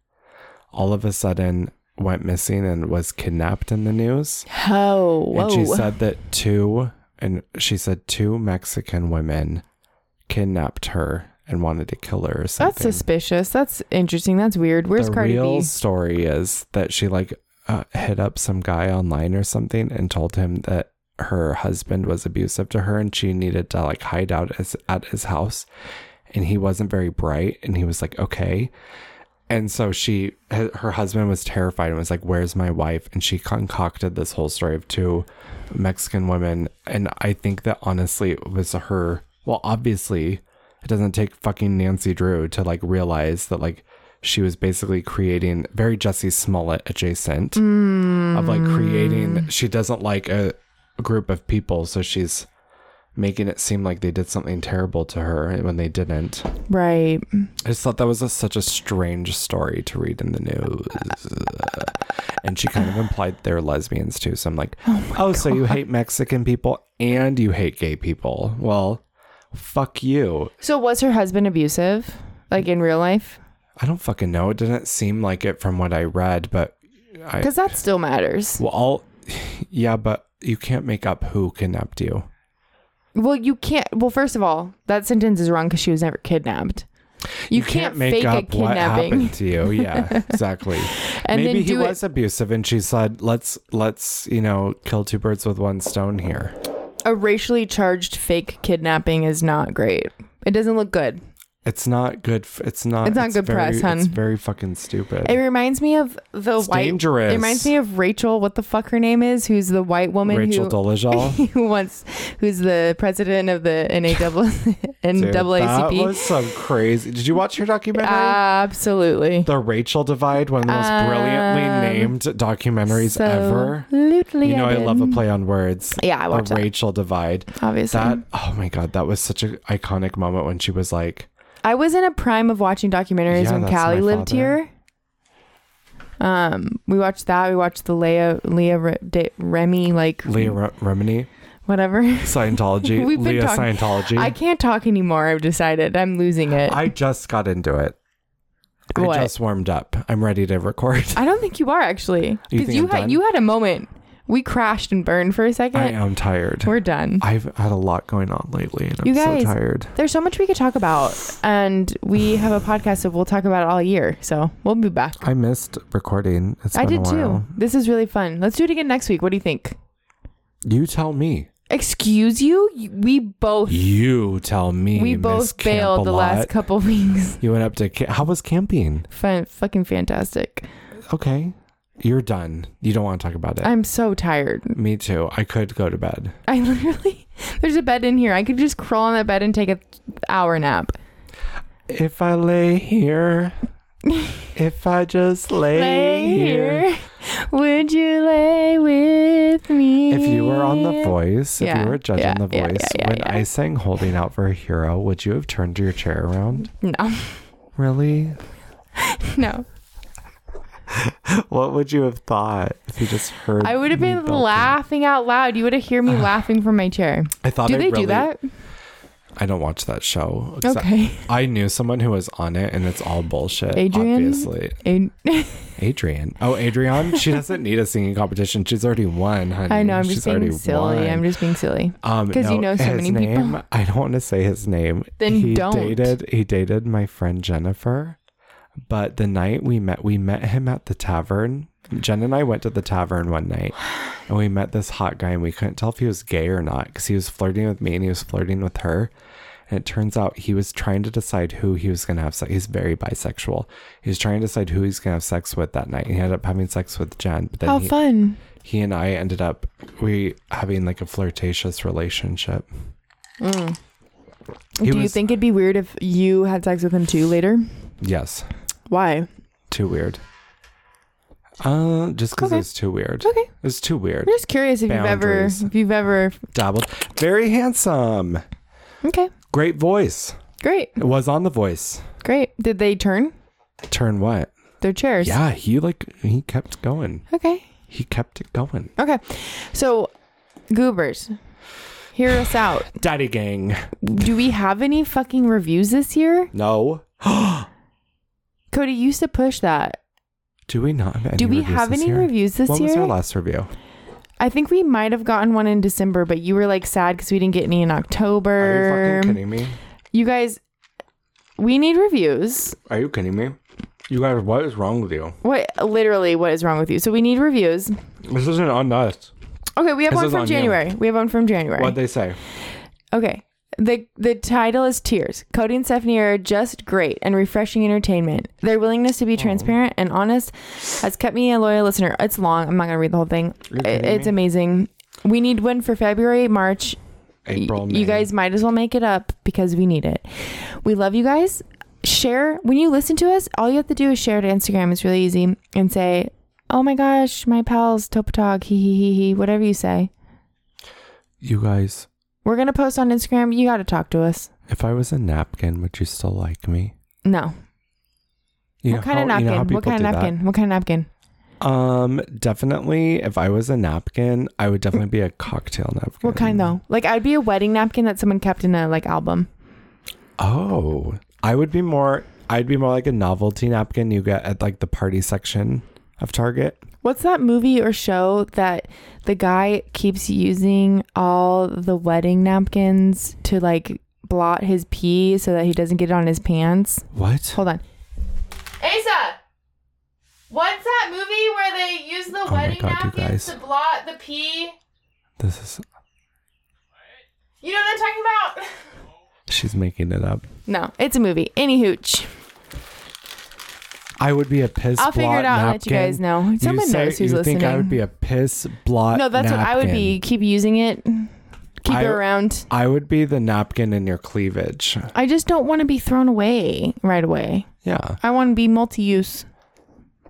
Speaker 2: all of a sudden went missing and was kidnapped in the news.
Speaker 1: Oh, whoa.
Speaker 2: And she said that two, and she said two Mexican women kidnapped her and wanted to kill her or
Speaker 1: That's
Speaker 2: something.
Speaker 1: suspicious. That's interesting. That's weird. Where's
Speaker 2: the
Speaker 1: Cardi
Speaker 2: real
Speaker 1: B?
Speaker 2: story is that she like uh, hit up some guy online or something and told him that her husband was abusive to her and she needed to like hide out as, at his house and he wasn't very bright and he was like okay and so she h- her husband was terrified and was like where's my wife and she concocted this whole story of two mexican women and i think that honestly it was her well obviously it doesn't take fucking nancy drew to like realize that like she was basically creating very jesse smollett adjacent of like creating she doesn't like a group of people so she's making it seem like they did something terrible to her when they didn't
Speaker 1: Right.
Speaker 2: I just thought that was a, such a strange story to read in the news. and she kind of implied they're lesbians too. So I'm like, oh, so you hate Mexican people and you hate gay people. Well, fuck you.
Speaker 1: So was her husband abusive? Like in real life?
Speaker 2: I don't fucking know. It didn't seem like it from what I read, but I,
Speaker 1: Because that still matters.
Speaker 2: well, all, [SIGHS] yeah, but you can't make up who kidnapped you.
Speaker 1: Well, you can't. Well, first of all, that sentence is wrong because she was never kidnapped. You, can't, fake a
Speaker 2: what
Speaker 1: kidnapping
Speaker 2: happened
Speaker 1: [LAUGHS]
Speaker 2: to you. Yeah, exactly.
Speaker 1: and
Speaker 2: Maybe
Speaker 1: then
Speaker 2: he
Speaker 1: do
Speaker 2: was abusive, and she said, "Let's let's you know kill two birds with one stone here."
Speaker 1: it. A racially charged fake kidnapping is not great. It doesn't look good.
Speaker 2: It's not good. f- It's not.
Speaker 1: It's not good
Speaker 2: very,
Speaker 1: press, hun.
Speaker 2: It's very fucking stupid.
Speaker 1: It reminds me of the
Speaker 2: it's
Speaker 1: white.
Speaker 2: dangerous.
Speaker 1: It reminds me of Rachel. What the fuck her name is? Who's the white woman
Speaker 2: Rachel
Speaker 1: who
Speaker 2: Dolezal.
Speaker 1: [LAUGHS] who wants who's the president of the
Speaker 2: [LAUGHS]
Speaker 1: [LAUGHS]
Speaker 2: Dude, that
Speaker 1: NAACP.
Speaker 2: was some crazy. Did you watch her documentary?
Speaker 1: Uh, Absolutely.
Speaker 2: the Rachel Divide, one of the most brilliantly
Speaker 1: Um,
Speaker 2: named documentaries ever.
Speaker 1: Absolutely.
Speaker 2: You know, I
Speaker 1: did.
Speaker 2: love a play on words.
Speaker 1: Yeah, I watched
Speaker 2: the
Speaker 1: that.
Speaker 2: Rachel Divide.
Speaker 1: Obviously,
Speaker 2: That oh my god, that was such an iconic moment when she was like,
Speaker 1: I was in a prime of watching documentaries
Speaker 2: Yeah,
Speaker 1: when
Speaker 2: that's
Speaker 1: Callie
Speaker 2: my
Speaker 1: lived
Speaker 2: father.
Speaker 1: here. Um, we watched that. We watched the Leah Leah Re, De, Remy like
Speaker 2: Leah Re- Remini,
Speaker 1: whatever.
Speaker 2: Scientology,
Speaker 1: [LAUGHS] We've been
Speaker 2: Leah
Speaker 1: talking-
Speaker 2: Scientology.
Speaker 1: I can't talk anymore. I've decided I'm losing it. I,
Speaker 2: I just got into it.
Speaker 1: What?
Speaker 2: I just warmed up. I'm ready to record.
Speaker 1: don't think you are actually
Speaker 2: You
Speaker 1: because
Speaker 2: think
Speaker 1: you,
Speaker 2: I'm
Speaker 1: had
Speaker 2: done?
Speaker 1: you had a moment. We crashed and burned for a
Speaker 2: [LAUGHS] I
Speaker 1: second.
Speaker 2: am tired.
Speaker 1: We're done.
Speaker 2: I've had a lot going on lately, and I'm
Speaker 1: You guys-
Speaker 2: so tired.
Speaker 1: There's so much we could talk about, and we have a podcast, so we'll talk about it all year. So we'll be back.
Speaker 2: I missed recording. It's
Speaker 1: I
Speaker 2: been
Speaker 1: did
Speaker 2: a
Speaker 1: too.
Speaker 2: while.
Speaker 1: This is really fun. Let's do it again next week. What do you think?
Speaker 2: You tell me.
Speaker 1: Excuse you? You- We both
Speaker 2: You tell me.
Speaker 1: we
Speaker 2: Miss
Speaker 1: both failed the
Speaker 2: Camp-a-lot.
Speaker 1: last couple [LAUGHS] weeks.
Speaker 2: You went up to ca- how was camping?
Speaker 1: Fun, fucking fantastic.
Speaker 2: Okay, you're done. You don't want to talk about it.
Speaker 1: I'm so tired.
Speaker 2: me too. I could go to bed.
Speaker 1: I [LAUGHS] literally there's a bed in here. I could just crawl on that bed and take a hour nap.
Speaker 2: If I
Speaker 1: [LAUGHS]
Speaker 2: lay here, if I just lay,
Speaker 1: Lay
Speaker 2: here.
Speaker 1: here. Would you lay with me?
Speaker 2: If you were on The Voice, if
Speaker 1: Yeah,
Speaker 2: you were judging
Speaker 1: yeah,
Speaker 2: The Voice,
Speaker 1: yeah, yeah, yeah,
Speaker 2: when
Speaker 1: yeah.
Speaker 2: I sang Holding Out for a Hero, would you have turned your chair around?
Speaker 1: No. [LAUGHS]
Speaker 2: Really?
Speaker 1: No.
Speaker 2: What would you have thought if you just heard?
Speaker 1: I would have
Speaker 2: me
Speaker 1: been
Speaker 2: belting?
Speaker 1: laughing out loud. You would have heard me
Speaker 2: [SIGHS]
Speaker 1: laughing from my chair.
Speaker 2: I thought
Speaker 1: Do
Speaker 2: I
Speaker 1: they
Speaker 2: really,
Speaker 1: do that?
Speaker 2: I don't watch that show. 'cause I-
Speaker 1: Okay. [LAUGHS]
Speaker 2: I, knew someone who was on it, and it's all bullshit.
Speaker 1: Adrian?
Speaker 2: obviously.
Speaker 1: And-
Speaker 2: Adrian. Oh, Adrian. She doesn't need a singing competition. She's already won,
Speaker 1: [LAUGHS]
Speaker 2: honey.
Speaker 1: I know. I'm
Speaker 2: She's
Speaker 1: just
Speaker 2: already
Speaker 1: being silly.
Speaker 2: won.
Speaker 1: I'm just being silly.
Speaker 2: Um,
Speaker 1: 'Cause you
Speaker 2: no,
Speaker 1: know so
Speaker 2: his
Speaker 1: many
Speaker 2: name,
Speaker 1: people.
Speaker 2: I don't want to say his name.
Speaker 1: Then
Speaker 2: he
Speaker 1: don't.
Speaker 2: dated he dated my friend Jennifer, but the night we met, we met him at the tavern. Jen and I went to the tavern one night, and we met this hot guy, and we couldn't tell if he was gay or not because he was flirting with me and he was flirting with her. And it turns out he was trying to decide who he was going to have sex. He's very bisexual. He was trying to decide who he's going to have sex with that night. And he ended up having sex with Jen. But then
Speaker 1: How
Speaker 2: he,
Speaker 1: fun.
Speaker 2: he and I ended up we having like a flirtatious relationship. He
Speaker 1: Mm. Do you
Speaker 2: was-
Speaker 1: think it'd be weird if you had sex with him too later?
Speaker 2: Yes,
Speaker 1: Why?
Speaker 2: too weird. Uh, just because
Speaker 1: Okay.
Speaker 2: it's too weird.
Speaker 1: Okay.
Speaker 2: It's too weird.
Speaker 1: I'm just curious if
Speaker 2: Boundaries.
Speaker 1: you've ever if you've ever
Speaker 2: Dabbled. Very handsome.
Speaker 1: Okay.
Speaker 2: Great voice.
Speaker 1: Great.
Speaker 2: It was on the voice.
Speaker 1: Great. Did they turn
Speaker 2: Turn what?
Speaker 1: their chairs?
Speaker 2: Yeah, he like he kept going.
Speaker 1: Okay.
Speaker 2: He kept it going.
Speaker 1: Okay. So goobers. Hear us out.
Speaker 2: Daddy gang.
Speaker 1: Do we have any fucking reviews this year?
Speaker 2: No.
Speaker 1: Cody you used to push that.
Speaker 2: Do we not have any
Speaker 1: Do we
Speaker 2: reviews
Speaker 1: have
Speaker 2: this
Speaker 1: any
Speaker 2: year?
Speaker 1: reviews this
Speaker 2: When
Speaker 1: year?
Speaker 2: was our last review?
Speaker 1: I think we might have gotten one in December, but you were like sad because we didn't get any in
Speaker 2: Are you
Speaker 1: October.
Speaker 2: fucking kidding me?
Speaker 1: You guys, we need reviews.
Speaker 2: Are you kidding me? You guys, what is wrong with you?
Speaker 1: What literally? What is wrong with you? So we need reviews.
Speaker 2: This isn't on us.
Speaker 1: Okay, we have
Speaker 2: This
Speaker 1: one
Speaker 2: is
Speaker 1: from
Speaker 2: on you.
Speaker 1: January. We have one from January.
Speaker 2: What'd they say?
Speaker 1: Okay. The the title is Tears. Cody and Stephanie are just great and refreshing entertainment. Their willingness to
Speaker 2: Oh.
Speaker 1: be transparent and honest has kept me a loyal listener. It's long. I'm not gonna read the whole thing.
Speaker 2: You're
Speaker 1: I-
Speaker 2: kidding
Speaker 1: It's
Speaker 2: me.
Speaker 1: amazing. We need one for February, March. Y-
Speaker 2: April, May.
Speaker 1: You guys might as well make it up because we need it. We love you guys. Share when you listen to us. All you have to do is share to Instagram. It's really easy and say, "Oh my gosh, my pals Topatog, he he he he," whatever you say.
Speaker 2: You guys,
Speaker 1: We're gonna post on Instagram. You got to talk to us.
Speaker 2: if I was a napkin, would you still like me?
Speaker 1: No,
Speaker 2: You
Speaker 1: what kind of
Speaker 2: how-
Speaker 1: napkin?
Speaker 2: you how
Speaker 1: what
Speaker 2: people
Speaker 1: kind of
Speaker 2: do that?
Speaker 1: napkin? What kind of napkin?
Speaker 2: Um, definitely. If I was a napkin, I would definitely be a cocktail napkin.
Speaker 1: What kind though? Like I'd be a wedding napkin that someone kept in a like album.
Speaker 2: Oh, I would be more. I'd be more like a novelty napkin you get at like the party section of Target.
Speaker 1: What's that movie or show that the guy keeps using all the wedding napkins to like blot his pee so that he doesn't get it on his pants?
Speaker 2: What?
Speaker 1: Hold on. Asa, what's that movie where they use the
Speaker 2: Oh my wedding God, you napkins guys. to
Speaker 1: blot the pee?
Speaker 2: This is.
Speaker 1: You know what I'm talking about?
Speaker 2: She's making it up.
Speaker 1: No, it's a movie. Any hooch.
Speaker 2: I would be a piss.
Speaker 1: I'll figure
Speaker 2: blot
Speaker 1: it out and let you
Speaker 2: napkin.
Speaker 1: guys know. Someone
Speaker 2: say-
Speaker 1: knows who's
Speaker 2: you
Speaker 1: listening.
Speaker 2: think I would be a piss blot?
Speaker 1: no, that's what I would be.
Speaker 2: napkin.
Speaker 1: Keep using it. Keep
Speaker 2: I-
Speaker 1: it around.
Speaker 2: I would be the napkin in your cleavage.
Speaker 1: I just don't want to be thrown away right away.
Speaker 2: Yeah,
Speaker 1: I want to be multi-use,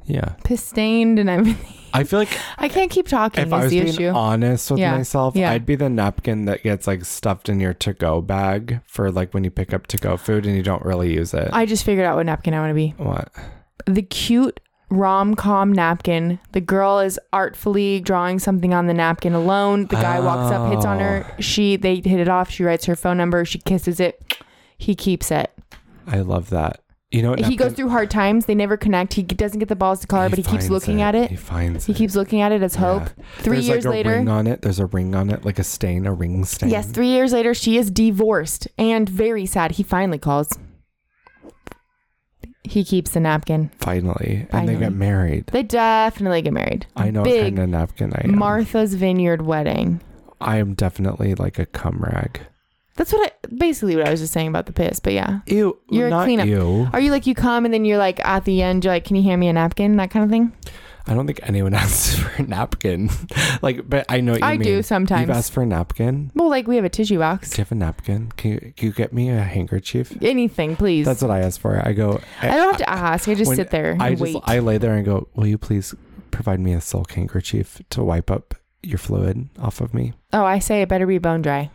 Speaker 2: yeah.
Speaker 1: piss stained and everything.
Speaker 2: I feel like
Speaker 1: I can't keep talking
Speaker 2: if I
Speaker 1: is
Speaker 2: was
Speaker 1: the
Speaker 2: being
Speaker 1: issue.
Speaker 2: honest with
Speaker 1: Yeah,
Speaker 2: myself,
Speaker 1: yeah.
Speaker 2: I'd be the napkin that gets like stuffed in your to-go bag for like when you pick up to-go food and you don't really use it.
Speaker 1: I just figured out what napkin I want to be.
Speaker 2: what?
Speaker 1: The cute rom-com napkin. The girl is artfully drawing something on the napkin alone. The guy walks up, hits on her.
Speaker 2: Oh.
Speaker 1: She they hit it off. She writes her phone number. She kisses it. He keeps it.
Speaker 2: I love that. You know what?
Speaker 1: he goes
Speaker 2: napkin-
Speaker 1: through hard times. They never connect. He doesn't get the balls to call her, but he keeps
Speaker 2: finds
Speaker 1: looking at it.
Speaker 2: He finds
Speaker 1: He
Speaker 2: it.
Speaker 1: keeps looking at it as hope.
Speaker 2: Yeah.
Speaker 1: Three
Speaker 2: There's
Speaker 1: years
Speaker 2: like a
Speaker 1: later.
Speaker 2: ring on it. There's a ring on it, like a stain, a ring stain.
Speaker 1: Yes, three years later, she is divorced and very sad. He finally calls. He keeps the napkin.
Speaker 2: Finally, and they
Speaker 1: Finally.
Speaker 2: get married.
Speaker 1: They definitely get married.
Speaker 2: I know what
Speaker 1: Big
Speaker 2: kind of napkin I am.
Speaker 1: Martha's Vineyard wedding.
Speaker 2: I am definitely like a cum rag.
Speaker 1: That's what I basically what I was just saying about the piss, but yeah.
Speaker 2: Ew,
Speaker 1: You're a
Speaker 2: not
Speaker 1: cleanup.
Speaker 2: you.
Speaker 1: Are you like you come and then you're like at the end you're like, Can you hand me a napkin? That kind of thing?
Speaker 2: I don't think anyone [LAUGHS] asks for a napkin. [LAUGHS] like, but I know what you
Speaker 1: I
Speaker 2: mean.
Speaker 1: do sometimes.
Speaker 2: You've asked for a napkin.
Speaker 1: Well, like we have a tissue
Speaker 2: Do
Speaker 1: box.
Speaker 2: you have a napkin? Can you, can you get me a handkerchief?
Speaker 1: Anything, please.
Speaker 2: That's what I ask for. I go.
Speaker 1: I don't have to ask. I just
Speaker 2: when
Speaker 1: sit there and
Speaker 2: I just
Speaker 1: wait.
Speaker 2: I lay there and go. Will you please provide me a silk handkerchief to wipe up your fluid off of me?
Speaker 1: oh, I say it better be bone dry.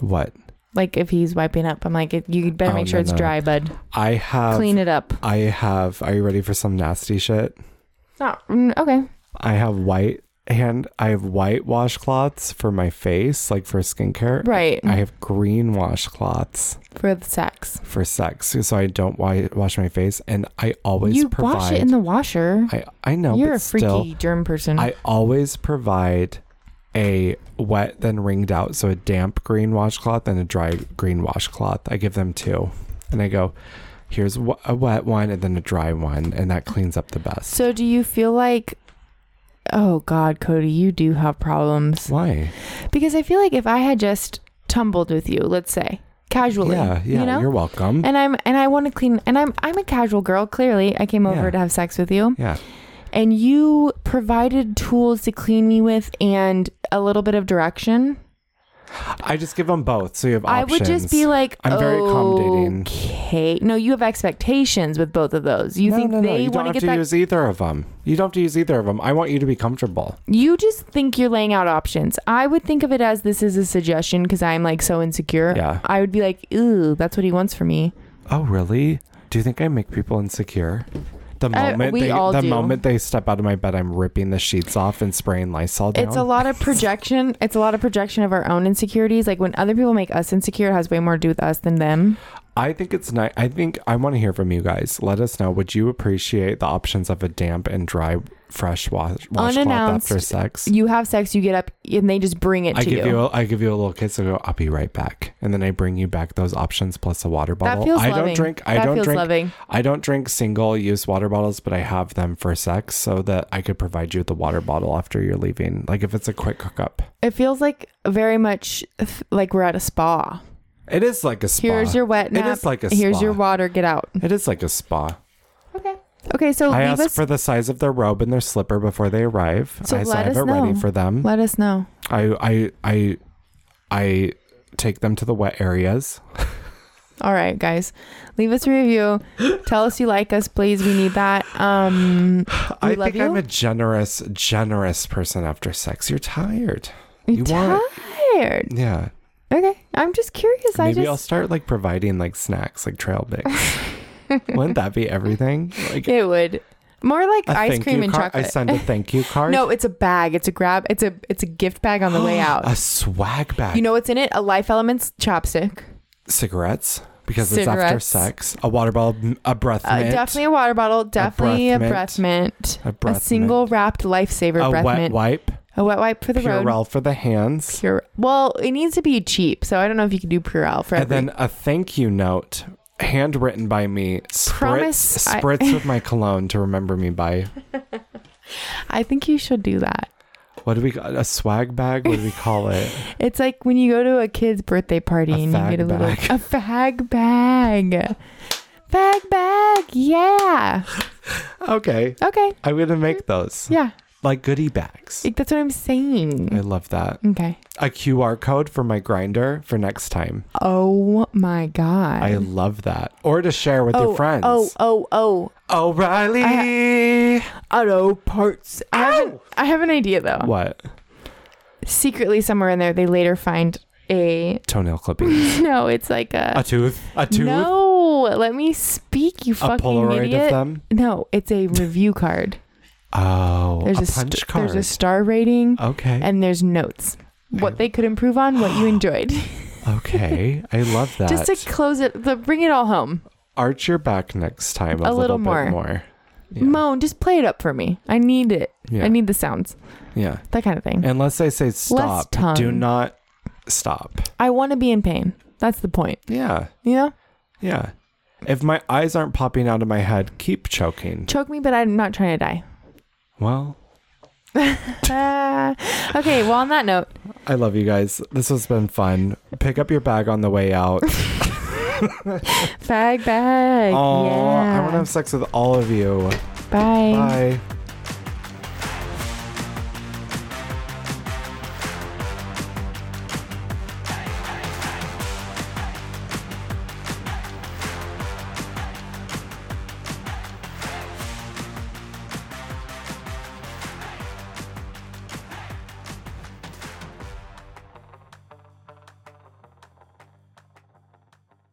Speaker 2: What
Speaker 1: Like if he's wiping up, I'm like, you better
Speaker 2: Oh,
Speaker 1: make sure
Speaker 2: no,
Speaker 1: it's
Speaker 2: no.
Speaker 1: dry, bud.
Speaker 2: I have.
Speaker 1: Clean it up.
Speaker 2: I have. Are you ready for some nasty shit?
Speaker 1: Not mm, okay.
Speaker 2: I have white hand. I have white washcloths for my face, like for skincare.
Speaker 1: Right.
Speaker 2: I have green washcloths
Speaker 1: for the sex.
Speaker 2: for sex, so I don't wa- wash my face, and I always
Speaker 1: You
Speaker 2: provide.
Speaker 1: wash it in the washer.
Speaker 2: I I know,
Speaker 1: You're
Speaker 2: but
Speaker 1: a freaky
Speaker 2: still,
Speaker 1: germ person.
Speaker 2: I always provide a wet then ringed out, so a damp green washcloth and a dry green washcloth. I give them two, and I go, here's wh- a wet one and then a dry one, and that cleans up the best.
Speaker 1: so do you feel like Oh god, Cody, you do have problems.
Speaker 2: Why?
Speaker 1: Because I feel like if I had just tumbled with you, let's say, casually.
Speaker 2: Yeah, yeah.
Speaker 1: you know?
Speaker 2: are welcome.
Speaker 1: and I'm and I want to clean and I'm I'm a casual girl clearly. I came over
Speaker 2: Yeah.
Speaker 1: to have sex with you
Speaker 2: yeah,
Speaker 1: and you provided tools to clean me with and a little bit of direction.
Speaker 2: I just give them both, so you have
Speaker 1: I
Speaker 2: options.
Speaker 1: would just be like,
Speaker 2: I'm very accommodating.
Speaker 1: Okay, no, you have expectations with both of those. You
Speaker 2: no,
Speaker 1: think
Speaker 2: no, no.
Speaker 1: they
Speaker 2: You
Speaker 1: want
Speaker 2: don't
Speaker 1: to
Speaker 2: have
Speaker 1: get
Speaker 2: to
Speaker 1: that?
Speaker 2: use either of them. You don't have to use either of them. I want you to be comfortable.
Speaker 1: you just think you're laying out options. I would think of it as this is a suggestion because I'm like so insecure.
Speaker 2: Yeah.
Speaker 1: I would be like, ooh, that's what he wants from me.
Speaker 2: Oh, really? Do you think I make people insecure? The
Speaker 1: Uh,
Speaker 2: moment
Speaker 1: we
Speaker 2: they,
Speaker 1: all
Speaker 2: the
Speaker 1: do.
Speaker 2: moment they step out of my bed, I'm ripping the sheets off and spraying Lysol down.
Speaker 1: It's a lot
Speaker 2: [LAUGHS]
Speaker 1: of projection. It's a lot of projection of our own insecurities. Like when other people make us insecure, it has way more to do with us than them.
Speaker 2: I think it's nice. I think I want to hear from you guys. Let us know. Would you appreciate the options of a damp and dry, fresh wash washcloth
Speaker 1: Unannounced,
Speaker 2: after sex?
Speaker 1: You have sex, you get up, and they just bring it
Speaker 2: I
Speaker 1: to
Speaker 2: give you. a, I give you a little kiss. I go. I'll be right back, and then I bring you back those options plus a water
Speaker 1: that
Speaker 2: bottle.
Speaker 1: feels
Speaker 2: I
Speaker 1: loving.
Speaker 2: don't drink. I
Speaker 1: that
Speaker 2: don't
Speaker 1: feels
Speaker 2: drink.
Speaker 1: loving.
Speaker 2: I don't drink single use water bottles, but I have them for sex so that I could provide you with the water bottle after you're leaving. Like if it's a quick hookup,
Speaker 1: It feels like very much th- like we're at a spa.
Speaker 2: it is like a spa.
Speaker 1: Here's your wet
Speaker 2: It
Speaker 1: nap.
Speaker 2: is like a
Speaker 1: Here's
Speaker 2: spa.
Speaker 1: your water. Get out.
Speaker 2: It is like a spa.
Speaker 1: Okay. Okay. So
Speaker 2: I
Speaker 1: leave
Speaker 2: ask
Speaker 1: us.
Speaker 2: for the size of their robe and their slipper before they arrive.
Speaker 1: So
Speaker 2: I,
Speaker 1: let
Speaker 2: I have
Speaker 1: us
Speaker 2: it ready
Speaker 1: know.
Speaker 2: for them.
Speaker 1: let us know.
Speaker 2: I I I I take them to the wet areas.
Speaker 1: All right, guys. Leave us a
Speaker 2: [GASPS]
Speaker 1: review. Tell us you like us, please. We need that. Um,
Speaker 2: I
Speaker 1: love
Speaker 2: think I'm
Speaker 1: you.
Speaker 2: a generous, generous person after sex. You're tired. You
Speaker 1: tired.
Speaker 2: want- Yeah.
Speaker 1: Okay. I'm just curious. I
Speaker 2: Maybe
Speaker 1: just.
Speaker 2: I'll start like providing like snacks, like trail mix.
Speaker 1: [LAUGHS]
Speaker 2: Wouldn't that be everything? Like
Speaker 1: It would more like
Speaker 2: a
Speaker 1: ice
Speaker 2: thank
Speaker 1: cream
Speaker 2: you
Speaker 1: and
Speaker 2: card. I
Speaker 1: chocolate. [LAUGHS]
Speaker 2: send a thank you card.
Speaker 1: No, it's a bag. It's a grab. It's a it's a gift bag on the way out.
Speaker 2: [GASPS] A swag bag.
Speaker 1: You know what's in it? A Life Elements chopstick.
Speaker 2: cigarettes because it's after
Speaker 1: Cigarettes.
Speaker 2: sex. A water bottle, m- a breath
Speaker 1: Uh,
Speaker 2: mint,
Speaker 1: definitely a water bottle. Definitely a
Speaker 2: mint.
Speaker 1: breath mint.
Speaker 2: a
Speaker 1: A,
Speaker 2: breath
Speaker 1: single
Speaker 2: mint,
Speaker 1: wrapped lifesaver
Speaker 2: a
Speaker 1: breath
Speaker 2: wet
Speaker 1: mint.
Speaker 2: wipe,
Speaker 1: A wet wipe for the road.
Speaker 2: Purell for the hands,
Speaker 1: Pure. Well, it needs to be cheap, so I don't know if you can do Purell for
Speaker 2: and
Speaker 1: every.
Speaker 2: then a thank you note handwritten by me. Spritz,
Speaker 1: Promise I-
Speaker 2: spritz with my cologne to remember me by.
Speaker 1: I think you should do that.
Speaker 2: What do we call a swag bag? What do we call it?
Speaker 1: It's like when you go to a kid's birthday party
Speaker 2: A
Speaker 1: and you
Speaker 2: fag
Speaker 1: get a little [LAUGHS]
Speaker 2: bag.
Speaker 1: a fag bag. Fag bag. Yeah.
Speaker 2: Okay,
Speaker 1: [LAUGHS] Okay.
Speaker 2: I'm gonna make those
Speaker 1: Yeah.
Speaker 2: like goodie bags.
Speaker 1: Like, that's what I'm saying.
Speaker 2: I love that.
Speaker 1: Okay.
Speaker 2: A QR code for my grinder for next time.
Speaker 1: Oh my god.
Speaker 2: I love that. Or to share with
Speaker 1: Um, oh,
Speaker 2: your friends.
Speaker 1: Oh, oh, oh.
Speaker 2: O'Reilly.
Speaker 1: Auto parts. I have, an, I have an idea though.
Speaker 2: what?
Speaker 1: Secretly somewhere in there they later find a [LAUGHS]
Speaker 2: Toenail clipping.
Speaker 1: No, it's like
Speaker 2: a
Speaker 1: a,
Speaker 2: tooth. A tooth.
Speaker 1: No, let me speak, you
Speaker 2: a
Speaker 1: fucking
Speaker 2: Polaroid
Speaker 1: idiot.
Speaker 2: of them.
Speaker 1: No, it's a review
Speaker 2: [LAUGHS]
Speaker 1: card.
Speaker 2: Oh,
Speaker 1: There's a,
Speaker 2: a, punch
Speaker 1: st-
Speaker 2: card.
Speaker 1: there's a star rating
Speaker 2: okay.
Speaker 1: and there's notes. What they could improve on, what
Speaker 2: [GASPS]
Speaker 1: you enjoyed. [LAUGHS]
Speaker 2: okay. I love that.
Speaker 1: Just to close it, the, bring it all home.
Speaker 2: arch your back next time a,
Speaker 1: A little
Speaker 2: bit
Speaker 1: more.
Speaker 2: more. Yeah.
Speaker 1: Moan, just play it up for me. I need it.
Speaker 2: yeah.
Speaker 1: I need the sounds,
Speaker 2: yeah.
Speaker 1: that kind of thing.
Speaker 2: Unless I say stop. Do
Speaker 1: tongue.
Speaker 2: not stop.
Speaker 1: I want to be in pain. That's the point.
Speaker 2: Yeah.
Speaker 1: You know,
Speaker 2: Yeah. If my eyes aren't popping out of my head, keep choking.
Speaker 1: choke me, but I'm not trying to die. [LAUGHS]
Speaker 2: Well,
Speaker 1: Ah. okay. Well, on that note,
Speaker 2: I love you guys. This has been fun. Pick up your bag on the
Speaker 1: [LAUGHS]
Speaker 2: way out.
Speaker 1: fag bag.
Speaker 2: Oh,
Speaker 1: yeah.
Speaker 2: I want to have sex with all of you.
Speaker 1: Bye.
Speaker 2: Bye.